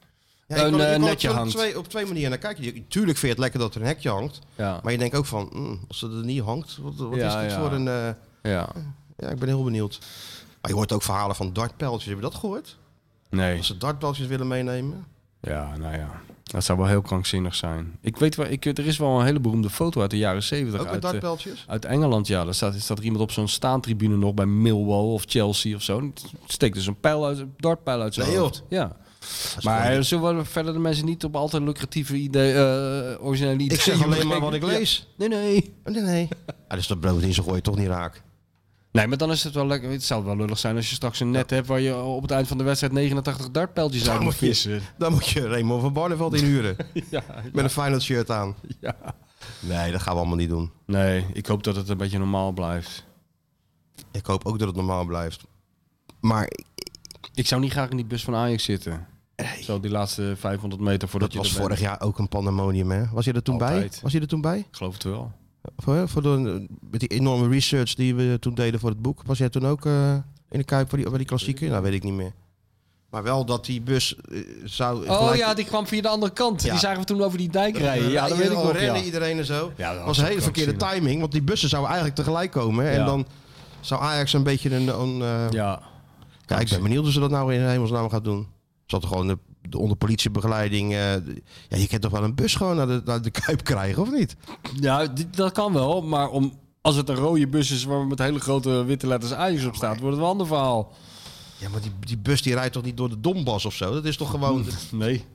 S3: Ja,
S4: Een,
S3: je kan,
S4: eh,
S3: je kan
S4: netje
S3: op,
S4: hangt.
S3: Twee, op twee manieren naar kijken. Je- Tuurlijk vind je het lekker dat er een hekje hangt.
S4: Ja,
S3: Maar je denkt ook van, mm, als het er niet hangt, wat, wat
S4: Ah. Ja,
S3: is dit
S4: ja.
S3: voor een... eh,
S4: ja.
S3: ja, ik ben heel benieuwd. Maar je hoort ook verhalen van dartpijltjes. Heb je dat gehoord?
S4: Nee.
S3: Dat ze dartpijltjes willen meenemen.
S4: Ja, nou ja. Dat zou wel heel krankzinnig zijn. Ik weet wel, ik, er is wel een hele beroemde foto uit de jaren zeventig.
S3: Ook met
S4: Uit, eh,
S3: dartpijltjes.
S4: uit Engeland, ja. Daar staat, staat er iemand op zo'n staantribune nog bij Millwall of Chelsea of zo. En het Steekt dus een pijl uit, een dartpijl uit zijn
S3: Nee, joh.
S4: hoofd. Ja.
S3: Dat is
S4: Maar
S3: gewoon-
S4: eh, zullen we verder de mensen niet op altijd lucratieve idee, eh originele ideeën
S3: ik zeg alleen maar
S4: begeven?
S3: wat ik lees.
S4: Ja. Nee, nee.
S3: Oh, Nee, nee. Ah, dus dat brood in ze gooien toch niet raak.
S4: Nee, maar dan is het wel lekker. Het zou wel lullig zijn als je straks een net hebt waar je op het eind van de wedstrijd 89 dartpijltjes uit moet
S3: moet je-
S4: vissen.
S3: Dan moet je Raymond van Barneveld inhuren.
S4: Ja,
S3: Met een Feyenoord shirt aan.
S4: ja.
S3: Nee, dat gaan we allemaal niet doen.
S4: Nee, ik hoop dat het een beetje normaal blijft.
S3: Ik hoop ook dat het normaal blijft. Maar
S4: Ik zou niet graag in die bus van Ajax zitten. Zo die laatste 500 meter voordat
S3: dat
S4: je
S3: was
S4: er bent.
S3: vorig jaar ook een pandemonium, hè? Was je er toen bij?
S4: Altijd.
S3: Was je er toen bij?
S4: Ik geloof het wel.
S3: Voor, voor de, met die enorme research die we toen deden voor het boek. Was jij toen ook eh, in de Kuip voor die, bij die klassieke? Nou, weet ik niet meer. Maar wel dat die bus eh, zou...
S4: Oh ja, die kwam via de andere kant.
S3: Ja.
S4: Die zagen we toen over die dijk rijden. Ja, dat weet ik
S3: al
S4: nog.
S3: rennen
S4: Ja.
S3: iedereen en zo.
S4: Ja, dat
S3: was
S4: was
S3: een
S4: ook
S3: hele verkeerde
S4: krankzinnig.
S3: timing. Want die bussen zouden eigenlijk tegelijk komen. En
S4: Ja.
S3: dan zou Ajax een beetje een... een eh,
S4: Ja.
S3: ja, ik ben benieuwd hoe ze dat nou in hemelsnaam gaat doen. Ze hadden gewoon de, de onder politiebegeleiding... eh, de- ja, je kent toch wel een bus gewoon naar de, naar de Kuip krijgen, of niet?
S4: ja, die- dat kan wel. Maar om, als het een rode bus is waar met hele grote witte letters Ajax op staat, wordt het wel een ander verhaal.
S3: Ja, maar die, die bus die rijdt toch niet door de Donbass of zo? Dat is toch gewoon...
S4: Nee.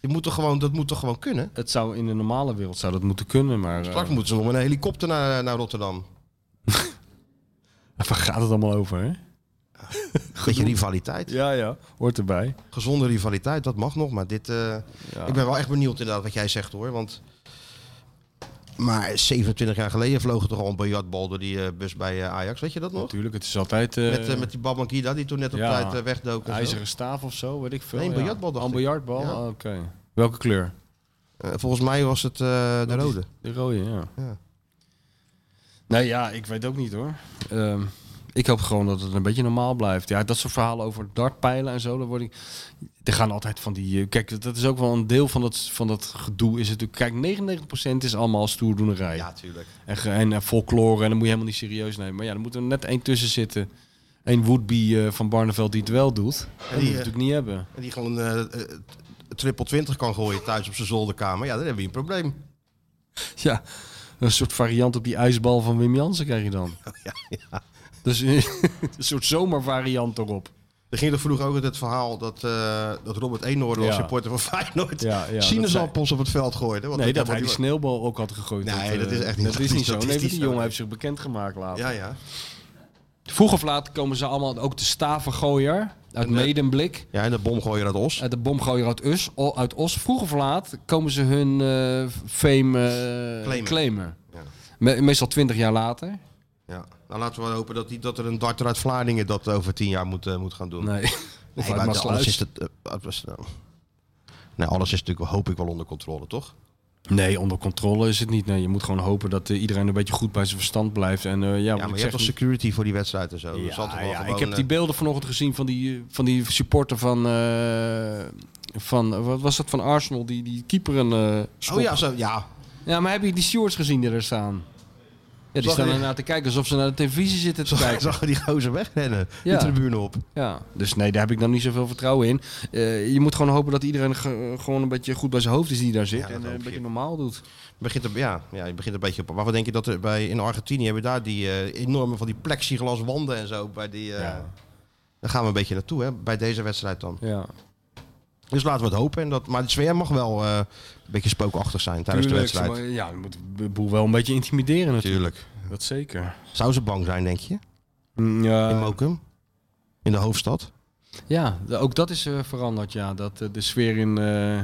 S3: Je moet toch gewoon, dat moet toch gewoon kunnen?
S4: Het zou in de normale wereld zou dat moeten kunnen, maar... eh,
S3: Straks moeten ze nog met een helikopter naar, naar Rotterdam.
S4: waar gaat het allemaal over, hè?
S3: Beetje rivaliteit.
S4: Ja, ja. Hoort erbij.
S3: Gezonde rivaliteit, dat mag nog. Maar dit, eh,
S4: Ja.
S3: ik ben wel echt benieuwd inderdaad wat jij zegt hoor. Want, maar 27 jaar geleden vloog er toch al een biljartbal door die eh, bus bij eh, Ajax. Weet je dat nog?
S4: Natuurlijk, het is altijd... eh,
S3: Met, eh, met die Babangida die toen net op
S4: ja.
S3: tijd eh, wegdook.
S4: Een
S3: en zo.
S4: ijzeren staaf of zo, weet ik veel.
S3: Nee, een biljartbal,
S4: Ja.
S3: dacht
S4: Een
S3: ik.
S4: biljartbal,
S3: Ja.
S4: Ah, oké. Welke kleur?
S3: Eh, volgens mij was het eh, de rode.
S4: De rode, ja.
S3: Ja.
S4: Nee, Nou ja, ik weet ook niet hoor. Ehm, ik hoop gewoon dat het een beetje normaal blijft. Ja, dat soort verhalen over dartpijlen en zo, daar word ik... Er gaan altijd van die... eh, Kijk, dat is ook wel een deel van dat, van dat gedoe. Is het, natuurlijk- kijk, 99% is allemaal stoerdoenerij.
S3: tuurlijk.
S4: En, ge- en eh, folklore, en dan moet je helemaal niet serieus nemen. Maar ja, er moet er net één tussen zitten. Eén would-be eh, van Barneveld die het wel doet. En die moet je
S3: eh,
S4: natuurlijk niet hebben.
S3: En die gewoon eh eh, triple 20 kan gooien thuis op zijn zolderkamer. Ja, dan hebben we een probleem.
S4: Ja, een soort variant op die ijsbal van Wim Jansen krijg je dan.
S3: ja,
S4: Dus eh, een soort zomervariant erop.
S3: Er ging er vroeger ook het verhaal dat, eh, dat Robert Eenhoorn als
S4: Ja.
S3: supporter van Feyenoord
S4: Ja, ja, dat
S3: sinaasappels op het veld gooide. Want
S4: Nee, dat
S3: hebben
S4: hij die
S3: we-
S4: sneeuwbal ook had gegooid.
S3: Nee,
S4: eh,
S3: dat is echt niet-
S4: Dat,
S3: dat
S4: is
S3: is-
S4: niet zo.
S3: dat is
S4: nee,
S3: niet
S4: die
S3: zo.
S4: jongen heeft zich bekendgemaakt later.
S3: Ja, ja.
S4: Vroeg of laat komen ze allemaal, ook de stavengooier uit Medemblik.
S3: Ja, en de bomgooier uit Os.
S4: eh, De bomgooier uit, Us, o- uit Os. Vroeg of laat komen ze hun eh, fame eh,
S3: Claimen.
S4: claimen.
S3: Ja.
S4: Me- meestal twintig jaar later.
S3: Ja. Nou, laten we wel hopen dat, die, dat er een darter uit Vlaardingen dat over tien jaar moet, eh, moet gaan doen.
S4: Nee. Of uit
S3: maar alles
S4: Maasluis.
S3: is het, eh, alles, nou. nee, alles is natuurlijk, hoop ik, wel onder controle, toch?
S4: Nee, onder controle is het niet. Nee, je moet gewoon hopen dat eh, iedereen een beetje goed bij zijn verstand blijft. En, eh, ja,
S3: Ja,
S4: wat
S3: maar
S4: ik
S3: je
S4: zeg,
S3: hebt toch security voor die wedstrijd en zo? dat zal toch wel
S4: ja,
S3: gewoon,
S4: ik heb die
S3: eh,
S4: beelden vanochtend gezien van die, eh, van die supporter van, eh, van... eh, Wat was dat van Arsenal? Die, die keeper een eh
S3: Oh
S4: schop.
S3: ja, zo, ja.
S4: ja, maar heb je die stewards gezien die er staan? Ja, die
S3: Zag
S4: staan
S3: je-
S4: ernaar te kijken alsof ze naar de televisie zitten te
S3: Zag,
S4: kijken.
S3: zag je die gozer wegrennen?
S4: Ja.
S3: De tribune op.
S4: Ja, dus nee, daar heb ik dan niet zoveel vertrouwen in. Eh, je moet gewoon hopen dat iedereen ge- gewoon een beetje goed bij zijn hoofd is die daar zit.
S3: Ja, dat
S4: en eh,
S3: hoop
S4: een
S3: je.
S4: beetje normaal doet.
S3: Begint er, ja, ja, je begint een beetje op. Maar wat denk je dat er bij, in Argentinië hebben daar die eh, enorme van die plexiglas wanden en zo? Bij die, eh,
S4: Ja.
S3: Daar gaan we een beetje naartoe, hè? Bij deze wedstrijd dan.
S4: Ja.
S3: Dus laten we het hopen. En dat, maar de sfeer mag wel eh, een beetje spookachtig zijn tijdens de
S4: Tuurlijk,
S3: wedstrijd.
S4: maar ja, je moet de boel wel een beetje intimideren natuurlijk.
S3: Tuurlijk.
S4: Dat zeker.
S3: Zou ze bang zijn, denk je? In
S4: Mm, Ja,
S3: Mokum? In de hoofdstad?
S4: ja de- ook dat is eh, veranderd. Ja, dat eh, de sfeer in, eh,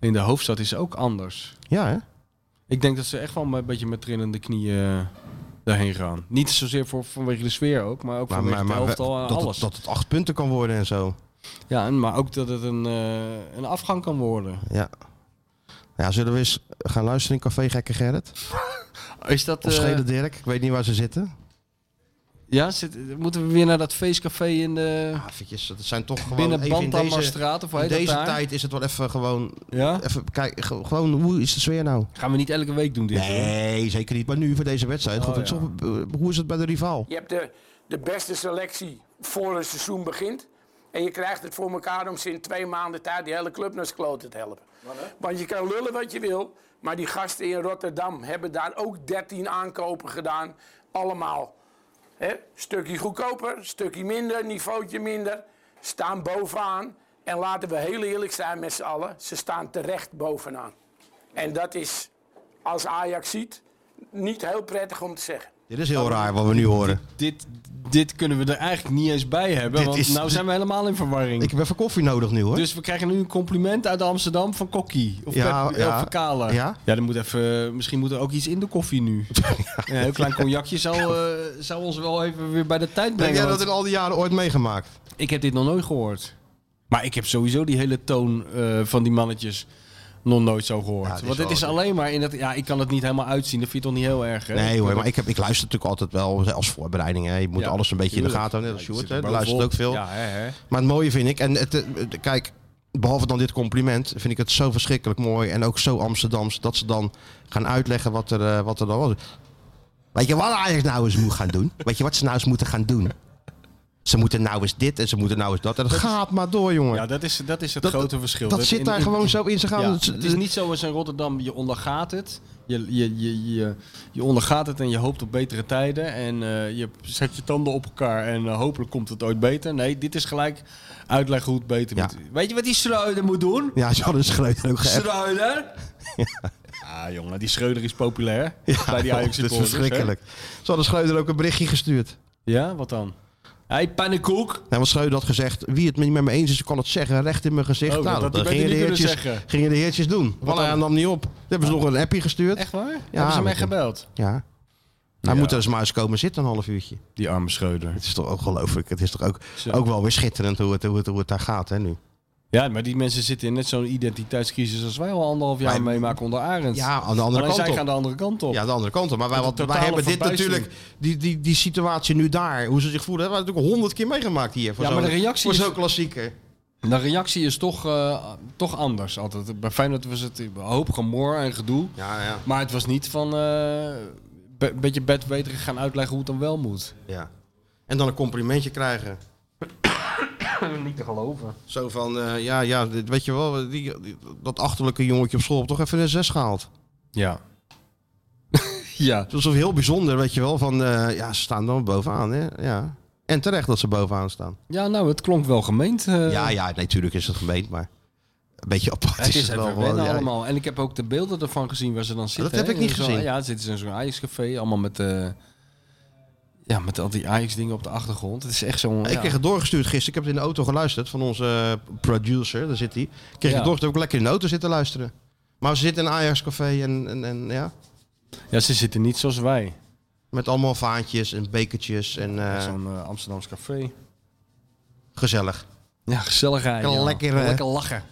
S4: in de hoofdstad is ook anders.
S3: Ja, hè?
S4: Ik denk dat ze echt wel een beetje met trillende knieën eh, daarheen gaan. Niet zozeer voor, vanwege de sfeer ook, maar ook
S3: Maar,
S4: vanwege
S3: maar, maar
S4: de helft al en
S3: dat,
S4: alles.
S3: het, dat het acht punten kan worden en zo.
S4: Ja, en, maar ook dat het een, eh, een afgang kan worden.
S3: Ja. Ja, zullen we eens gaan luisteren in Café Gekke Gerrit?
S4: Is dat...
S3: Of
S4: eh,
S3: Schede Dirk? Ik weet niet waar ze zitten.
S4: Ja, zit, moeten we weer naar dat feestcafé in de
S3: Ja, Ah, eventjes, dat zijn toch gewoon
S4: binnen
S3: even in deze,
S4: Bandammerstraat of hoe
S3: in
S4: heet dat
S3: deze
S4: daar?
S3: tijd is het wel even gewoon...
S4: Ja?
S3: Even kijken, ge- gewoon hoe is de sfeer nou?
S4: Gaan we niet elke week doen dit? hoor.
S3: Nee, zeker niet. Maar nu voor deze wedstrijd.
S4: Oh,
S3: goed,
S4: ja.
S3: toch, eh, hoe is het bij de rivaal?
S11: Je hebt de, de beste selectie voor een seizoen begint. En je krijgt het voor elkaar om ze in twee maanden tijd die hele club naar z'n kloten te helpen. Want je kan lullen wat je wil, maar die gasten in Rotterdam hebben daar ook 13 aankopen gedaan. Allemaal. Hè? Stukje goedkoper, stukje minder, niveautje minder. Staan bovenaan. En laten we heel eerlijk zijn met z'n allen, ze staan terecht bovenaan. En dat is, als Ajax ziet, niet heel prettig om te zeggen.
S3: Dit is heel raar wat we nu horen.
S4: Dit, dit kunnen we er eigenlijk niet eens bij hebben,
S3: Dit
S4: want
S3: is-
S4: nou zijn we helemaal in verwarring.
S3: Ik heb even koffie nodig nu hoor.
S4: dus we krijgen nu een compliment uit Amsterdam van Kokkie. Of
S3: Ja,
S4: Pep,
S3: ja.
S4: of Verkalen.
S3: Ja?
S4: dan moet even, misschien moet er ook iets in de koffie nu. Een heel klein cognacje zou, eh, zou ons wel even weer bij de tijd
S3: heb
S4: brengen.
S3: jij
S4: want-
S3: dat in al die jaren ooit meegemaakt?
S4: Ik heb dit nog nooit gehoord. Maar ik heb sowieso die hele toon eh, van die mannetjes nog nooit zo gehoord.
S3: Ja, het is
S4: Want het
S3: wel-
S4: is alleen maar in dat... Ja, ik kan het niet helemaal uitzien. Dat vind je toch niet heel erg, hè?
S3: Nee hoor, maar ik, heb, ik luister natuurlijk altijd wel als voorbereiding. Hè. Je moet
S4: Ja,
S3: alles een beetje in de
S4: tuurlijk.
S3: gaten houden. Net als
S4: Ja,
S3: Sjoerd,
S4: je zit er
S3: hè. die luistert ook
S4: bovenop.
S3: veel.
S4: Ja, hè, hè.
S3: Maar het mooie vind ik, en het, eh, eh, kijk, behalve dan dit compliment, vind ik het zo verschrikkelijk mooi en ook zo Amsterdams dat ze dan gaan uitleggen wat er, eh, wat er dan was. Weet je wat Ajax nou eens moet gaan doen? Weet je wat ze nou eens moeten gaan doen? Ze moeten nou eens dit en ze moeten nou eens dat. En dat, gaat maar door, jongen.
S4: Ja, dat is, dat is het
S3: Dat-
S4: grote verschil.
S3: dat zit
S4: in-
S3: daar
S4: in-
S3: gewoon zo in. Ze gaan
S4: Ja,
S3: het-
S4: het is niet zo als in Rotterdam, je ondergaat het. Je, je, je, je, je ondergaat het en je hoopt op betere tijden. En eh, je zet je tanden op elkaar en eh, hopelijk komt het ooit beter. Nee, dit is gelijk uitleggen hoe het beter
S3: Ja.
S4: moet. Weet je wat die Schreuder moet doen?
S3: Ja, ze hadden Schreuder ook geappt.
S4: Schreuder? Ah jongen, die Schreuder is populair. bij die Ajax
S3: dat is verschrikkelijk. Ze hadden Schreuder ook een berichtje gestuurd.
S4: Ja, wat dan? Hé, hey, pannenkoek.
S3: Nou, want Schreuder had gezegd, wie het niet met me eens is, kan het zeggen, recht in mijn gezicht.
S4: Oh,
S3: nou,
S4: dat had
S3: dat
S4: hij
S3: gingen de,
S4: beter niet kunnen
S3: heertjes,
S4: zeggen.
S3: gingen de heertjes doen. Want hij nam niet op. Toen hebben ze nog een appje gestuurd.
S4: Echt waar? Hebben ze hem
S3: maar-
S4: echt gebeld?
S3: Ja. Hij moet er eens maar eens komen zitten, een half uurtje.
S4: Die arme Schreuder.
S3: Het is toch ook gelooflijk. Het is toch ook,
S4: Zo.
S3: ook wel weer schitterend hoe het, hoe het, hoe het daar gaat hè, nu.
S4: Ja, maar die mensen zitten in net zo'n identiteitscrisis als wij al anderhalf jaar
S3: Maar-
S4: meemaken onder Arend.
S3: Ja, aan de andere
S4: Alleen zij
S3: kant
S4: gaan
S3: op.
S4: de andere kant op.
S3: Ja, de andere kant op. Maar wij,
S4: Tot
S3: want
S4: de
S3: wij
S4: totale
S3: hebben dit
S4: verbijstering.
S3: natuurlijk, die, die, die situatie nu daar, hoe ze zich voelen, hebben we natuurlijk honderd keer meegemaakt hier. Voor
S4: Ja, maar
S3: zo'n-
S4: de reactie
S3: Voor
S4: is-
S3: zo'n klassieker.
S4: De reactie is toch, eh, toch anders altijd. Bij Feyenoord was het een hoop gemor en gedoe.
S3: Ja, ja.
S4: Maar het was niet van een beetje bedweterig gaan uitleggen hoe het dan wel moet.
S3: ja. En dan een complimentje krijgen.
S4: Niet te geloven.
S3: Zo van, eh, ja, ja, dit- weet je wel, die, die- dat achterlijke jongetje op school heeft toch even een zes gehaald.
S4: Ja. ja.
S3: Dat is wel heel bijzonder, weet je wel, van, eh, ja, ze staan dan bovenaan, hè. Ja. En terecht dat ze bovenaan staan.
S4: Ja, nou, het klonk wel gemeend. eh.
S3: ja, ja, natuurlijk is het gemeend, maar een beetje apart
S4: Het is
S3: wel.
S4: even
S3: gewoon,
S4: wennen
S3: ja.
S4: allemaal. En ik heb ook de beelden ervan gezien waar ze dan zitten.
S3: heb
S4: hè.
S3: ik niet
S4: In zo'n-
S3: gezien.
S4: Ja, dan zitten ze in zo'n Ajax-café. Allemaal met, eh, ja, met al die Ajax-dingen op de achtergrond. Het is echt zo'n...
S3: Ik
S4: ja.
S3: kreeg het doorgestuurd gisteren. Ik heb het in de auto geluisterd van onze eh, producer, daar zit hij. Ik kreeg
S4: Ja.
S3: het door, heb ik lekker in de auto zitten luisteren. Maar ze zitten in een Ajax-café en, en, en ja,
S4: ja, ze zitten niet zoals wij.
S3: met allemaal vaantjes en bekertjes en eh,
S4: Zo'n eh, Amsterdams café.
S3: gezellig.
S4: Ja, gezelligheid.
S3: Lekker,
S4: ja.
S3: lekker, eh,
S4: lekker lachen.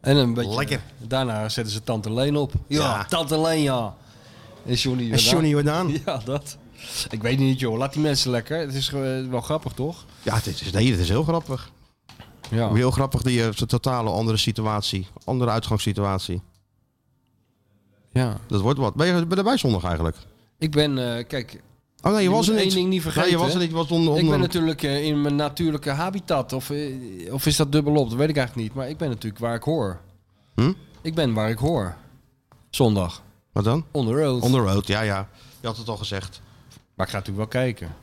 S4: En een beetje... Lekker. Daarna zetten ze Tante Leen op. Ja,
S3: Ja.
S4: Tante Leen, ja. En Johnny
S3: En
S4: Jordaan.
S3: Johnny Jordaan.
S4: Ja, dat. Ik weet niet, joh. Laat die mensen lekker. Het is eh, wel grappig, toch?
S3: Ja, dit is, nee, dit is heel grappig.
S4: Ja.
S3: Heel grappig, die eh, de totale andere situatie. Andere uitgangssituatie.
S4: Ja.
S3: Dat wordt wat. Ben je ben je erbij zondag eigenlijk?
S4: Ik ben, eh, kijk...
S3: Oh nee, je, was er
S4: moet
S3: niet.
S4: één ding niet vergeten.
S3: Nee, je was er
S4: hè.
S3: niet. Je was on, on-
S4: Ik ben natuurlijk eh, in mijn natuurlijke habitat. Of, eh, of is dat dubbelop? Dat weet ik eigenlijk niet. Maar ik ben natuurlijk waar ik hoor.
S3: Hm?
S4: Ik ben waar ik hoor. Zondag.
S3: Wat dan?
S4: On the road.
S3: On the road, ja, ja. Je had het al gezegd.
S4: Maar ik ga natuurlijk wel kijken.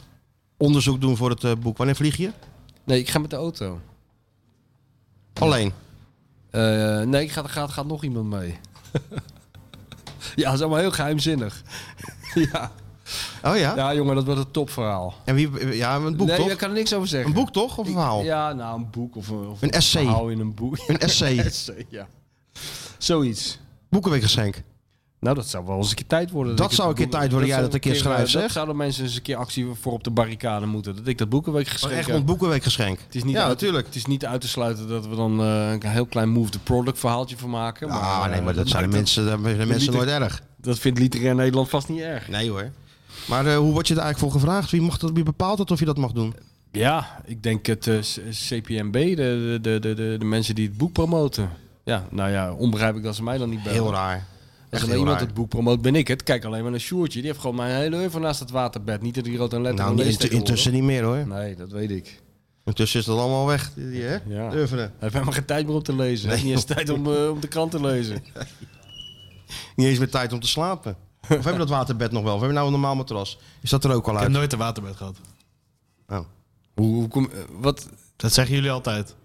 S3: Onderzoek doen voor het eh, boek. Wanneer vlieg je?
S4: Nee, ik ga met de auto.
S3: Alleen.
S4: Eh, nee, ik ga, gaat, gaat nog iemand mee. ja, dat is allemaal heel geheimzinnig. ja.
S3: Oh ja?
S4: ja, jongen, dat wordt een topverhaal.
S3: En wie, ja, een boek
S4: nee,
S3: toch?
S4: daar kan ik niks over zeggen.
S3: Een boek toch? Of een verhaal?
S4: Ja, nou, een boek of een, of
S3: Een essay.
S4: verhaal in een boek.
S3: Een essay.
S4: essay, ja. Zoiets.
S3: Boekenweekgeschenk.
S4: Nou, dat zou wel eens een keer tijd worden.
S3: Dat
S4: ik
S3: zou
S4: het
S3: een keer
S4: boek-
S3: tijd worden, jij
S4: zou
S3: dat een keer
S4: eh,
S3: schrijft,
S4: dat
S3: zeg.
S4: zouden mensen eens een keer actie voor op de barricade moeten. Dat ik dat boekenweek geschreven
S3: Echt een boekenweekgeschenk.
S4: Het is niet
S3: ja,
S4: uit,
S3: natuurlijk.
S4: Het is niet uit te sluiten dat we dan eh, een heel klein move the product verhaaltje van maken.
S3: Ah,
S4: eh,
S3: nee, maar dat zijn de
S4: maakt
S3: mensen, dat zijn de mensen
S4: niet
S3: nooit erg.
S4: het- Dat vindt literair Nederland vast niet erg.
S3: Nee hoor. Maar eh, hoe word je er eigenlijk voor gevraagd? Wie, mag dat, wie bepaalt dat of je dat mag doen?
S4: Ja, ik denk het eh, C- CPMB, de, de, de, de, de, de mensen die het boek promoten. Ja, nou ja, onbegrijpelijk dat ze mij dan niet bellen.
S3: Heel raar.
S4: Als
S3: Echt
S4: er
S3: heel
S4: iemand
S3: raar.
S4: het boek promoot, ben ik het. Kijk alleen maar naar Sjoertje. Die heeft gewoon mijn hele oeuvre naast het waterbed. Niet dat hij rood en letter
S3: Nou,
S4: leest
S3: niet-
S4: tegenwoordig.
S3: intussen niet meer hoor.
S4: Nee, dat weet ik.
S3: Intussen is dat allemaal weg. Die, die, hè?
S4: Ja.
S3: De oeuvre.
S4: Hij heeft helemaal geen tijd meer om te lezen. Hij heeft niet eens tijd om, eh, om de krant te lezen.
S3: Niet eens meer tijd om te slapen. Of hebben we dat waterbed nog wel? Of hebben we nou een normaal matras? Is dat er ook al
S10: Ik heb
S3: uit?
S10: nooit een waterbed gehad.
S3: Oh.
S4: Hoe, hoe kom, eh, wat,
S10: Dat zeggen jullie altijd.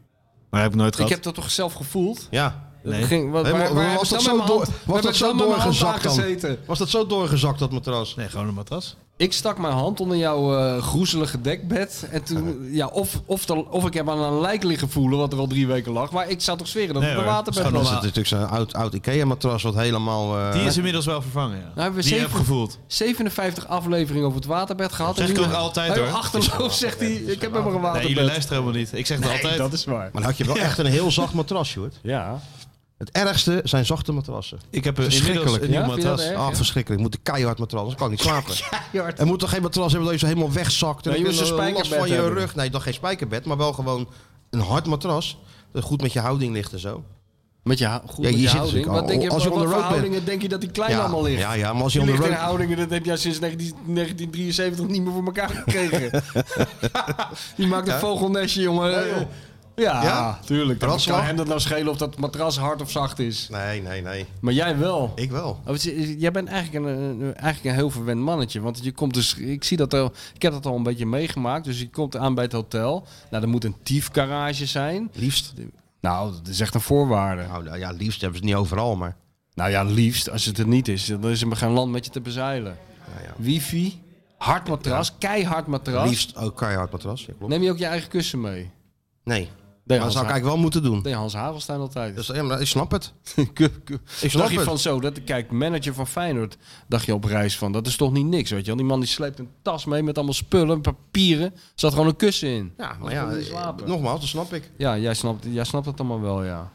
S10: Maar heb ik nooit
S4: ik
S10: gehad.
S4: heb dat toch zelf gevoeld?
S3: Ja.
S4: Dat ging- wat-
S3: Helemaal-
S4: waar- waar heb
S3: was,
S4: ik
S3: dat
S4: dan met
S3: zo
S4: mijn
S3: door,
S4: hand- waar
S3: was
S4: heb
S3: dat
S4: ik
S3: zo
S4: dan met mijn hand
S3: doorgezakt dan?
S4: aangezeten?
S3: Was dat zo doorgezakt, dat matras?
S10: Nee, gewoon een matras.
S4: Ik stak mijn hand onder jouw eh, groezelige dekbed. En toen, ja, of, of, dan- of ik heb aan een lijk liggen voelen, wat er al drie weken lag. Maar ik zou toch zweren dat
S10: Nee
S4: het een
S10: hoor,
S4: waterbed
S10: dat
S3: Dan
S10: is
S4: was.
S3: is het natuurlijk zo'n oud, oud Ikea-matras wat helemaal... eh,
S10: Die is inmiddels wel vervangen, ja.
S4: hebben Nou, we
S10: Die heb
S4: zeven-
S10: ik gevoeld.
S4: 57 afleveringen over het waterbed gehad.
S10: Dat
S4: En
S10: zeg ik
S4: nu-
S10: ook altijd,
S4: heel
S10: hoor.
S4: Achterloos zegt hij, ik heb helemaal een
S10: Nee,
S4: waterbed.
S10: jullie luisteren helemaal niet. Ik zeg het altijd.
S4: dat is waar.
S3: Maar dan had je wel echt een heel zacht matras, Sjoerd.
S4: Ja.
S3: Het ergste zijn zachte matrassen.
S10: Ik heb een inmiddels
S3: Verschrikkelijk.
S10: een nieuw
S4: Ja, vind je dat
S10: matras.
S4: erg?
S3: Ah, verschrikkelijk. Ik moet een keihard matras, anders kan ik niet slapen. Er moet toch geen matras hebben dat je zo helemaal wegzakt. En
S4: Nee,
S3: dan heb
S4: je moet
S3: je
S4: zo'n
S3: last
S4: spijkerbed
S3: van je
S4: hebben.
S3: rug. Nee, dan geen spijkerbed, maar wel gewoon een hard matras. Dat goed met je houding ligt en zo.
S4: Met je, hou- goed
S3: Ja,
S4: met
S3: je
S4: je
S3: zit
S4: houding.
S3: natuurlijk
S4: Wat
S3: al-
S4: denk je,
S3: als je
S4: wat
S3: on the
S4: voor
S3: road bent.
S4: houdingen denk je dat die klein
S3: ja,
S4: allemaal ligt?
S3: Ja, ja, maar als je
S4: Die
S3: on the
S4: ligt in
S3: road...
S4: houdingen, dat heb jij sinds 19- 1973 niet meer voor elkaar gekregen. die maakt een vogelnestje, jongen. Ja,
S3: Ja?
S4: tuurlijk. Dat
S3: Ratslag?
S4: kan hem dat nou schelen of dat matras hard of zacht is.
S3: Nee, nee, nee.
S4: Maar jij wel.
S3: Ik wel.
S4: Oh, het is- Jij bent eigenlijk een, een- eigenlijk een heel verwend mannetje. Want je komt dus, ik, zie dat al, ik heb dat al een beetje meegemaakt. Dus je komt aan bij het hotel. Nou, er moet een tiefgarage zijn.
S3: Liefst.
S4: Nou, dat is echt een voorwaarde.
S3: Nou nou ja, liefst hebben ze het niet overal, maar...
S4: Nou ja, liefst, als het er niet is, dan is er maar geen land met je te bezeilen.
S3: Nou
S4: Wifi, hard matras, keihard matras.
S3: Liefst ook keihard matras. Ja, klopt.
S4: Neem je ook je eigen kussen mee?
S3: Nee. Maar
S4: Nee,
S3: dat zou
S4: Hans,
S3: ik
S4: Ha-
S3: eigenlijk wel moeten doen.
S4: nee, Hans Havelstein altijd.
S3: Dus, ja, maar ik snap het.
S4: Ku- ku-
S3: Ik snap
S4: dacht je
S3: het.
S4: van zo, dat, kijk, manager van Feyenoord, dacht je op reis van, dat is toch niet niks, weet je wel. Die man die sleept een tas mee met allemaal spullen, papieren, zat gewoon een kussen in.
S3: Ja, maar
S4: Anders
S3: ja,
S4: kon hij niet
S3: eh,
S4: slapen.
S3: nogmaals, dat snap ik.
S4: Ja, jij snapt, jij snapt dat allemaal wel, ja.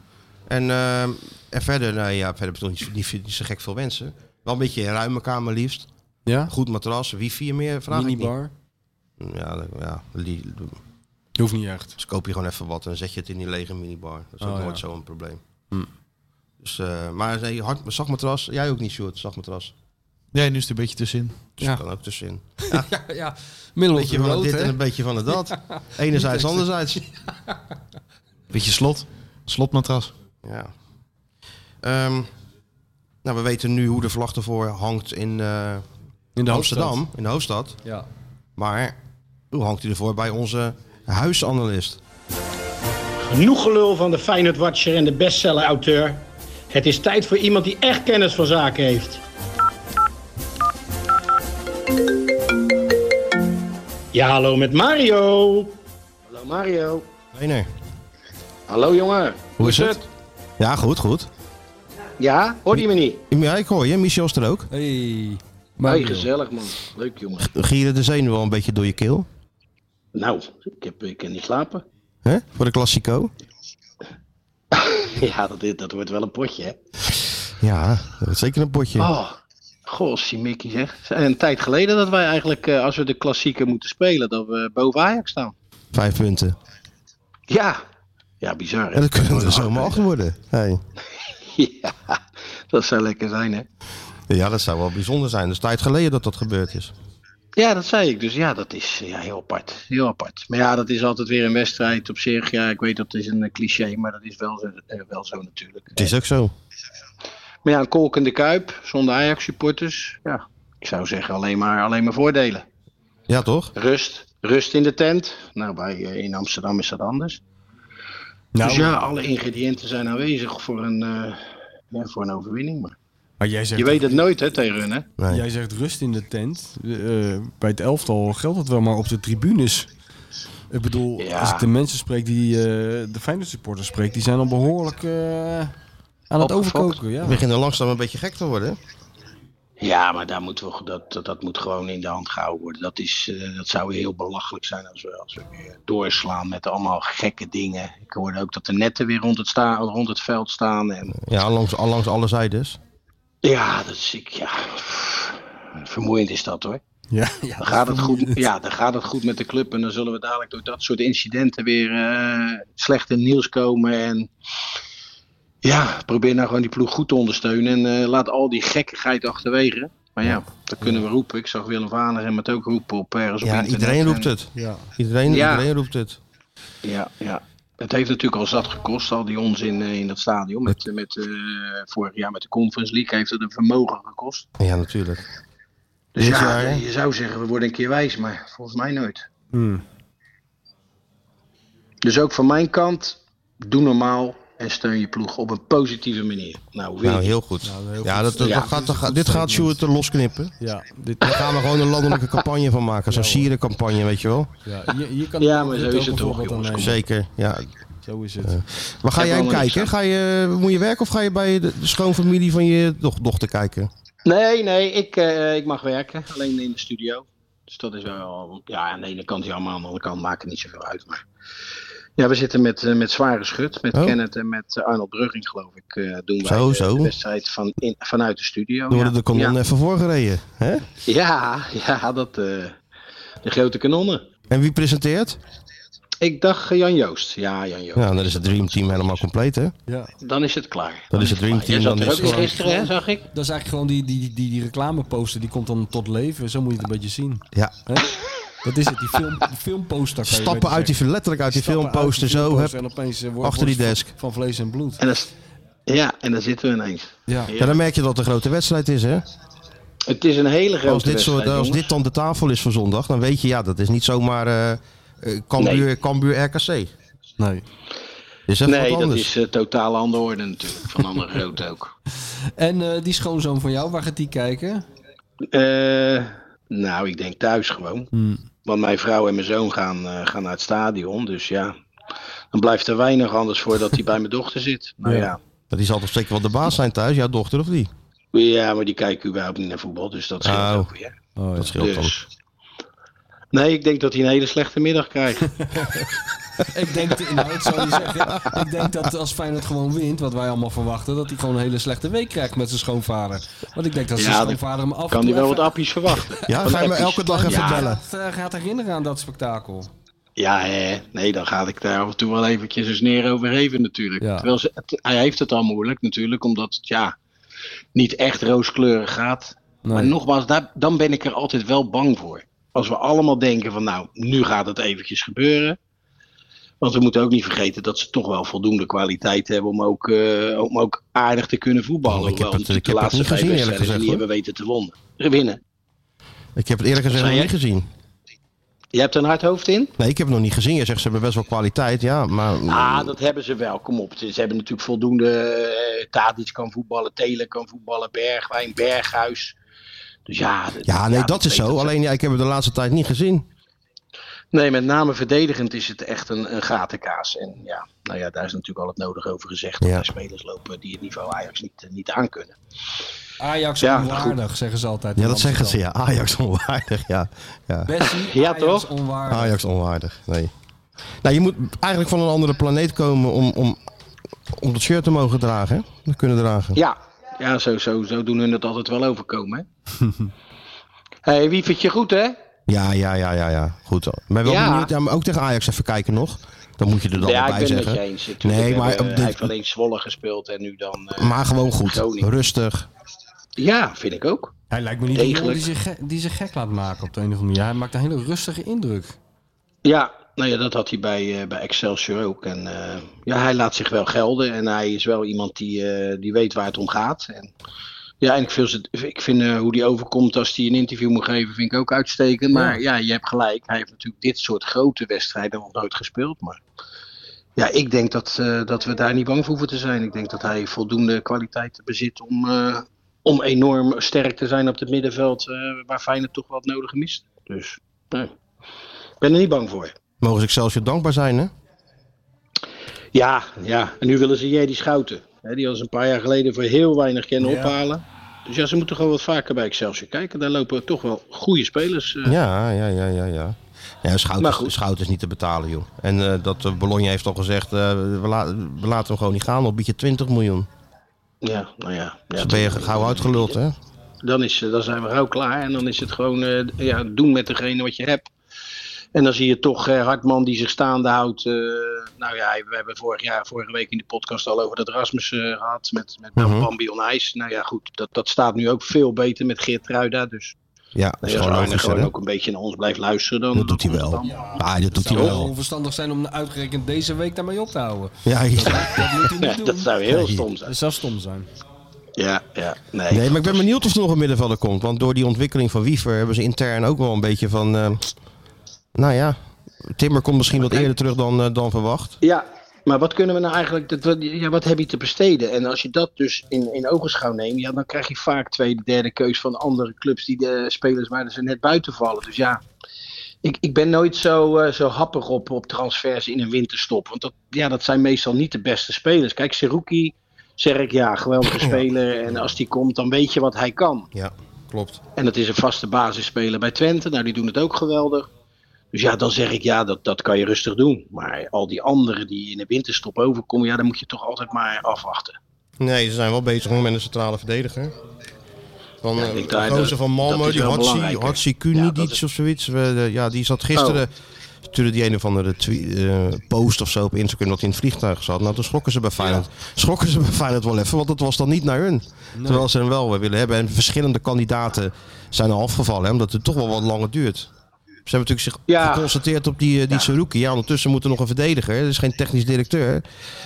S3: En, ehm, en verder, nou ja, verder bedoel ik niet, niet, niet zo gek veel wensen. Wel een beetje een ruime kamer liefst.
S4: Ja?
S3: Goed matras, wifi en meer vraag ik
S4: Minibar?
S3: niet. Ja, dat- ja li-
S4: Hoeft niet echt.
S3: dus koop je gewoon even wat en zet je het in die lege minibar. Dat is ook
S4: Oh, ja. Hm.
S3: nooit zo'n probleem. Dus, eh, maar nee, hard, zacht matras, jij ook niet, Sjoerd, zacht matras.
S10: Nee, nu is het een beetje tussenin.
S3: Dus
S4: Ja.
S3: kan ook tussenin.
S4: Ja, ja. Middel
S3: Een
S4: of
S3: beetje
S4: the
S3: van het
S4: road,
S3: dit en
S4: hè?
S3: een beetje van het dat. Enerzijds, anderzijds.
S10: Beetje slot. Slotmatras.
S3: Ja. Ehm, nou, we weten nu hoe de vlag ervoor hangt in eh,
S4: In de
S3: Amsterdam,
S4: hoofdstad.
S3: in de hoofdstad.
S4: Ja.
S3: Maar hoe hangt hij ervoor bij onze huisanalist?
S6: Genoeg gelul van de Feyenoord Watcher en de bestseller auteur. Het is tijd voor iemand die echt kennis van zaken heeft. Ja, hallo met Mario. Hallo Mario.
S3: Trainer.
S6: Hallo jongen.
S3: Hoe is het? Ja, goed, goed.
S6: Ja, hoor je me niet?
S3: Ja, ik hoor je. Michel is er ook.
S4: Hey.
S6: Hey,
S4: Mario.
S6: gezellig man. Leuk jongen.
S3: Gieren de zenuwen al een beetje door je keel.
S6: Nou, ik, heb, ik kan niet slapen.
S3: Hè? Voor de Klassico.
S6: Ja, dat, is- dat wordt wel een potje, hè?
S3: Ja, dat wordt zeker een potje.
S6: Oh, goh, Simikkie zeg. Een tijd geleden dat wij eigenlijk, eh, als we de klassieker moeten spelen, dat we boven Ajax staan.
S3: Vijf punten.
S6: Ja, ja, bizar. hè?
S3: En dat kunnen dus er zomaar acht worden. Hey.
S6: Ja, dat zou lekker zijn, hè?
S3: Ja, dat zou wel bijzonder zijn. Dat is tijd geleden dat dat gebeurd is.
S6: Ja, dat zei ik. Dus ja, dat is eh, ja, heel apart. Heel apart. Maar ja, dat is altijd weer een wedstrijd op zich. Ja, ik weet dat is een eh, cliché, maar dat is wel, zo- eh, wel zo natuurlijk.
S3: Het is ook zo.
S6: Maar ja, een kolkende kuip zonder Ajax-supporters. Dus, Ja, ik zou zeggen alleen maar, alleen maar voordelen.
S3: Ja, toch?
S6: Rust. Rust in de tent. Nou, bij, eh, in Amsterdam is dat anders.
S4: Nou.
S6: Dus ja, alle ingrediënten zijn aanwezig voor een, eh, ja, voor een overwinning. Maar
S4: Maar jij zegt,
S6: je weet het nooit, hè, tegen hun, hè?
S4: jij zegt rust in de tent. Eh, eh, bij het elftal geldt dat wel, maar op de tribunes. Ik bedoel, als ik de mensen spreek die eh, de Feyenoord supporters spreekt, die zijn al behoorlijk eh, aan het overkoken. Ja.
S3: We beginnen langzaam een beetje gek te worden.
S6: Ja, maar daar moeten we, dat, dat, dat moet gewoon in de hand gehouden worden. Dat, is, eh, dat zou heel belachelijk zijn als we, als we weer doorslaan met allemaal gekke dingen. Ik hoorde ook dat de netten weer rond het, sta, rond het veld staan. En
S3: Ja, langs, langs alle zijdes.
S6: ja, dat is ik. Ja. Vermoeiend is dat hoor.
S4: Ja,
S6: Dan gaat, het goed, ja, dan gaat het goed met de club en dan zullen we dadelijk door dat soort incidenten weer eh, slecht in het nieuws komen. En ja, probeer nou gewoon die ploeg goed te ondersteunen en eh, laat al die gekkigheid achterwege. Maar ja, dat kunnen we roepen. Ik zag Willem Vanegem het ook roepen op ergens op
S3: Ja,
S6: internet.
S3: iedereen roept
S6: En-
S3: het. Iedereen,
S6: Ja.
S3: iedereen roept het.
S6: Ja, ja. Het heeft natuurlijk al zat gekost, al die onzin eh, in dat stadion. Met, met, eh, vorig jaar met de Conference League heeft het een vermogen gekost.
S3: Ja, natuurlijk.
S6: Dus
S3: Dit
S6: ja,
S3: jaar, hè?
S6: je zou zeggen we worden een keer wijs, maar volgens mij nooit.
S3: Hmm.
S6: Dus ook van mijn kant, doe normaal en steun je ploeg op een positieve manier. Nou, weet
S3: Nou,
S6: ik.
S3: heel goed. Ja, dat, dat,
S6: Ja.
S3: dat gaat, dat- dit gaat Sjoerd er losknippen.
S4: Ja, dit,
S3: Daar gaan we gewoon een landelijke campagne van maken. Zo'n sierencampagne, weet je wel.
S4: ja, hier, hier kan
S6: Ja, maar
S4: dit
S6: zo
S4: ook
S6: is het
S4: een
S6: toch,
S4: voorbeeld aan
S6: jongens.
S4: nemen.
S3: Zeker, ja.
S4: Zo is het.
S3: Maar ga jij
S6: heb
S3: hem
S6: allemaal niks
S3: kijken? Ga je, moet je werken of ga je bij de, de schoonfamilie van je doch- dochter kijken?
S6: Nee, nee, ik, eh, ik mag werken, alleen in de studio. Dus dat is wel, ja, aan de ene kant jammer, aan de andere kant maakt het niet zoveel uit. Maar ja, we zitten met, eh, met zware schut, met
S3: Oh.
S6: Kenneth en met eh, Arnold Brugging, geloof ik, eh, doen wij
S3: Zo,
S6: de,
S3: zo.
S6: de wedstrijd van in, vanuit de studio.
S3: Dan worden
S6: Oh ja.
S3: de kanonnen
S6: Ja.
S3: even voorgereden. Hè?
S6: Ja, ja, dat, eh, de grote kanonnen.
S3: En wie presenteert?
S6: Ik dacht eh, Jan Joost. Ja, Jan Joost.
S3: Ja, dan is het Dream Team helemaal compleet, hè?
S6: Dan is het klaar.
S3: Dan is het Dream
S6: Jij
S3: Team.
S6: zat
S3: Dan
S6: er
S3: is
S6: ook weer
S3: gewoon...
S6: gisteren, hè, zag ik?
S4: Dat is eigenlijk gewoon die, die, die, die, die reclameposter, die komt dan tot leven. Zo moet je het een beetje zien.
S3: Ja.
S4: Hè? Dat is het, die, film, die filmposter. kan je
S3: Stappen
S4: beter
S3: uit die,
S4: zeggen.
S3: letterlijk uit die
S4: Stappen
S3: filmposter,
S4: uit die
S3: zo.
S4: filmposter
S3: Heb,
S4: en opeens, eh, wordt-
S3: achter die
S4: wordt
S3: desk.
S4: Van vlees en bloed.
S6: En dat is- ja, en daar zitten we ineens.
S4: Ja.
S3: Ja, dan merk je dat het een grote wedstrijd is, hè?
S6: Het is een hele grote
S3: Als dit, soort,
S6: wedstrijd,
S3: als
S6: jongens.
S3: dit dan de tafel is voor zondag, dan weet je, ja, dat is niet zomaar eh, eh, Cambuur,
S6: Nee.
S3: Cambuur RKC.
S4: Nee.
S3: Is even
S6: Nee,
S3: wat
S6: dat
S3: anders.
S6: is eh, totaal andere orde natuurlijk. Van andere grootte ook.
S4: En eh, die schoonzoon van jou, waar gaat die kijken?
S6: Eh, nou, ik denk thuis gewoon.
S3: Hmm.
S6: Want mijn vrouw en mijn zoon gaan, eh, gaan naar het stadion. Dus ja, dan blijft er weinig anders voor dat hij bij mijn dochter zit. Nou ja.
S3: Maar die zal toch zeker wel de baas zijn thuis, jouw dochter of die?
S6: ja. maar die kijken überhaupt niet naar voetbal. Dus dat scheelt
S3: Oh.
S6: ook weer.
S3: Dat scheelt dan.
S6: Dus... Nee, ik denk dat hij een hele slechte middag krijgt.
S4: Ik denk, de inhoud zou je zeggen. Ik denk dat als Feyenoord gewoon wint, wat wij allemaal verwachten, dat hij gewoon een hele slechte week krijgt met zijn schoonvader. Want ik denk dat zijn
S6: Ja, dan
S4: schoonvader hem af en
S6: kan
S4: toe
S6: hij wel
S4: even-
S6: wat appies verwachten.
S3: Ja,
S6: Van
S3: ga je me
S6: appies.
S3: elke dag even
S6: Ja.
S3: bellen?
S4: Gaat, gaat herinneren aan dat spektakel.
S6: Ja, hè. nee, dan ga ik daar af en toe wel eventjes een sneer over geven natuurlijk.
S4: Ja.
S6: Terwijl ze, het- hij heeft het al moeilijk natuurlijk, omdat het ja, niet echt rooskleurig gaat.
S4: Nee.
S6: Maar nogmaals, daar, dan ben ik er altijd wel bang voor. Als we allemaal denken van nou, nu gaat het eventjes gebeuren. Want we moeten ook niet vergeten dat ze toch wel voldoende kwaliteit hebben om ook, eh, om ook aardig te kunnen voetballen.
S3: Oh, ik heb
S6: Hoewel
S3: het-
S6: natuurlijk
S3: ik
S6: de
S3: heb het
S6: laatste
S3: niet
S6: vijf
S3: gezien, eerlijk
S6: wedstrijden ze niet
S3: gezegd,
S6: hebben weten te wonnen- winnen.
S3: Ik heb het eerlijk gezegd nog
S6: Zei
S3: niet
S6: jij?
S3: gezien.
S6: Je hebt er een hard hoofd in?
S3: Nee, ik heb het nog niet gezien. Je zegt ze hebben best wel kwaliteit, ja, maar...
S6: Ah, dat hebben ze wel. Kom op. Ze ze hebben natuurlijk voldoende. eh, Tadic kan voetballen, Telen kan voetballen, Bergwijn, Berghuis. Dus ja. d-
S3: Ja, nee, dat is
S6: weet
S3: zo.
S6: ik.
S3: Alleen, ja, ik heb het de laatste tijd niet gezien.
S6: Nee, met name verdedigend is het echt een, een gatenkaas. En ja, nou ja, daar is natuurlijk al het nodig over gezegd. Dat
S3: Ja.
S6: er spelers lopen die het niveau Ajax niet, eh, niet aankunnen.
S4: Ajax
S6: Ja,
S4: onwaardig, zeggen ze altijd.
S3: Ja,
S4: in
S3: dat zeggen ze,
S4: Amsterdam.
S3: ja. Ajax onwaardig, ja. ja.
S4: Bessie,
S6: Ja,
S4: Ajax
S6: toch?
S3: Ah,
S4: onwaardig.
S3: Ajax onwaardig, nee. Nou, je moet eigenlijk van een andere planeet komen om, om om dat shirt te mogen dragen, hè? Dat kunnen dragen.
S6: Ja, ja zo, zo, zo doen hun het altijd wel overkomen. Hè? hey, Wievertje, goed hè?
S3: Ja, ja, ja, ja, ja. Goed. Maar wel
S6: Ja.
S3: benieuwd, ja, maar ook tegen Ajax even kijken nog. Dan moet je er dan
S6: ja,
S3: wel
S6: ik
S3: bij
S6: ben het
S3: zeggen.
S6: met je eens. Ik-
S3: nee,
S6: ik-
S3: maar,
S6: eh,
S3: op
S6: hij
S3: de-
S6: heeft alleen Zwolle gespeeld en nu dan... eh,
S3: maar gewoon goed.
S6: Groningen.
S3: Rustig.
S6: Ja, vind ik ook.
S4: Hij lijkt me niet de jongen
S6: Degelijk.
S4: die zich, ge- die zich gek laat maken op de een of andere manier. Hij maakt een hele rustige indruk.
S6: Ja, nou ja, dat had hij bij, eh, bij Excelsior ook. En eh, ja, hij laat zich wel gelden en hij is wel iemand die, eh, die weet waar het om gaat. En, ja, en ik vind, ze- ik vind eh, hoe die overkomt als hij een interview moet geven, vind ik ook uitstekend. Maar ja. je hebt gelijk. Hij heeft natuurlijk dit soort grote wedstrijden nog nooit gespeeld. Maar ja, ik denk dat, eh, dat we daar niet bang voor hoeven te zijn. Ik denk dat hij voldoende kwaliteiten bezit om, eh, om enorm sterk te zijn op het middenveld, eh, waar Feyenoord toch wat nodig mist. Dus nee, ik ben er niet bang voor.
S3: Mogen ze Excelsior dankbaar zijn, hè?
S6: Ja, ja. En nu willen ze Jerry Schouten. Hè, die was een paar jaar geleden voor heel weinig kennen
S3: Ja.
S6: ophalen. Dus ja, ze moeten gewoon wat vaker bij Excelsior kijken. Daar lopen toch wel goede spelers. eh.
S3: Ja, ja, ja, ja, ja. Ja, Schout
S6: Maar
S3: is,
S6: goed.
S3: Schout is niet te betalen, joh. En eh, dat eh, Bologna heeft al gezegd, eh, we, la- we laten hem gewoon niet gaan. Op bied je 20 miljoen.
S6: Ja, nou ja.
S3: Dus dan
S6: ja
S3: ben je gauw uitgeluld, hè?
S6: dan, is, eh, dan zijn we gauw klaar. En dan is het gewoon eh, ja, doen met degene wat je hebt. En dan zie je toch eh, Hartman die zich staande houdt. eh, nou ja, we hebben vorig jaar, vorige week in de podcast al over dat Rasmus eh, gehad. Met, met
S3: Mhm.
S6: Bambi on IJs. Nou ja, goed. Dat, dat staat nu ook veel beter met Geert Ruida. Dus
S3: Ja, dat
S6: nou
S3: is
S6: ja, als
S3: gewoon
S6: Arne
S3: logisch,
S6: gewoon
S3: hè?
S6: ook een beetje naar ons blijft luisteren. Dan,
S3: Dat doet hij
S6: dan komt
S3: wel.
S6: het
S3: Ja,
S6: allemaal.
S3: dat doet hij
S4: zou wel
S3: wel.
S4: onverstandig zijn om uitgerekend deze week daarmee op te houden.
S3: Ja,
S4: Dat,
S3: ja.
S4: dat moet hij niet doen.
S6: dat zou heel
S3: Nee.
S6: stom zijn.
S4: Dat zou stom zijn.
S6: Ja, ja. Nee,
S3: Nee, maar ik ben benieuwd of er nog een middenvelder komt. Want door die ontwikkeling van Wiever hebben ze intern ook wel een beetje van... eh, nou ja, Timmer komt misschien wat eerder terug dan, eh, dan verwacht.
S6: Ja, maar wat kunnen we nou eigenlijk, dat, wat, ja, wat heb je te besteden? En als je dat dus in, in ogenschouw neemt, ja, dan krijg je vaak tweede, derde keus van andere clubs die de spelers waar ze net buiten vallen. Dus ja, ik, ik ben nooit zo, eh, zo happig op, op transfers in een winterstop. Want dat, ja, dat zijn meestal niet de beste spelers. Kijk, Seruki, zeg ik ja, geweldige speler. En als die komt, dan weet je wat hij kan.
S3: Ja, klopt.
S6: En dat is een vaste basisspeler bij Twente. Nou, die doen het ook geweldig. Dus ja, dan zeg ik ja, dat, dat kan je rustig doen. Maar al die anderen die in de winterstop overkomen, ja, dan moet je toch altijd maar afwachten.
S3: Nee, ze zijn wel bezig nu met een centrale verdediger. Van
S6: Ja,
S3: eh,
S6: ik denk
S3: de
S6: dat-
S3: gozer van
S6: dat
S3: Malmo,
S6: is
S3: die
S6: wel
S3: Hatsi,
S6: belangrijker.
S3: Hatsi Kunidits of zoiets. We, eh, ja, die zat gisteren...
S6: Oh.
S3: Stuurde die een of andere tweet, eh, post of zo op Instagram dat hij in het vliegtuig zat. Nou, toen schrokken ze bij Feyenoord. Schrokken ze bij Feyenoord wel even, want dat was dan niet naar hun. Terwijl ze hem wel weer willen hebben. En verschillende kandidaten zijn al afgevallen, hè, omdat het toch wel wat langer duurt. Ze hebben natuurlijk zich geconcentreerd op die, eh, die Saruki. Ja, ondertussen moet er nog een verdediger. Er is geen technisch directeur.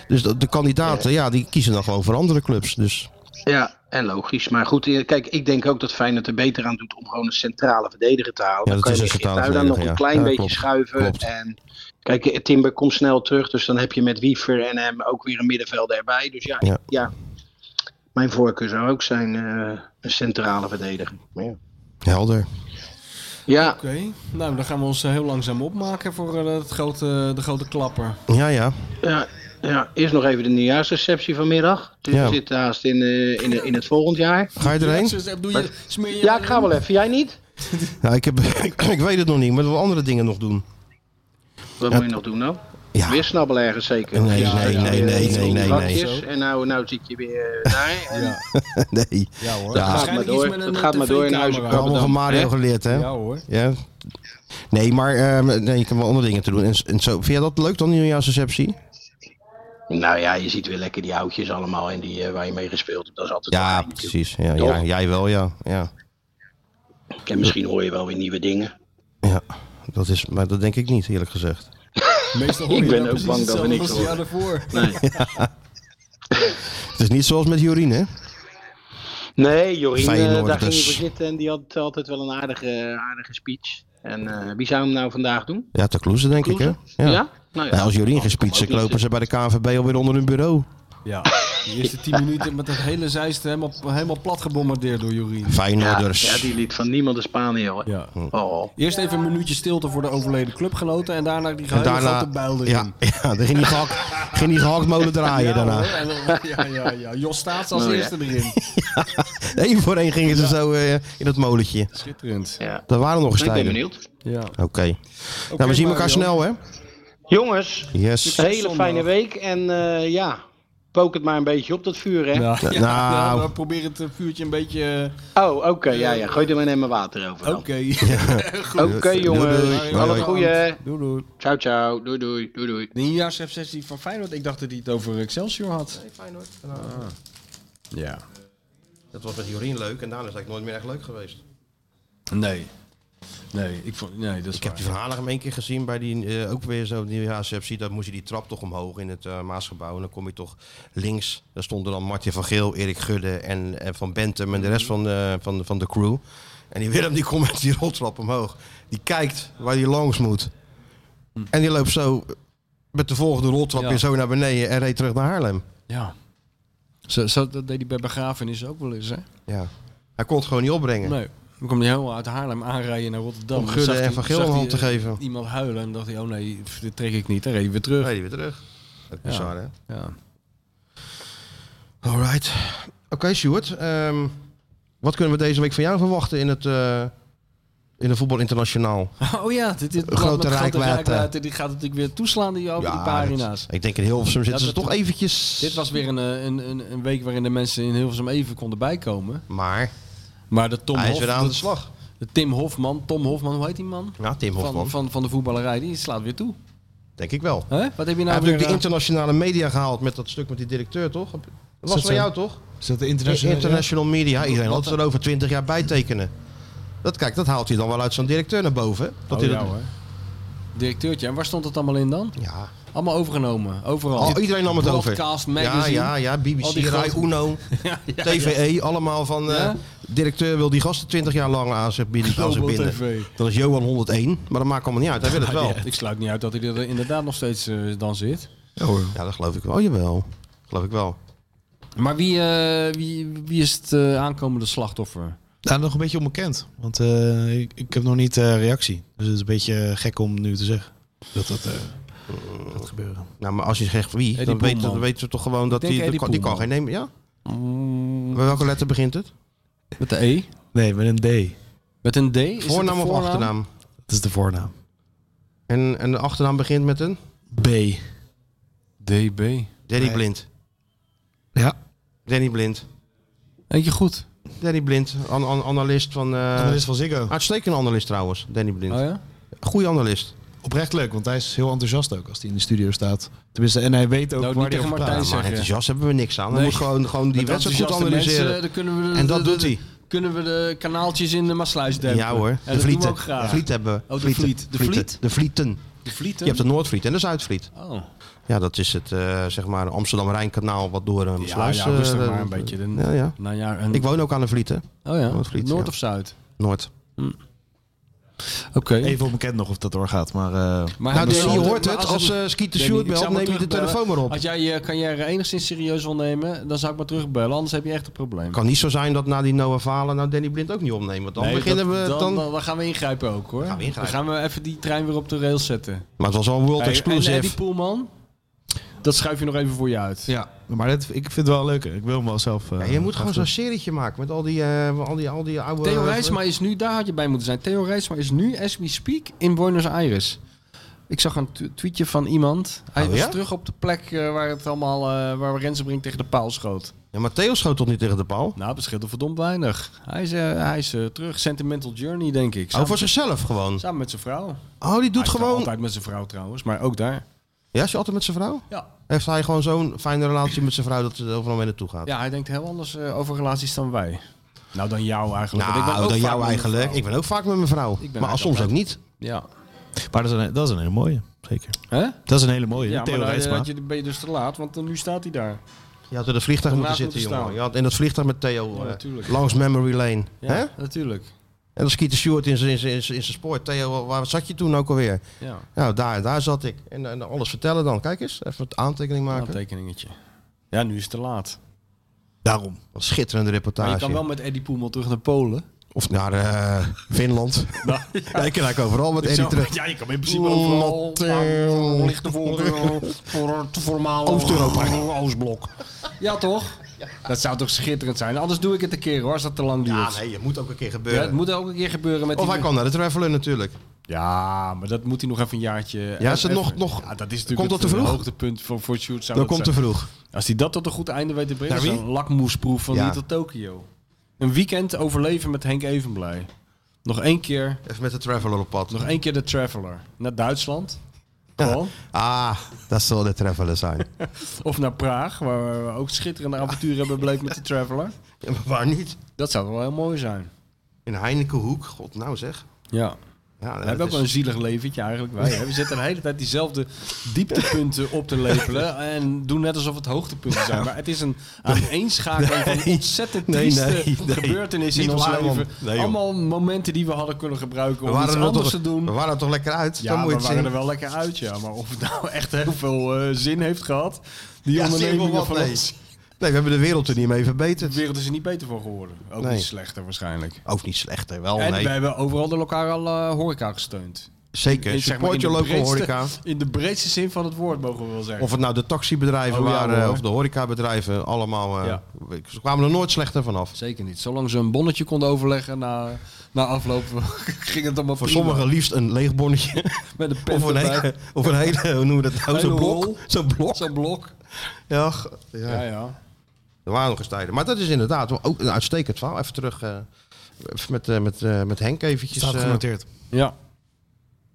S3: Dus de, de kandidaten, ja, die kiezen dan gewoon voor andere clubs. Dus
S6: Ja, en logisch. Maar goed, eh, kijk, ik denk ook dat Feyenoord er beter aan doet om gewoon een centrale verdediger te halen.
S3: Ja,
S6: dan
S3: dat
S6: kan
S3: is
S6: je
S3: een
S6: Geert
S3: centrale
S6: Ruida nog
S3: verdediger,
S6: een
S3: ja.
S6: klein
S3: Ja,
S6: beetje
S3: klopt.
S6: schuiven.
S3: Klopt.
S6: En kijk, eh, Timber komt snel terug, dus dan heb je met Wiever en hem ook weer een middenvelder erbij. Dus ja, ik-
S3: Ja.
S6: ja. mijn voorkeur zou ook zijn eh, een centrale verdediger. Maar ja.
S3: helder.
S6: Ja.
S4: Oké, nou dan gaan we ons eh, heel langzaam opmaken voor eh, het grote, de grote klapper.
S3: Ja, ja.
S6: Ja, ja, eerst nog even de nieuwjaarsreceptie vanmiddag. Dus
S3: Ja.
S6: we zitten haast in, eh, in, in het volgend jaar.
S3: Ga je erheen?
S4: Doe je, smeer je
S6: Ja, ik ga wel even. Jij niet?
S3: Nou, ik, heb, ik weet het nog niet, maar we andere dingen nog doen.
S6: Wat
S3: Ja.
S6: moet je nog doen nou? Weer snabbelen ergens zeker.
S3: Nee,
S6: Ja,
S3: nee,
S6: ja,
S3: nee,
S6: weer
S3: nee,
S6: iets
S3: nee,
S6: in de
S3: nee,
S6: vakjes.
S3: nee.
S6: En nou, nou zit je weer eh, daar. En
S3: nee.
S4: Ja hoor.
S6: Dat gaat maar
S4: Waarschijnlijk iets
S6: door.
S4: met een,
S6: Dat gaat maar door in huis.
S3: We hebben allemaal van Mario geleerd, hè?
S4: Ja hoor.
S3: Ja. Nee, maar ehm, nee, je kan wel andere dingen te doen. En, en zo, vind jij dat leuk dan, nieuwjaarsreceptie?
S6: Nou ja, je ziet weer lekker die houtjes allemaal en die eh, waar je mee gespeeld hebt. Dat is altijd wel
S3: Ja,
S6: fijn natuurlijk.
S3: precies. Ja,
S6: Toch?
S3: ja, jij wel, ja. ja.
S6: En misschien hoor je wel weer nieuwe dingen.
S3: Ja, dat is, maar dat denk ik niet, eerlijk gezegd.
S4: Meestal
S6: Ik ben ook bang dat we niks
S4: horen. jaar
S6: horen.
S4: daarvoor.
S6: Nee.
S3: Het is niet zoals met Jorien, hè?
S6: Nee, Jorien, eh,
S3: Feyenoord,
S6: daar ging je
S3: dus.
S6: voor zitten en die had altijd wel een aardige, aardige speech. En eh, wie zou hem nou vandaag doen?
S3: Ja, ter Kloeze, denk ik, hè?
S6: Ja? Nou ja.
S3: als Jorien gespietsen,
S6: ook niet
S3: klopen ze bij de KNVB alweer onder hun bureau.
S4: Ja, de eerste 10 minuten met dat hele zeist helemaal, helemaal plat gebombardeerd door Jorien.
S3: Feyenoorders.
S6: Ja, die liet van niemand de Spanië. hoor.
S4: Ja.
S6: Oh.
S4: Eerst even een minuutje stilte voor de overleden clubgenoten en daarna die
S3: En
S4: gehele
S3: daarna...
S4: grote buil erin.
S3: Ja, ja, dan ging die, gehakt, ging die gehaktmolen draaien
S4: Ja,
S3: daarna.
S4: hoor. En dan- ja, ja, ja. Jos staat als
S6: Nou, ja.
S4: eerste erin.
S3: Eén voor één gingen ze zo eh, in het molentje.
S4: Schitterend.
S6: Ja.
S3: Dat waren nog eens
S6: Ik ben
S3: tijden.
S6: benieuwd.
S4: Ja.
S3: Oké. nou, we zien elkaar
S4: Mario.
S3: snel, hè?
S6: Jongens,
S3: Yes.
S6: een hele fijne week. En eh, ja, pook het maar een beetje op, dat vuur, hè?
S3: Nou.
S4: Ja, ja, maar probeer het eh, vuurtje een beetje... eh,
S6: Oh, oké, ja, ja. Gooi er maar een water over. dan.
S4: Oké.
S6: Oké, jongens.
S4: Doei, doei.
S6: Alle
S4: Doei,
S6: goeie.
S4: Doei, doei.
S6: Ciao, ciao. Doei, doei. Doei, doei.
S4: De nieuwjaarsreceptie van Feyenoord. Ik dacht dat hij het over Excelsior had. Ah.
S3: Nee, Feyenoord.
S4: Ja.
S3: Dat was met Jorien leuk en daarna is het eigenlijk nooit meer echt leuk geweest.
S4: Nee. Nee, ik vond... Nee, dat is
S3: Ik heb die van Hanegem één keer gezien bij die, eh, ook weer zo'n nieuwjaarsreceptie. Dan moest je die trap toch omhoog in het eh, Maasgebouw. En dan kom je toch links. Daar stonden dan Martin van Geel, Erik Gudde en, en Van Bentum en de rest van, eh, van, van de crew. En die Willem die komt met die roltrap omhoog. Die kijkt waar hij langs moet. En die loopt zo met de volgende roltrap
S4: Ja.
S3: weer zo naar beneden en reed terug naar Haarlem.
S4: Ja. Zo, zo, dat deed hij bij begrafenis ook wel eens, hè?
S3: Ja. Hij kon het gewoon niet opbrengen.
S4: Nee. Dan kwam hij helemaal uit Haarlem aanrijden naar Rotterdam.
S3: Om
S4: Dan
S3: Gudde
S4: zag
S3: en
S4: hij-
S3: Van Geel
S4: zag
S3: een
S4: hij,
S3: hand te
S4: eh,
S3: geven.
S4: Iemand huilen en dacht hij, oh nee, pff, dit trek ik niet. Dan reed hij weer terug.
S3: Reed hij weer terug. Dat is
S4: Ja.
S3: bizar, hè?
S4: Ja.
S3: Alright. Oké, Stuart. ehm, wat kunnen we deze week van jou verwachten in het eh, in de voetbal internationaal?
S4: Oh ja, dit is
S3: Grote reikwijdte.
S4: Die gaat natuurlijk weer toeslaan die over die
S3: dat-
S4: pagina's.
S3: ik denk in Hilversum
S4: Dat
S3: zitten ze
S4: het-
S3: toch eventjes.
S4: Dit was weer een, eh, een, een, een week waarin de mensen in Hilversum even konden bijkomen.
S3: Maar
S4: Maar de Tom
S3: hij is
S4: Hof-
S3: weer aan
S4: dat-
S3: de slag.
S4: De Tim Hofman, Tom Hofman, hoe heet die man?
S3: Ja, Tim Hofman.
S4: Van, van, van de voetballerij, die slaat weer toe.
S3: Denk ik wel.
S4: Hè? Wat heb
S3: hij
S4: je nou
S3: heeft
S4: weer...
S3: natuurlijk de
S4: eh,
S3: internationale media gehaald met dat stuk met die directeur, toch? Dat
S10: Is dat
S3: was van
S10: zo?
S3: jou, toch?
S10: Is dat de
S3: International,
S10: internationale...
S3: media. Iedereen had
S10: Wat-
S3: het erover 20 jaar bijtekenen. Dat, kijk, dat haalt hij dan wel uit zo'n directeur naar boven. Dat
S4: oh,
S3: hij
S4: ja,
S3: dat,
S4: hoor. Directeurtje, en waar stond het allemaal in dan?
S3: ja.
S4: Allemaal overgenomen, overal.
S3: Al, Oh, iedereen nam het over.
S4: Broadcast,
S3: ja,
S4: magazine.
S3: ja, ja.
S4: al
S3: BBC,
S4: die
S3: Rai
S4: grote-
S3: Uno.
S4: Ja, ja, ja.
S3: TVE, allemaal van eh,
S4: Ja?
S3: directeur wil die gasten 20 jaar lang aan zich bieden. Aan zich
S4: Global
S3: binden.
S4: TV.
S3: Dat is Johan 101, maar dat maakt allemaal niet uit. Hij wil het wel.
S4: Ja, Ik sluit niet uit dat hij er inderdaad nog steeds eh, dan zit.
S3: Ja, dat geloof ik wel. Oh, jawel. Geloof ik wel.
S4: Maar wie, eh, wie, wie is het eh, aankomende slachtoffer?
S10: Nou, nog een beetje onbekend. Want eh, ik, ik heb nog niet eh, reactie. Dus het is een beetje eh, gek om nu te zeggen dat dat eh, gaat gebeuren.
S3: Nou, maar als je zegt wie,
S4: Eddie
S3: dan weten,
S4: Poelman.
S3: dan weten ze toch gewoon dat
S4: denk
S3: die, dat
S4: Eddie
S3: kan, die kan geen
S4: Poelman. Mm.
S3: nemen. Ja? Bij welke letter begint het?
S4: Met de E?
S10: Nee, met een D.
S4: Met een D? Is het de
S3: Voornaam of achternaam?
S10: Dat is de voornaam.
S3: En, en de achternaam begint met een?
S10: B.
S4: DB.
S3: Danny Blind.
S10: Ja.
S3: Danny Blind.
S4: Eentje goed.
S3: Danny Blind, an- an- analist van... eh,
S10: Dat is van Ziggo.
S3: Uitstekende analist trouwens, Danny Blind.
S4: Oh ja?
S3: Goeie analist.
S10: Oprecht leuk, want hij is heel enthousiast ook als hij in de studio staat. Tenminste, en hij weet ook
S4: Nou,
S10: waar
S4: niet
S10: hij
S4: tegen
S10: over
S4: Martijn
S10: praat.
S3: Ja, maar
S4: zeggen.
S3: enthousiast hebben we niks aan. We
S4: Nee.
S3: moeten gewoon, gewoon die
S4: Met
S3: wedstrijd goed
S4: enthousiaste
S3: analyseren.
S4: mensen, dan kunnen we de-
S3: En dat
S4: de-
S3: doet
S4: de-
S3: hij.
S4: Kunnen we de kanaaltjes in de Maasluis dempen?
S3: Ja hoor,
S4: En
S3: de
S4: dat doen we
S3: Vlieten.
S4: ook graag.
S3: De Vliet hebben we.
S4: Oh, de
S3: Vlieten.
S4: Vliet. De
S3: Vlieten.
S4: Vliet?
S3: De Vlieten.
S4: De
S3: Je
S4: Vlieten?
S3: hebt de Noordvliet en de Zuidvliet.
S4: Oh.
S3: Ja, dat is het eh, zeg maar Amsterdam-Rijnkanaal wat door een
S4: Ja,
S3: sluis...
S4: ja,
S3: eh,
S4: rustig maar
S3: eh,
S4: een beetje. De,
S3: Ja, ja.
S4: Nou ja, en,
S3: Ik woon ook aan de Vliet, hè?
S4: oh ja,
S3: Noordvliet,
S4: Noord
S3: ja.
S4: of Zuid?
S3: Noord.
S4: Oké.
S10: Even onbekend nog of dat doorgaat, maar... eh,
S4: Maar
S3: Nou,
S4: dus-
S3: Danny, je hoort
S4: maar
S3: het.
S4: het-
S3: Als eh Skeet de
S4: Danny,
S3: Sjoerd
S4: ik zou
S3: belt,
S4: maar
S3: neem je de
S4: terugbellen.
S3: telefoon maar op.
S4: Als jij je carrière enigszins serieus wil nemen, dan zou ik maar terugbellen. Anders heb je echt een probleem.
S3: kan niet zo zijn dat na die Noah Valen nou Danny Blind ook niet opnemen. Want dan
S4: Nee,
S3: beginnen
S4: dat-
S3: we... Dan,
S4: dan, dan, dan gaan we ingrijpen ook hoor.
S3: gaan we ingrijpen.
S4: Dan gaan we even die trein weer op de rails zetten.
S3: Maar het was al world
S4: Hey, En
S3: exclusive.
S4: Eddie Poelman, dat schuif je nog even voor je uit.
S10: Ja, maar dit, ik vind het wel leuk. Ik wil hem wel zelf... eh,
S3: Ja, je moet gewoon
S10: graag
S3: zo'n serietje maken met al die, eh, al die, al die oude...
S4: Theo Rijsma is nu, daar had je bij moeten zijn. Theo Rijsma is nu, as we speak, in Buenos Aires. Ik zag een t- tweetje van iemand. Hij
S3: Oh,
S4: was
S3: ja?
S4: terug op de plek eh, waar het allemaal, eh, waar Rensenbrink tegen de paal schoot.
S3: Ja, maar Theo schoot toch niet tegen de paal?
S4: Nou, dat scheelt er verdomd weinig. Hij is, eh, hij is eh, terug. Sentimental Journey, denk ik.
S3: Oh,
S4: Samen,
S3: voor zichzelf gewoon.
S4: samen met zijn vrouw. Doet
S3: Oh, die
S4: hij
S3: doet
S4: is
S3: gewoon...
S4: altijd met zijn vrouw trouwens, maar ook daar.
S3: Ja, is hij altijd met zijn vrouw?
S4: Ja.
S3: Heeft hij gewoon zo'n fijne relatie met zijn vrouw dat ze er overal mee naartoe gaat?
S4: Ja, hij denkt heel anders eh, over relaties dan wij. Nou, dan jou eigenlijk.
S3: Nou,
S4: Want ben ook
S3: dan
S4: vaak
S3: jou
S4: met mijn
S3: eigenlijk.
S4: vrouw.
S3: Ik ben ook vaak met mijn vrouw.
S4: ben
S3: Maar als soms
S4: eigenlijk
S3: ook
S4: altijd-
S3: niet.
S4: Ja.
S10: toe. Maar dat is, een, dat is een hele mooie, zeker.
S4: Hè?
S10: Dat is een hele mooie,
S4: Ja,
S10: Theo
S4: maar dan
S10: Rijsma.
S4: had je- ben je dus te laat, want eh, nu staat hij daar.
S3: Je had in het vliegtuig
S4: Daarnaast
S3: moeten zitten,
S4: moeten
S3: jongen.
S4: staan.
S3: Je had in dat vliegtuig met Theo
S4: Ja,
S3: eh,
S4: natuurlijk.
S3: langs memory lane.
S4: Ja,
S3: Hè? En
S4: natuurlijk.
S3: dan skiet de Stuart in zijn in zijn- in zijn- in zijn spoor. Theo, waar zat je toen ook alweer?
S4: Ja,
S3: Nou, daar, daar zat ik. En, en alles vertellen dan. Kijk eens, even het aantekening maken.
S4: een tekeningetje. Ja, nu is het te laat.
S10: Daarom.
S3: Wat schitterende
S4: Maar
S3: reportage.
S4: je kan wel met Eddie Poemel terug naar Polen.
S3: Of naar eh, Finland.
S4: Nou, ja.
S3: Ja, ik kan eigenlijk overal met Eddie terug.
S4: Ja, je kan in principe
S3: overal-
S4: overal.
S3: Motel.
S4: Ligt de voor, eh, voor het voormalige
S3: Oost-Europa.
S4: Oostblok. Ja, toch? Dat zou toch schitterend zijn. Anders doe ik het een keer hoor, als dat te lang duurt.
S3: Ja, nee, het moet ook een keer
S4: Ja,
S3: gebeuren.
S4: het moet ook een keer gebeuren met
S3: Of
S4: die...
S3: hij kan naar de Traveler natuurlijk.
S4: Ja, maar dat moet hij nog even een jaartje...
S3: Ja, is het
S4: even-
S3: nog- nog-
S4: Ja, dat is natuurlijk
S3: komt dat
S4: het
S3: te vroeg?
S4: hoogtepunt voor, voor Shoot.
S3: Dat komt te vroeg.
S4: Als hij dat tot een goed einde weet te brengen,
S10: Naar
S4: is
S10: wie?
S4: een lakmoesproef van
S10: Ja.
S4: hier tot Tokio. Een weekend overleven met Henk Evenblij. Nog één keer.
S3: Even met de Traveler op pad.
S4: Nog één keer de Traveler. Naar Duitsland. Gewoon.
S3: Ah, dat zal de Traveler zijn.
S4: Of naar Praag, waar we ook schitterende avonturen hebben beleefd met de Traveler.
S3: Ja, maar waar niet?
S4: Dat zou wel heel mooi zijn.
S3: In Heinekenhoek, god nou zeg.
S4: Ja.
S3: Ja,
S4: we hebben ook wel een zielig leventje eigenlijk. Wij, hè. We zitten de hele tijd diezelfde dieptepunten op te lepelen. En doen net alsof het hoogtepunten zijn. Maar het is een aaneenschakeling van
S3: Nee.
S4: ontzettend
S3: Nee,
S4: trieste
S3: nee, nee.
S4: gebeurtenissen in
S3: Niet
S4: ons
S3: waar, man.
S4: leven.
S3: Nee, joh.
S4: Allemaal momenten die we hadden kunnen gebruiken
S3: we
S4: om iets
S3: waren, er
S4: anders
S3: toch,
S4: te doen.
S3: we waren er toch lekker uit?
S4: Ja,
S3: dan moet je
S4: we
S3: het
S4: waren er
S3: zien.
S4: wel lekker uit, ja. Maar of het nou echt heel veel eh, zin heeft gehad, die
S3: Ja,
S4: ondernemingen
S3: zie je wel
S4: van
S3: wat? nee.
S4: ons.
S3: Nee, we hebben de wereld er niet mee verbeterd.
S4: De wereld is er niet beter van geworden. Ook
S3: Nee.
S4: niet slechter waarschijnlijk.
S3: Ook niet slechter, wel
S4: en
S3: nee.
S4: we hebben overal de lokale eh, horeca gesteund.
S3: Zeker,
S4: In-
S3: support
S4: in
S3: your
S4: de
S3: local
S4: breedste-
S3: horeca.
S4: In de breedste zin van het woord mogen we wel zeggen.
S3: Of het nou de taxibedrijven
S4: Oh, ja,
S3: waren
S4: hoor.
S3: of de horecabedrijven, allemaal. eh,
S4: Ja.
S3: Ze kwamen er nooit slechter vanaf.
S4: Zeker niet. Zolang ze een bonnetje konden overleggen na, na afloop, ging het allemaal
S3: Voor
S4: prima.
S3: sommigen liefst een leeg bonnetje.
S4: Met een pen
S3: Of een,
S4: erbij.
S3: hele, of een hele, hoe noemen we dat nou,
S4: Hele
S3: zo'n
S4: rol.
S3: blok. Zo'n blok.
S4: Zo'n blok.
S3: Ja, g- ja.
S4: Ja, ja.
S3: Er waren nog eens tijden. Maar dat is inderdaad wel ook een uitstekend verhaal. Even terug eh, even met, eh, met, eh, met Henk eventjes.
S10: Staat
S3: eh,
S10: genoteerd.
S4: Ja.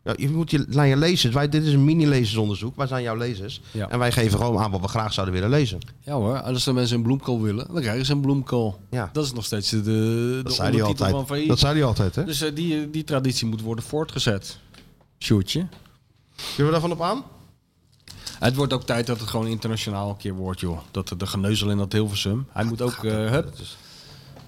S3: ja, je moet je, naar je lezers. Wij, dit is een mini-lezersonderzoek. Wij zijn jouw lezers.
S4: Ja.
S3: En wij geven gewoon aan wat we graag zouden willen lezen.
S4: ja hoor, als de mensen een bloemkool willen, dan krijgen ze een bloemkool.
S3: Ja.
S4: Dat is nog steeds de, de
S3: Dat zei hij
S4: ondertitel van
S3: altijd.
S4: VI.
S3: Dat zei hij altijd, hè?
S4: Dus eh, die, die traditie moet worden voortgezet. Sjoerdje.
S3: Kunnen we daarvan op aan?
S4: Het wordt ook tijd dat het gewoon internationaal een keer wordt, joh. Dat de- de geneuzel in dat Hilversum. Hij moet ook... eh hup.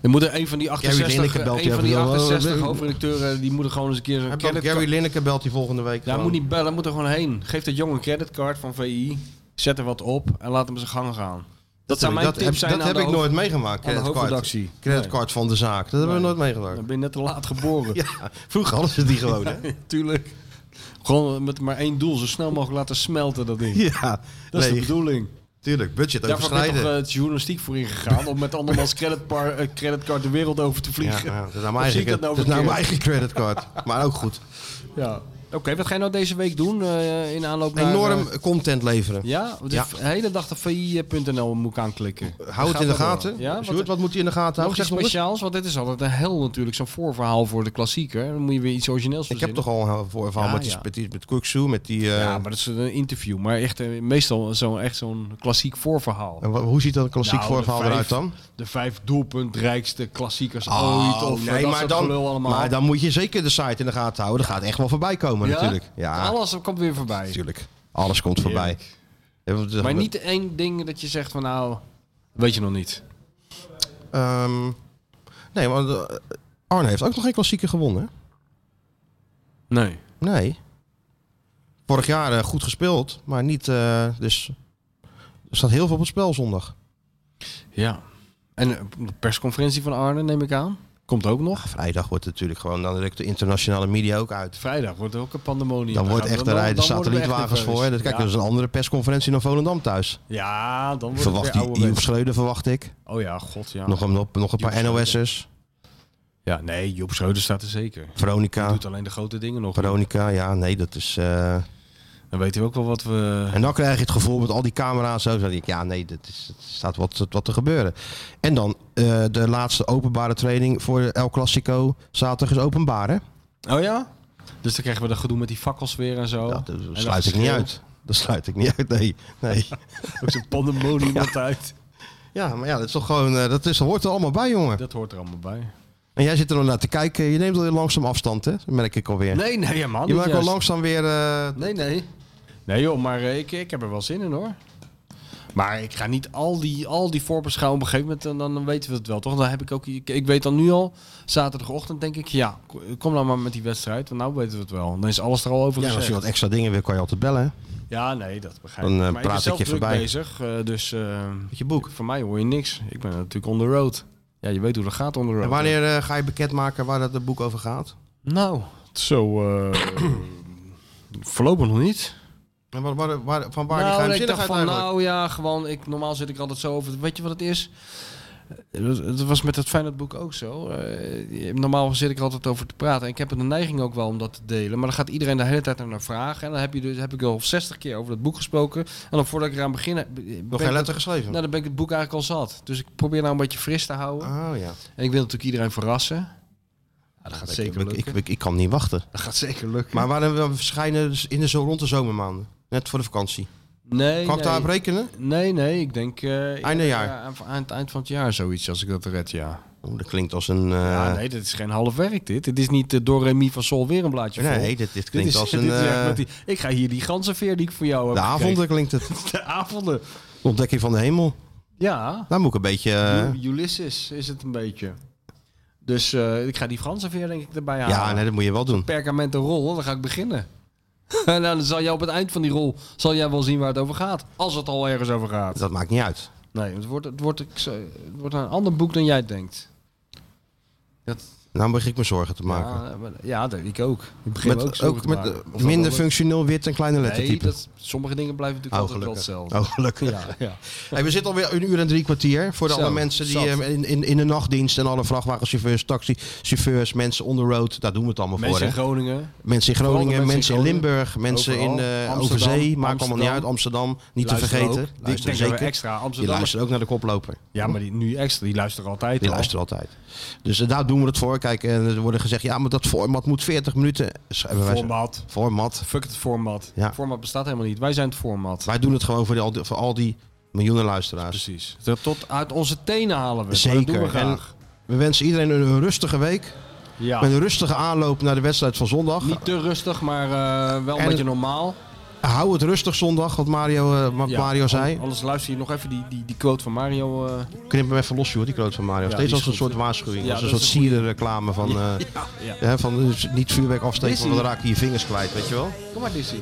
S4: Er moet er een van die
S3: Lineker
S4: 68,
S3: belt
S4: een
S3: je
S4: van
S3: even
S4: die
S3: zo, eh,
S4: 68
S3: eh,
S4: hoofdredacteuren... die moeten gewoon eens een keer een
S3: Hij belt-
S4: creditcard-
S3: Gary Lineker belt die volgende week.
S4: Ja, hij
S3: gewoon.
S4: moet niet bellen, hij moet er gewoon heen. Geef dat jongen creditcard van VI. Zet er wat op en laat hem zijn gang gaan. Dat zou mijn
S3: dat
S4: tip
S3: heb,
S4: zijn
S3: dat
S4: aan
S3: heb
S4: de
S3: ik
S4: hoofd-
S3: nooit meegemaakt.
S4: aan de
S3: Creditcard.
S4: hoofdredactie.
S3: Creditcard van de zaak. Dat hebben we nooit meegemaakt.
S4: Dan ben je net te laat geboren.
S3: Ja, vroeger hadden ze die gewoon, hè?
S4: Tuurlijk. Gewoon met maar één doel. Zo snel mogelijk laten smelten dat ding.
S3: Ja,
S4: Dat is de
S3: nee,
S4: bedoeling.
S3: tuurlijk. Budget
S4: Daarvoor ben je toch
S3: overschrijden.
S4: eh, het journalistiek voor ingegaan. om met andermans creditpar- eh, creditcard de wereld over te
S3: Ja,
S4: eh, vliegen.
S3: ja, dat is nou
S4: Of
S3: mijn
S4: zie ik
S3: eigen,
S4: dat nou
S3: dat is nou mijn eigen
S4: verkeerd?
S3: creditcard. Maar ook goed.
S4: Ja. Oké, wat ga je nou deze week doen eh, in aanloop naar... eh,
S3: Enorm content leveren.
S4: ja, de
S3: Ja.
S4: hele dag de VI.nl moet ik aanklikken.
S3: Hou het
S4: Gaat
S3: in de
S4: wel door.
S3: gaten.
S4: Ja,
S3: Ja,
S4: wat-
S3: Sjoerd, wat moet je in de gaten
S4: Nog
S3: houden?
S4: iets
S3: Zeg nog eens.
S4: speciaals, want dit is altijd een hel natuurlijk, zo'n voorverhaal voor de klassieker. Dan moet je weer iets origineels
S3: Ik heb
S4: verzinnen.
S3: toch al een voorverhaal
S4: Ja,
S3: met, die-
S4: ja.
S3: met, die- met Kuksu, met die... eh,
S4: Ja, maar dat is een interview. Maar echt, eh, meestal zo'n echt zo'n klassiek voorverhaal.
S3: en wa- hoe ziet dat klassiek
S4: Nou, de
S3: voorverhaal
S4: vijf-
S3: eruit dan?
S4: De vijf doelpuntrijkste klassiekers
S3: Oh,
S4: ooit. Of eh, dat soort
S3: dan,
S4: gelul allemaal.
S3: maar dan moet je zeker de site in de gaten houden. Dat gaat echt wel voorbij komen
S4: Ja?
S3: natuurlijk. Ja,
S4: Alles komt weer voorbij.
S3: natuurlijk. Alles komt voorbij. Ja, eh,
S4: Maar niet één ding dat je zegt van nou, weet je nog niet.
S3: Ehm, nee, want eh, Arne heeft ook nog geen klassieker gewonnen.
S4: Nee.
S3: hè? Nee. Vorig jaar eh, goed gespeeld, maar niet... eh, dus er staat heel veel op het spel zondag.
S4: Ja. En eh, de persconferentie van Arne neem ik aan. Komt ook nog.
S3: Ah, Vrijdag wordt het natuurlijk gewoon... Dan rukt de internationale media ook uit.
S4: Vrijdag wordt er ook een pandemonium.
S3: Dan wordt
S4: gaat-
S3: echt, daar rijden
S4: dan worden we echt
S3: satellietwagens
S4: nerveus.
S3: voor. Dat, kijk,
S4: Ja.
S3: dat is een andere persconferentie dan Volendam thuis.
S4: Ja, dan wordt
S3: Verwacht
S4: het weer
S3: die Joep
S4: ouderwets.
S3: Schreuder, verwacht ik.
S4: Oh ja, god ja.
S3: Nog een, nog, nog een paar
S4: Joep Schreuder.
S3: NOS'ers.
S4: Ja, nee, Job Schreuder staat er zeker. Hij
S3: Veronica.
S4: doet alleen de grote dingen nog.
S3: Veronica, ja, nee, dat is... eh,
S4: Dan weten we ook wel wat we...
S3: En dan krijg je het gevoel met al die camera's. en Zo, dan denk ik, ja, nee, dat is, het staat wat, wat te gebeuren. En dan eh, de laatste openbare training voor El Clasico. Zaterdag is openbaar, hè?
S4: Oh ja? Dus dan krijgen we dat gedoe met die fakkels weer en zo.
S3: dat, dat
S4: En
S3: sluit ik niet
S4: geschreeuw.
S3: uit. Dat sluit ik niet uit, nee. nee.
S4: Ook zo'n pandemonium altijd.
S3: Ja, maar ja, dat is toch gewoon... eh, dat is, dat hoort er allemaal bij, jongen.
S4: Dat hoort er allemaal bij.
S3: En jij zit er al naar te kijken. Je neemt al langzaam afstand, hè? Dat merk ik alweer.
S4: Nee, nee, ja, man.
S3: je
S4: niet
S3: maakt al
S4: juist.
S3: langzaam weer... eh,
S4: Nee, nee. Nee joh, maar eh, ik, ik heb er wel zin in hoor. Maar ik ga niet al die, al die voorbeschouwen op een gegeven moment, dan, dan weten we het wel toch? Dan heb ik ook, ik, ik weet dan nu al, zaterdagochtend denk ik, ja, kom nou maar met die wedstrijd, want nou weten we het wel. Dan is alles er al over
S3: ja,
S4: gezegd.
S3: als je wat extra dingen wil, kan je altijd bellen, hè?
S4: Ja, nee, dat begrijp ik.
S3: Dan, eh,
S4: maar
S3: praat
S4: ik
S3: ik
S4: ben zelf
S3: je
S4: druk
S3: voorbij.
S4: bezig, eh, dus eh,
S3: Met je boek.
S4: voor mij hoor je niks. Ik ben natuurlijk on the road. Ja, je weet hoe dat gaat on the road.
S3: En wanneer eh, ga je bekendmaken waar dat het boek over gaat?
S4: Nou, zo... eh, voorlopig nog niet.
S3: En waar, waar, waar- van waar
S4: nou,
S3: die
S4: ik dacht
S3: geheimzinnigheid
S4: van,
S3: eigenlijk?
S4: nou ja, gewoon, ik, normaal zit ik altijd zo over, weet je wat het is? Eh, Het was- Het was met dat Feyenoordboek ook zo. Eh, normaal zit ik er altijd over te praten. En ik heb er de neiging ook wel om dat te delen. Maar dan gaat iedereen de hele tijd er naar vragen. En dan heb, je dus, heb ik al 60 keer over dat boek gesproken. En dan voordat ik eraan begin... heb- ben ik
S3: geen letter
S4: dat-
S3: geschreven?
S4: Nou, dan ben ik het boek eigenlijk al zat. Dus ik probeer nou een beetje fris te houden.
S3: Oh ja.
S4: En ik wil natuurlijk iedereen verrassen. Ja, dat gaat
S3: Ik-
S4: zeker
S3: ik,
S4: lukken.
S3: ik, ik, ik kan niet wachten.
S4: Dat gaat zeker lukken.
S3: Maar waarom we verschijnen dus in de zo rond de zomermaanden? Net voor de vakantie.
S4: Nee,
S3: Kan ik
S4: nee.
S3: daarop rekenen?
S4: Nee, nee. Ik denk... eh,
S3: Einde
S4: ja,
S3: jaar.
S4: ja, aan, aan het eind van het jaar zoiets, als ik dat red, ja.
S3: Oeh, dat klinkt als een... eh,
S4: Ja, nee, dit is geen half werk dit. Dit is niet eh, door Remy van Sol weer een blaadje
S3: Nee,
S4: vol.
S3: dit- dit klinkt
S4: is-
S3: als een,
S4: is echt
S3: eh,
S4: met die, ik ga hier die ganzenveer die ik voor jou heb
S3: de avonden
S4: gekeken.
S3: klinkt het.
S4: De avonden.
S3: Ontdekking van de hemel.
S4: Ja.
S3: Daar moet ik een beetje... eh,
S4: U- Ulysses is het een beetje. Dus eh, ik ga die ganzenveer denk ik erbij halen.
S3: ja, nee, dat moet je wel doen.
S4: Perkamenten rol, hoor, dan ga ik beginnen. en dan zal jij op het eind van die rol zal jij wel zien waar het over gaat. Als het al ergens over gaat.
S3: Dat maakt niet uit.
S4: Nee, het wordt, het wordt, ik zou- het wordt een ander boek dan jij denkt.
S3: Nou begin ik me zorgen te maken.
S4: Ja, maar- ja, dat- ik ook. Ik begin
S3: met,
S4: me ook,
S3: ook,
S4: zorgen te
S3: met
S4: maken.
S3: eh,
S4: Of dat wel
S3: minder
S4: lukt.
S3: functioneel wit en kleine lettertypen.
S4: Nee, dat, sommige dingen blijven natuurlijk altijd wel hetzelfde.
S3: Oh, gelukkig.
S4: Ja, ja.
S3: Hey, we zitten alweer een uur en drie kwartier. Voor de
S4: Zo,
S3: alle mensen die
S4: zat.
S3: eh, in, in, in de nachtdienst en alle vrachtwagenchauffeurs, taxichauffeurs, mensen on the road, daar doen we het allemaal
S4: Mensen
S3: voor.
S4: in
S3: hè?
S4: Groningen.
S3: Mensen in
S4: Vooral de
S3: Groningen, mensen, in
S4: Groningen.
S3: Limburg, mensen
S4: Overal.
S3: in eh,
S4: Amsterdam,
S3: Overzee, maakt allemaal
S4: Amsterdam.
S3: niet uit. Amsterdam, niet
S4: Luisteren
S3: te vergeten.
S4: ook. Die
S3: Luisteren
S4: denken we extra.
S3: Die
S4: Amsterdam.
S3: luisteren ook naar de koploper.
S4: Ja, maar die, nu extra, die luisteren altijd.
S3: Die
S4: al.
S3: luisteren altijd. Dus eh, daar doen we het voor. Kijk, en er worden gezegd, ja, maar dat format moet 40 minuten. Schrijven wij zo.
S4: Format.
S3: Format.
S4: Fuck het format.
S3: Ja.
S4: Format bestaat helemaal niet. Wij zijn het format.
S3: Wij doen het gewoon voor, die, al die- voor al die miljoenen luisteraars.
S4: Precies. Tot uit onze tenen halen we. het, maar
S3: Zeker.
S4: Dat doen we
S3: En
S4: graag.
S3: we wensen iedereen een rustige week.
S4: Ja.
S3: Met een rustige aanloop naar de wedstrijd van zondag.
S4: Niet te rustig, maar eh, wel een
S3: En-
S4: beetje normaal.
S3: Hou het rustig zondag, wat Mario, eh, wat
S4: Ja,
S3: Mario zei.
S4: an- Anders luister je nog even die, die, die quote van Mario. eh.
S3: Knip hem even los, joh, die kloot van Mario.
S4: Ja,
S3: Steeds
S4: die
S3: als
S4: is
S3: een
S4: goed.
S3: soort waarschuwing.
S4: Ja,
S3: als een
S4: dat
S3: soort
S4: is een goeie.
S3: sierenreclame van...
S4: Ja,
S3: eh,
S4: ja.
S3: hè, van eh, niet vuurwerk afsteken,
S4: Is
S3: want dan
S4: ie.
S3: raak je je vingers kwijt, weet je wel.
S4: Kom maar, Dizzy.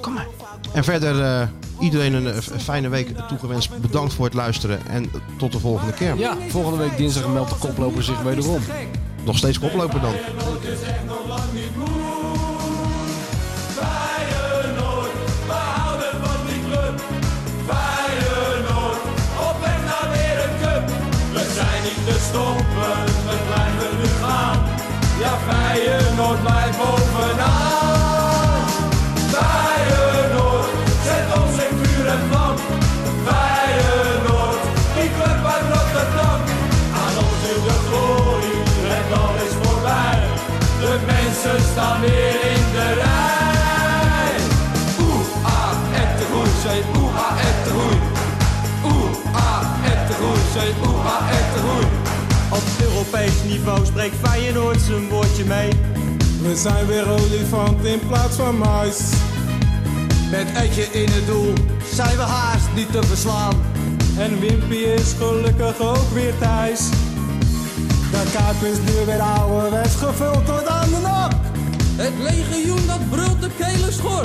S4: Kom maar.
S3: En verder eh, iedereen een eh, f- fijne week toegewenst. Bedankt voor het luisteren en tot de volgende keer.
S4: Ja, volgende week dinsdag meldt de koploper zich wederom.
S3: Nog steeds koploper dan.
S12: Feyenoord, we houden van die club. Feyenoord, op weg naar weer een cup. We zijn niet te stoppen, we blijven nu gaan. Ja, Feyenoord blijft bovenaan. Feyenoord, zet ons in vuur en vlam. Feyenoord, die club uit Rotterdam. Aan ons uw de glorie, het al is voorbij. De mensen staan weer in de rij. Oeh, ah, en de groei, zei oeh, ah, en de groei. Oeh, ah, en de groei, zei oeh, ah, en de groei.
S13: Op Europees niveau spreekt Feyenoord zijn woordje mee.
S14: We zijn weer olifant in plaats van muis.
S13: Met Etje in het doel zijn we haast niet te verslaan.
S14: En Wimpy is gelukkig ook weer thuis. De kaap is nu weer ouderwets gevuld tot aan de nap.
S12: Het legioen dat brult de kelen schor.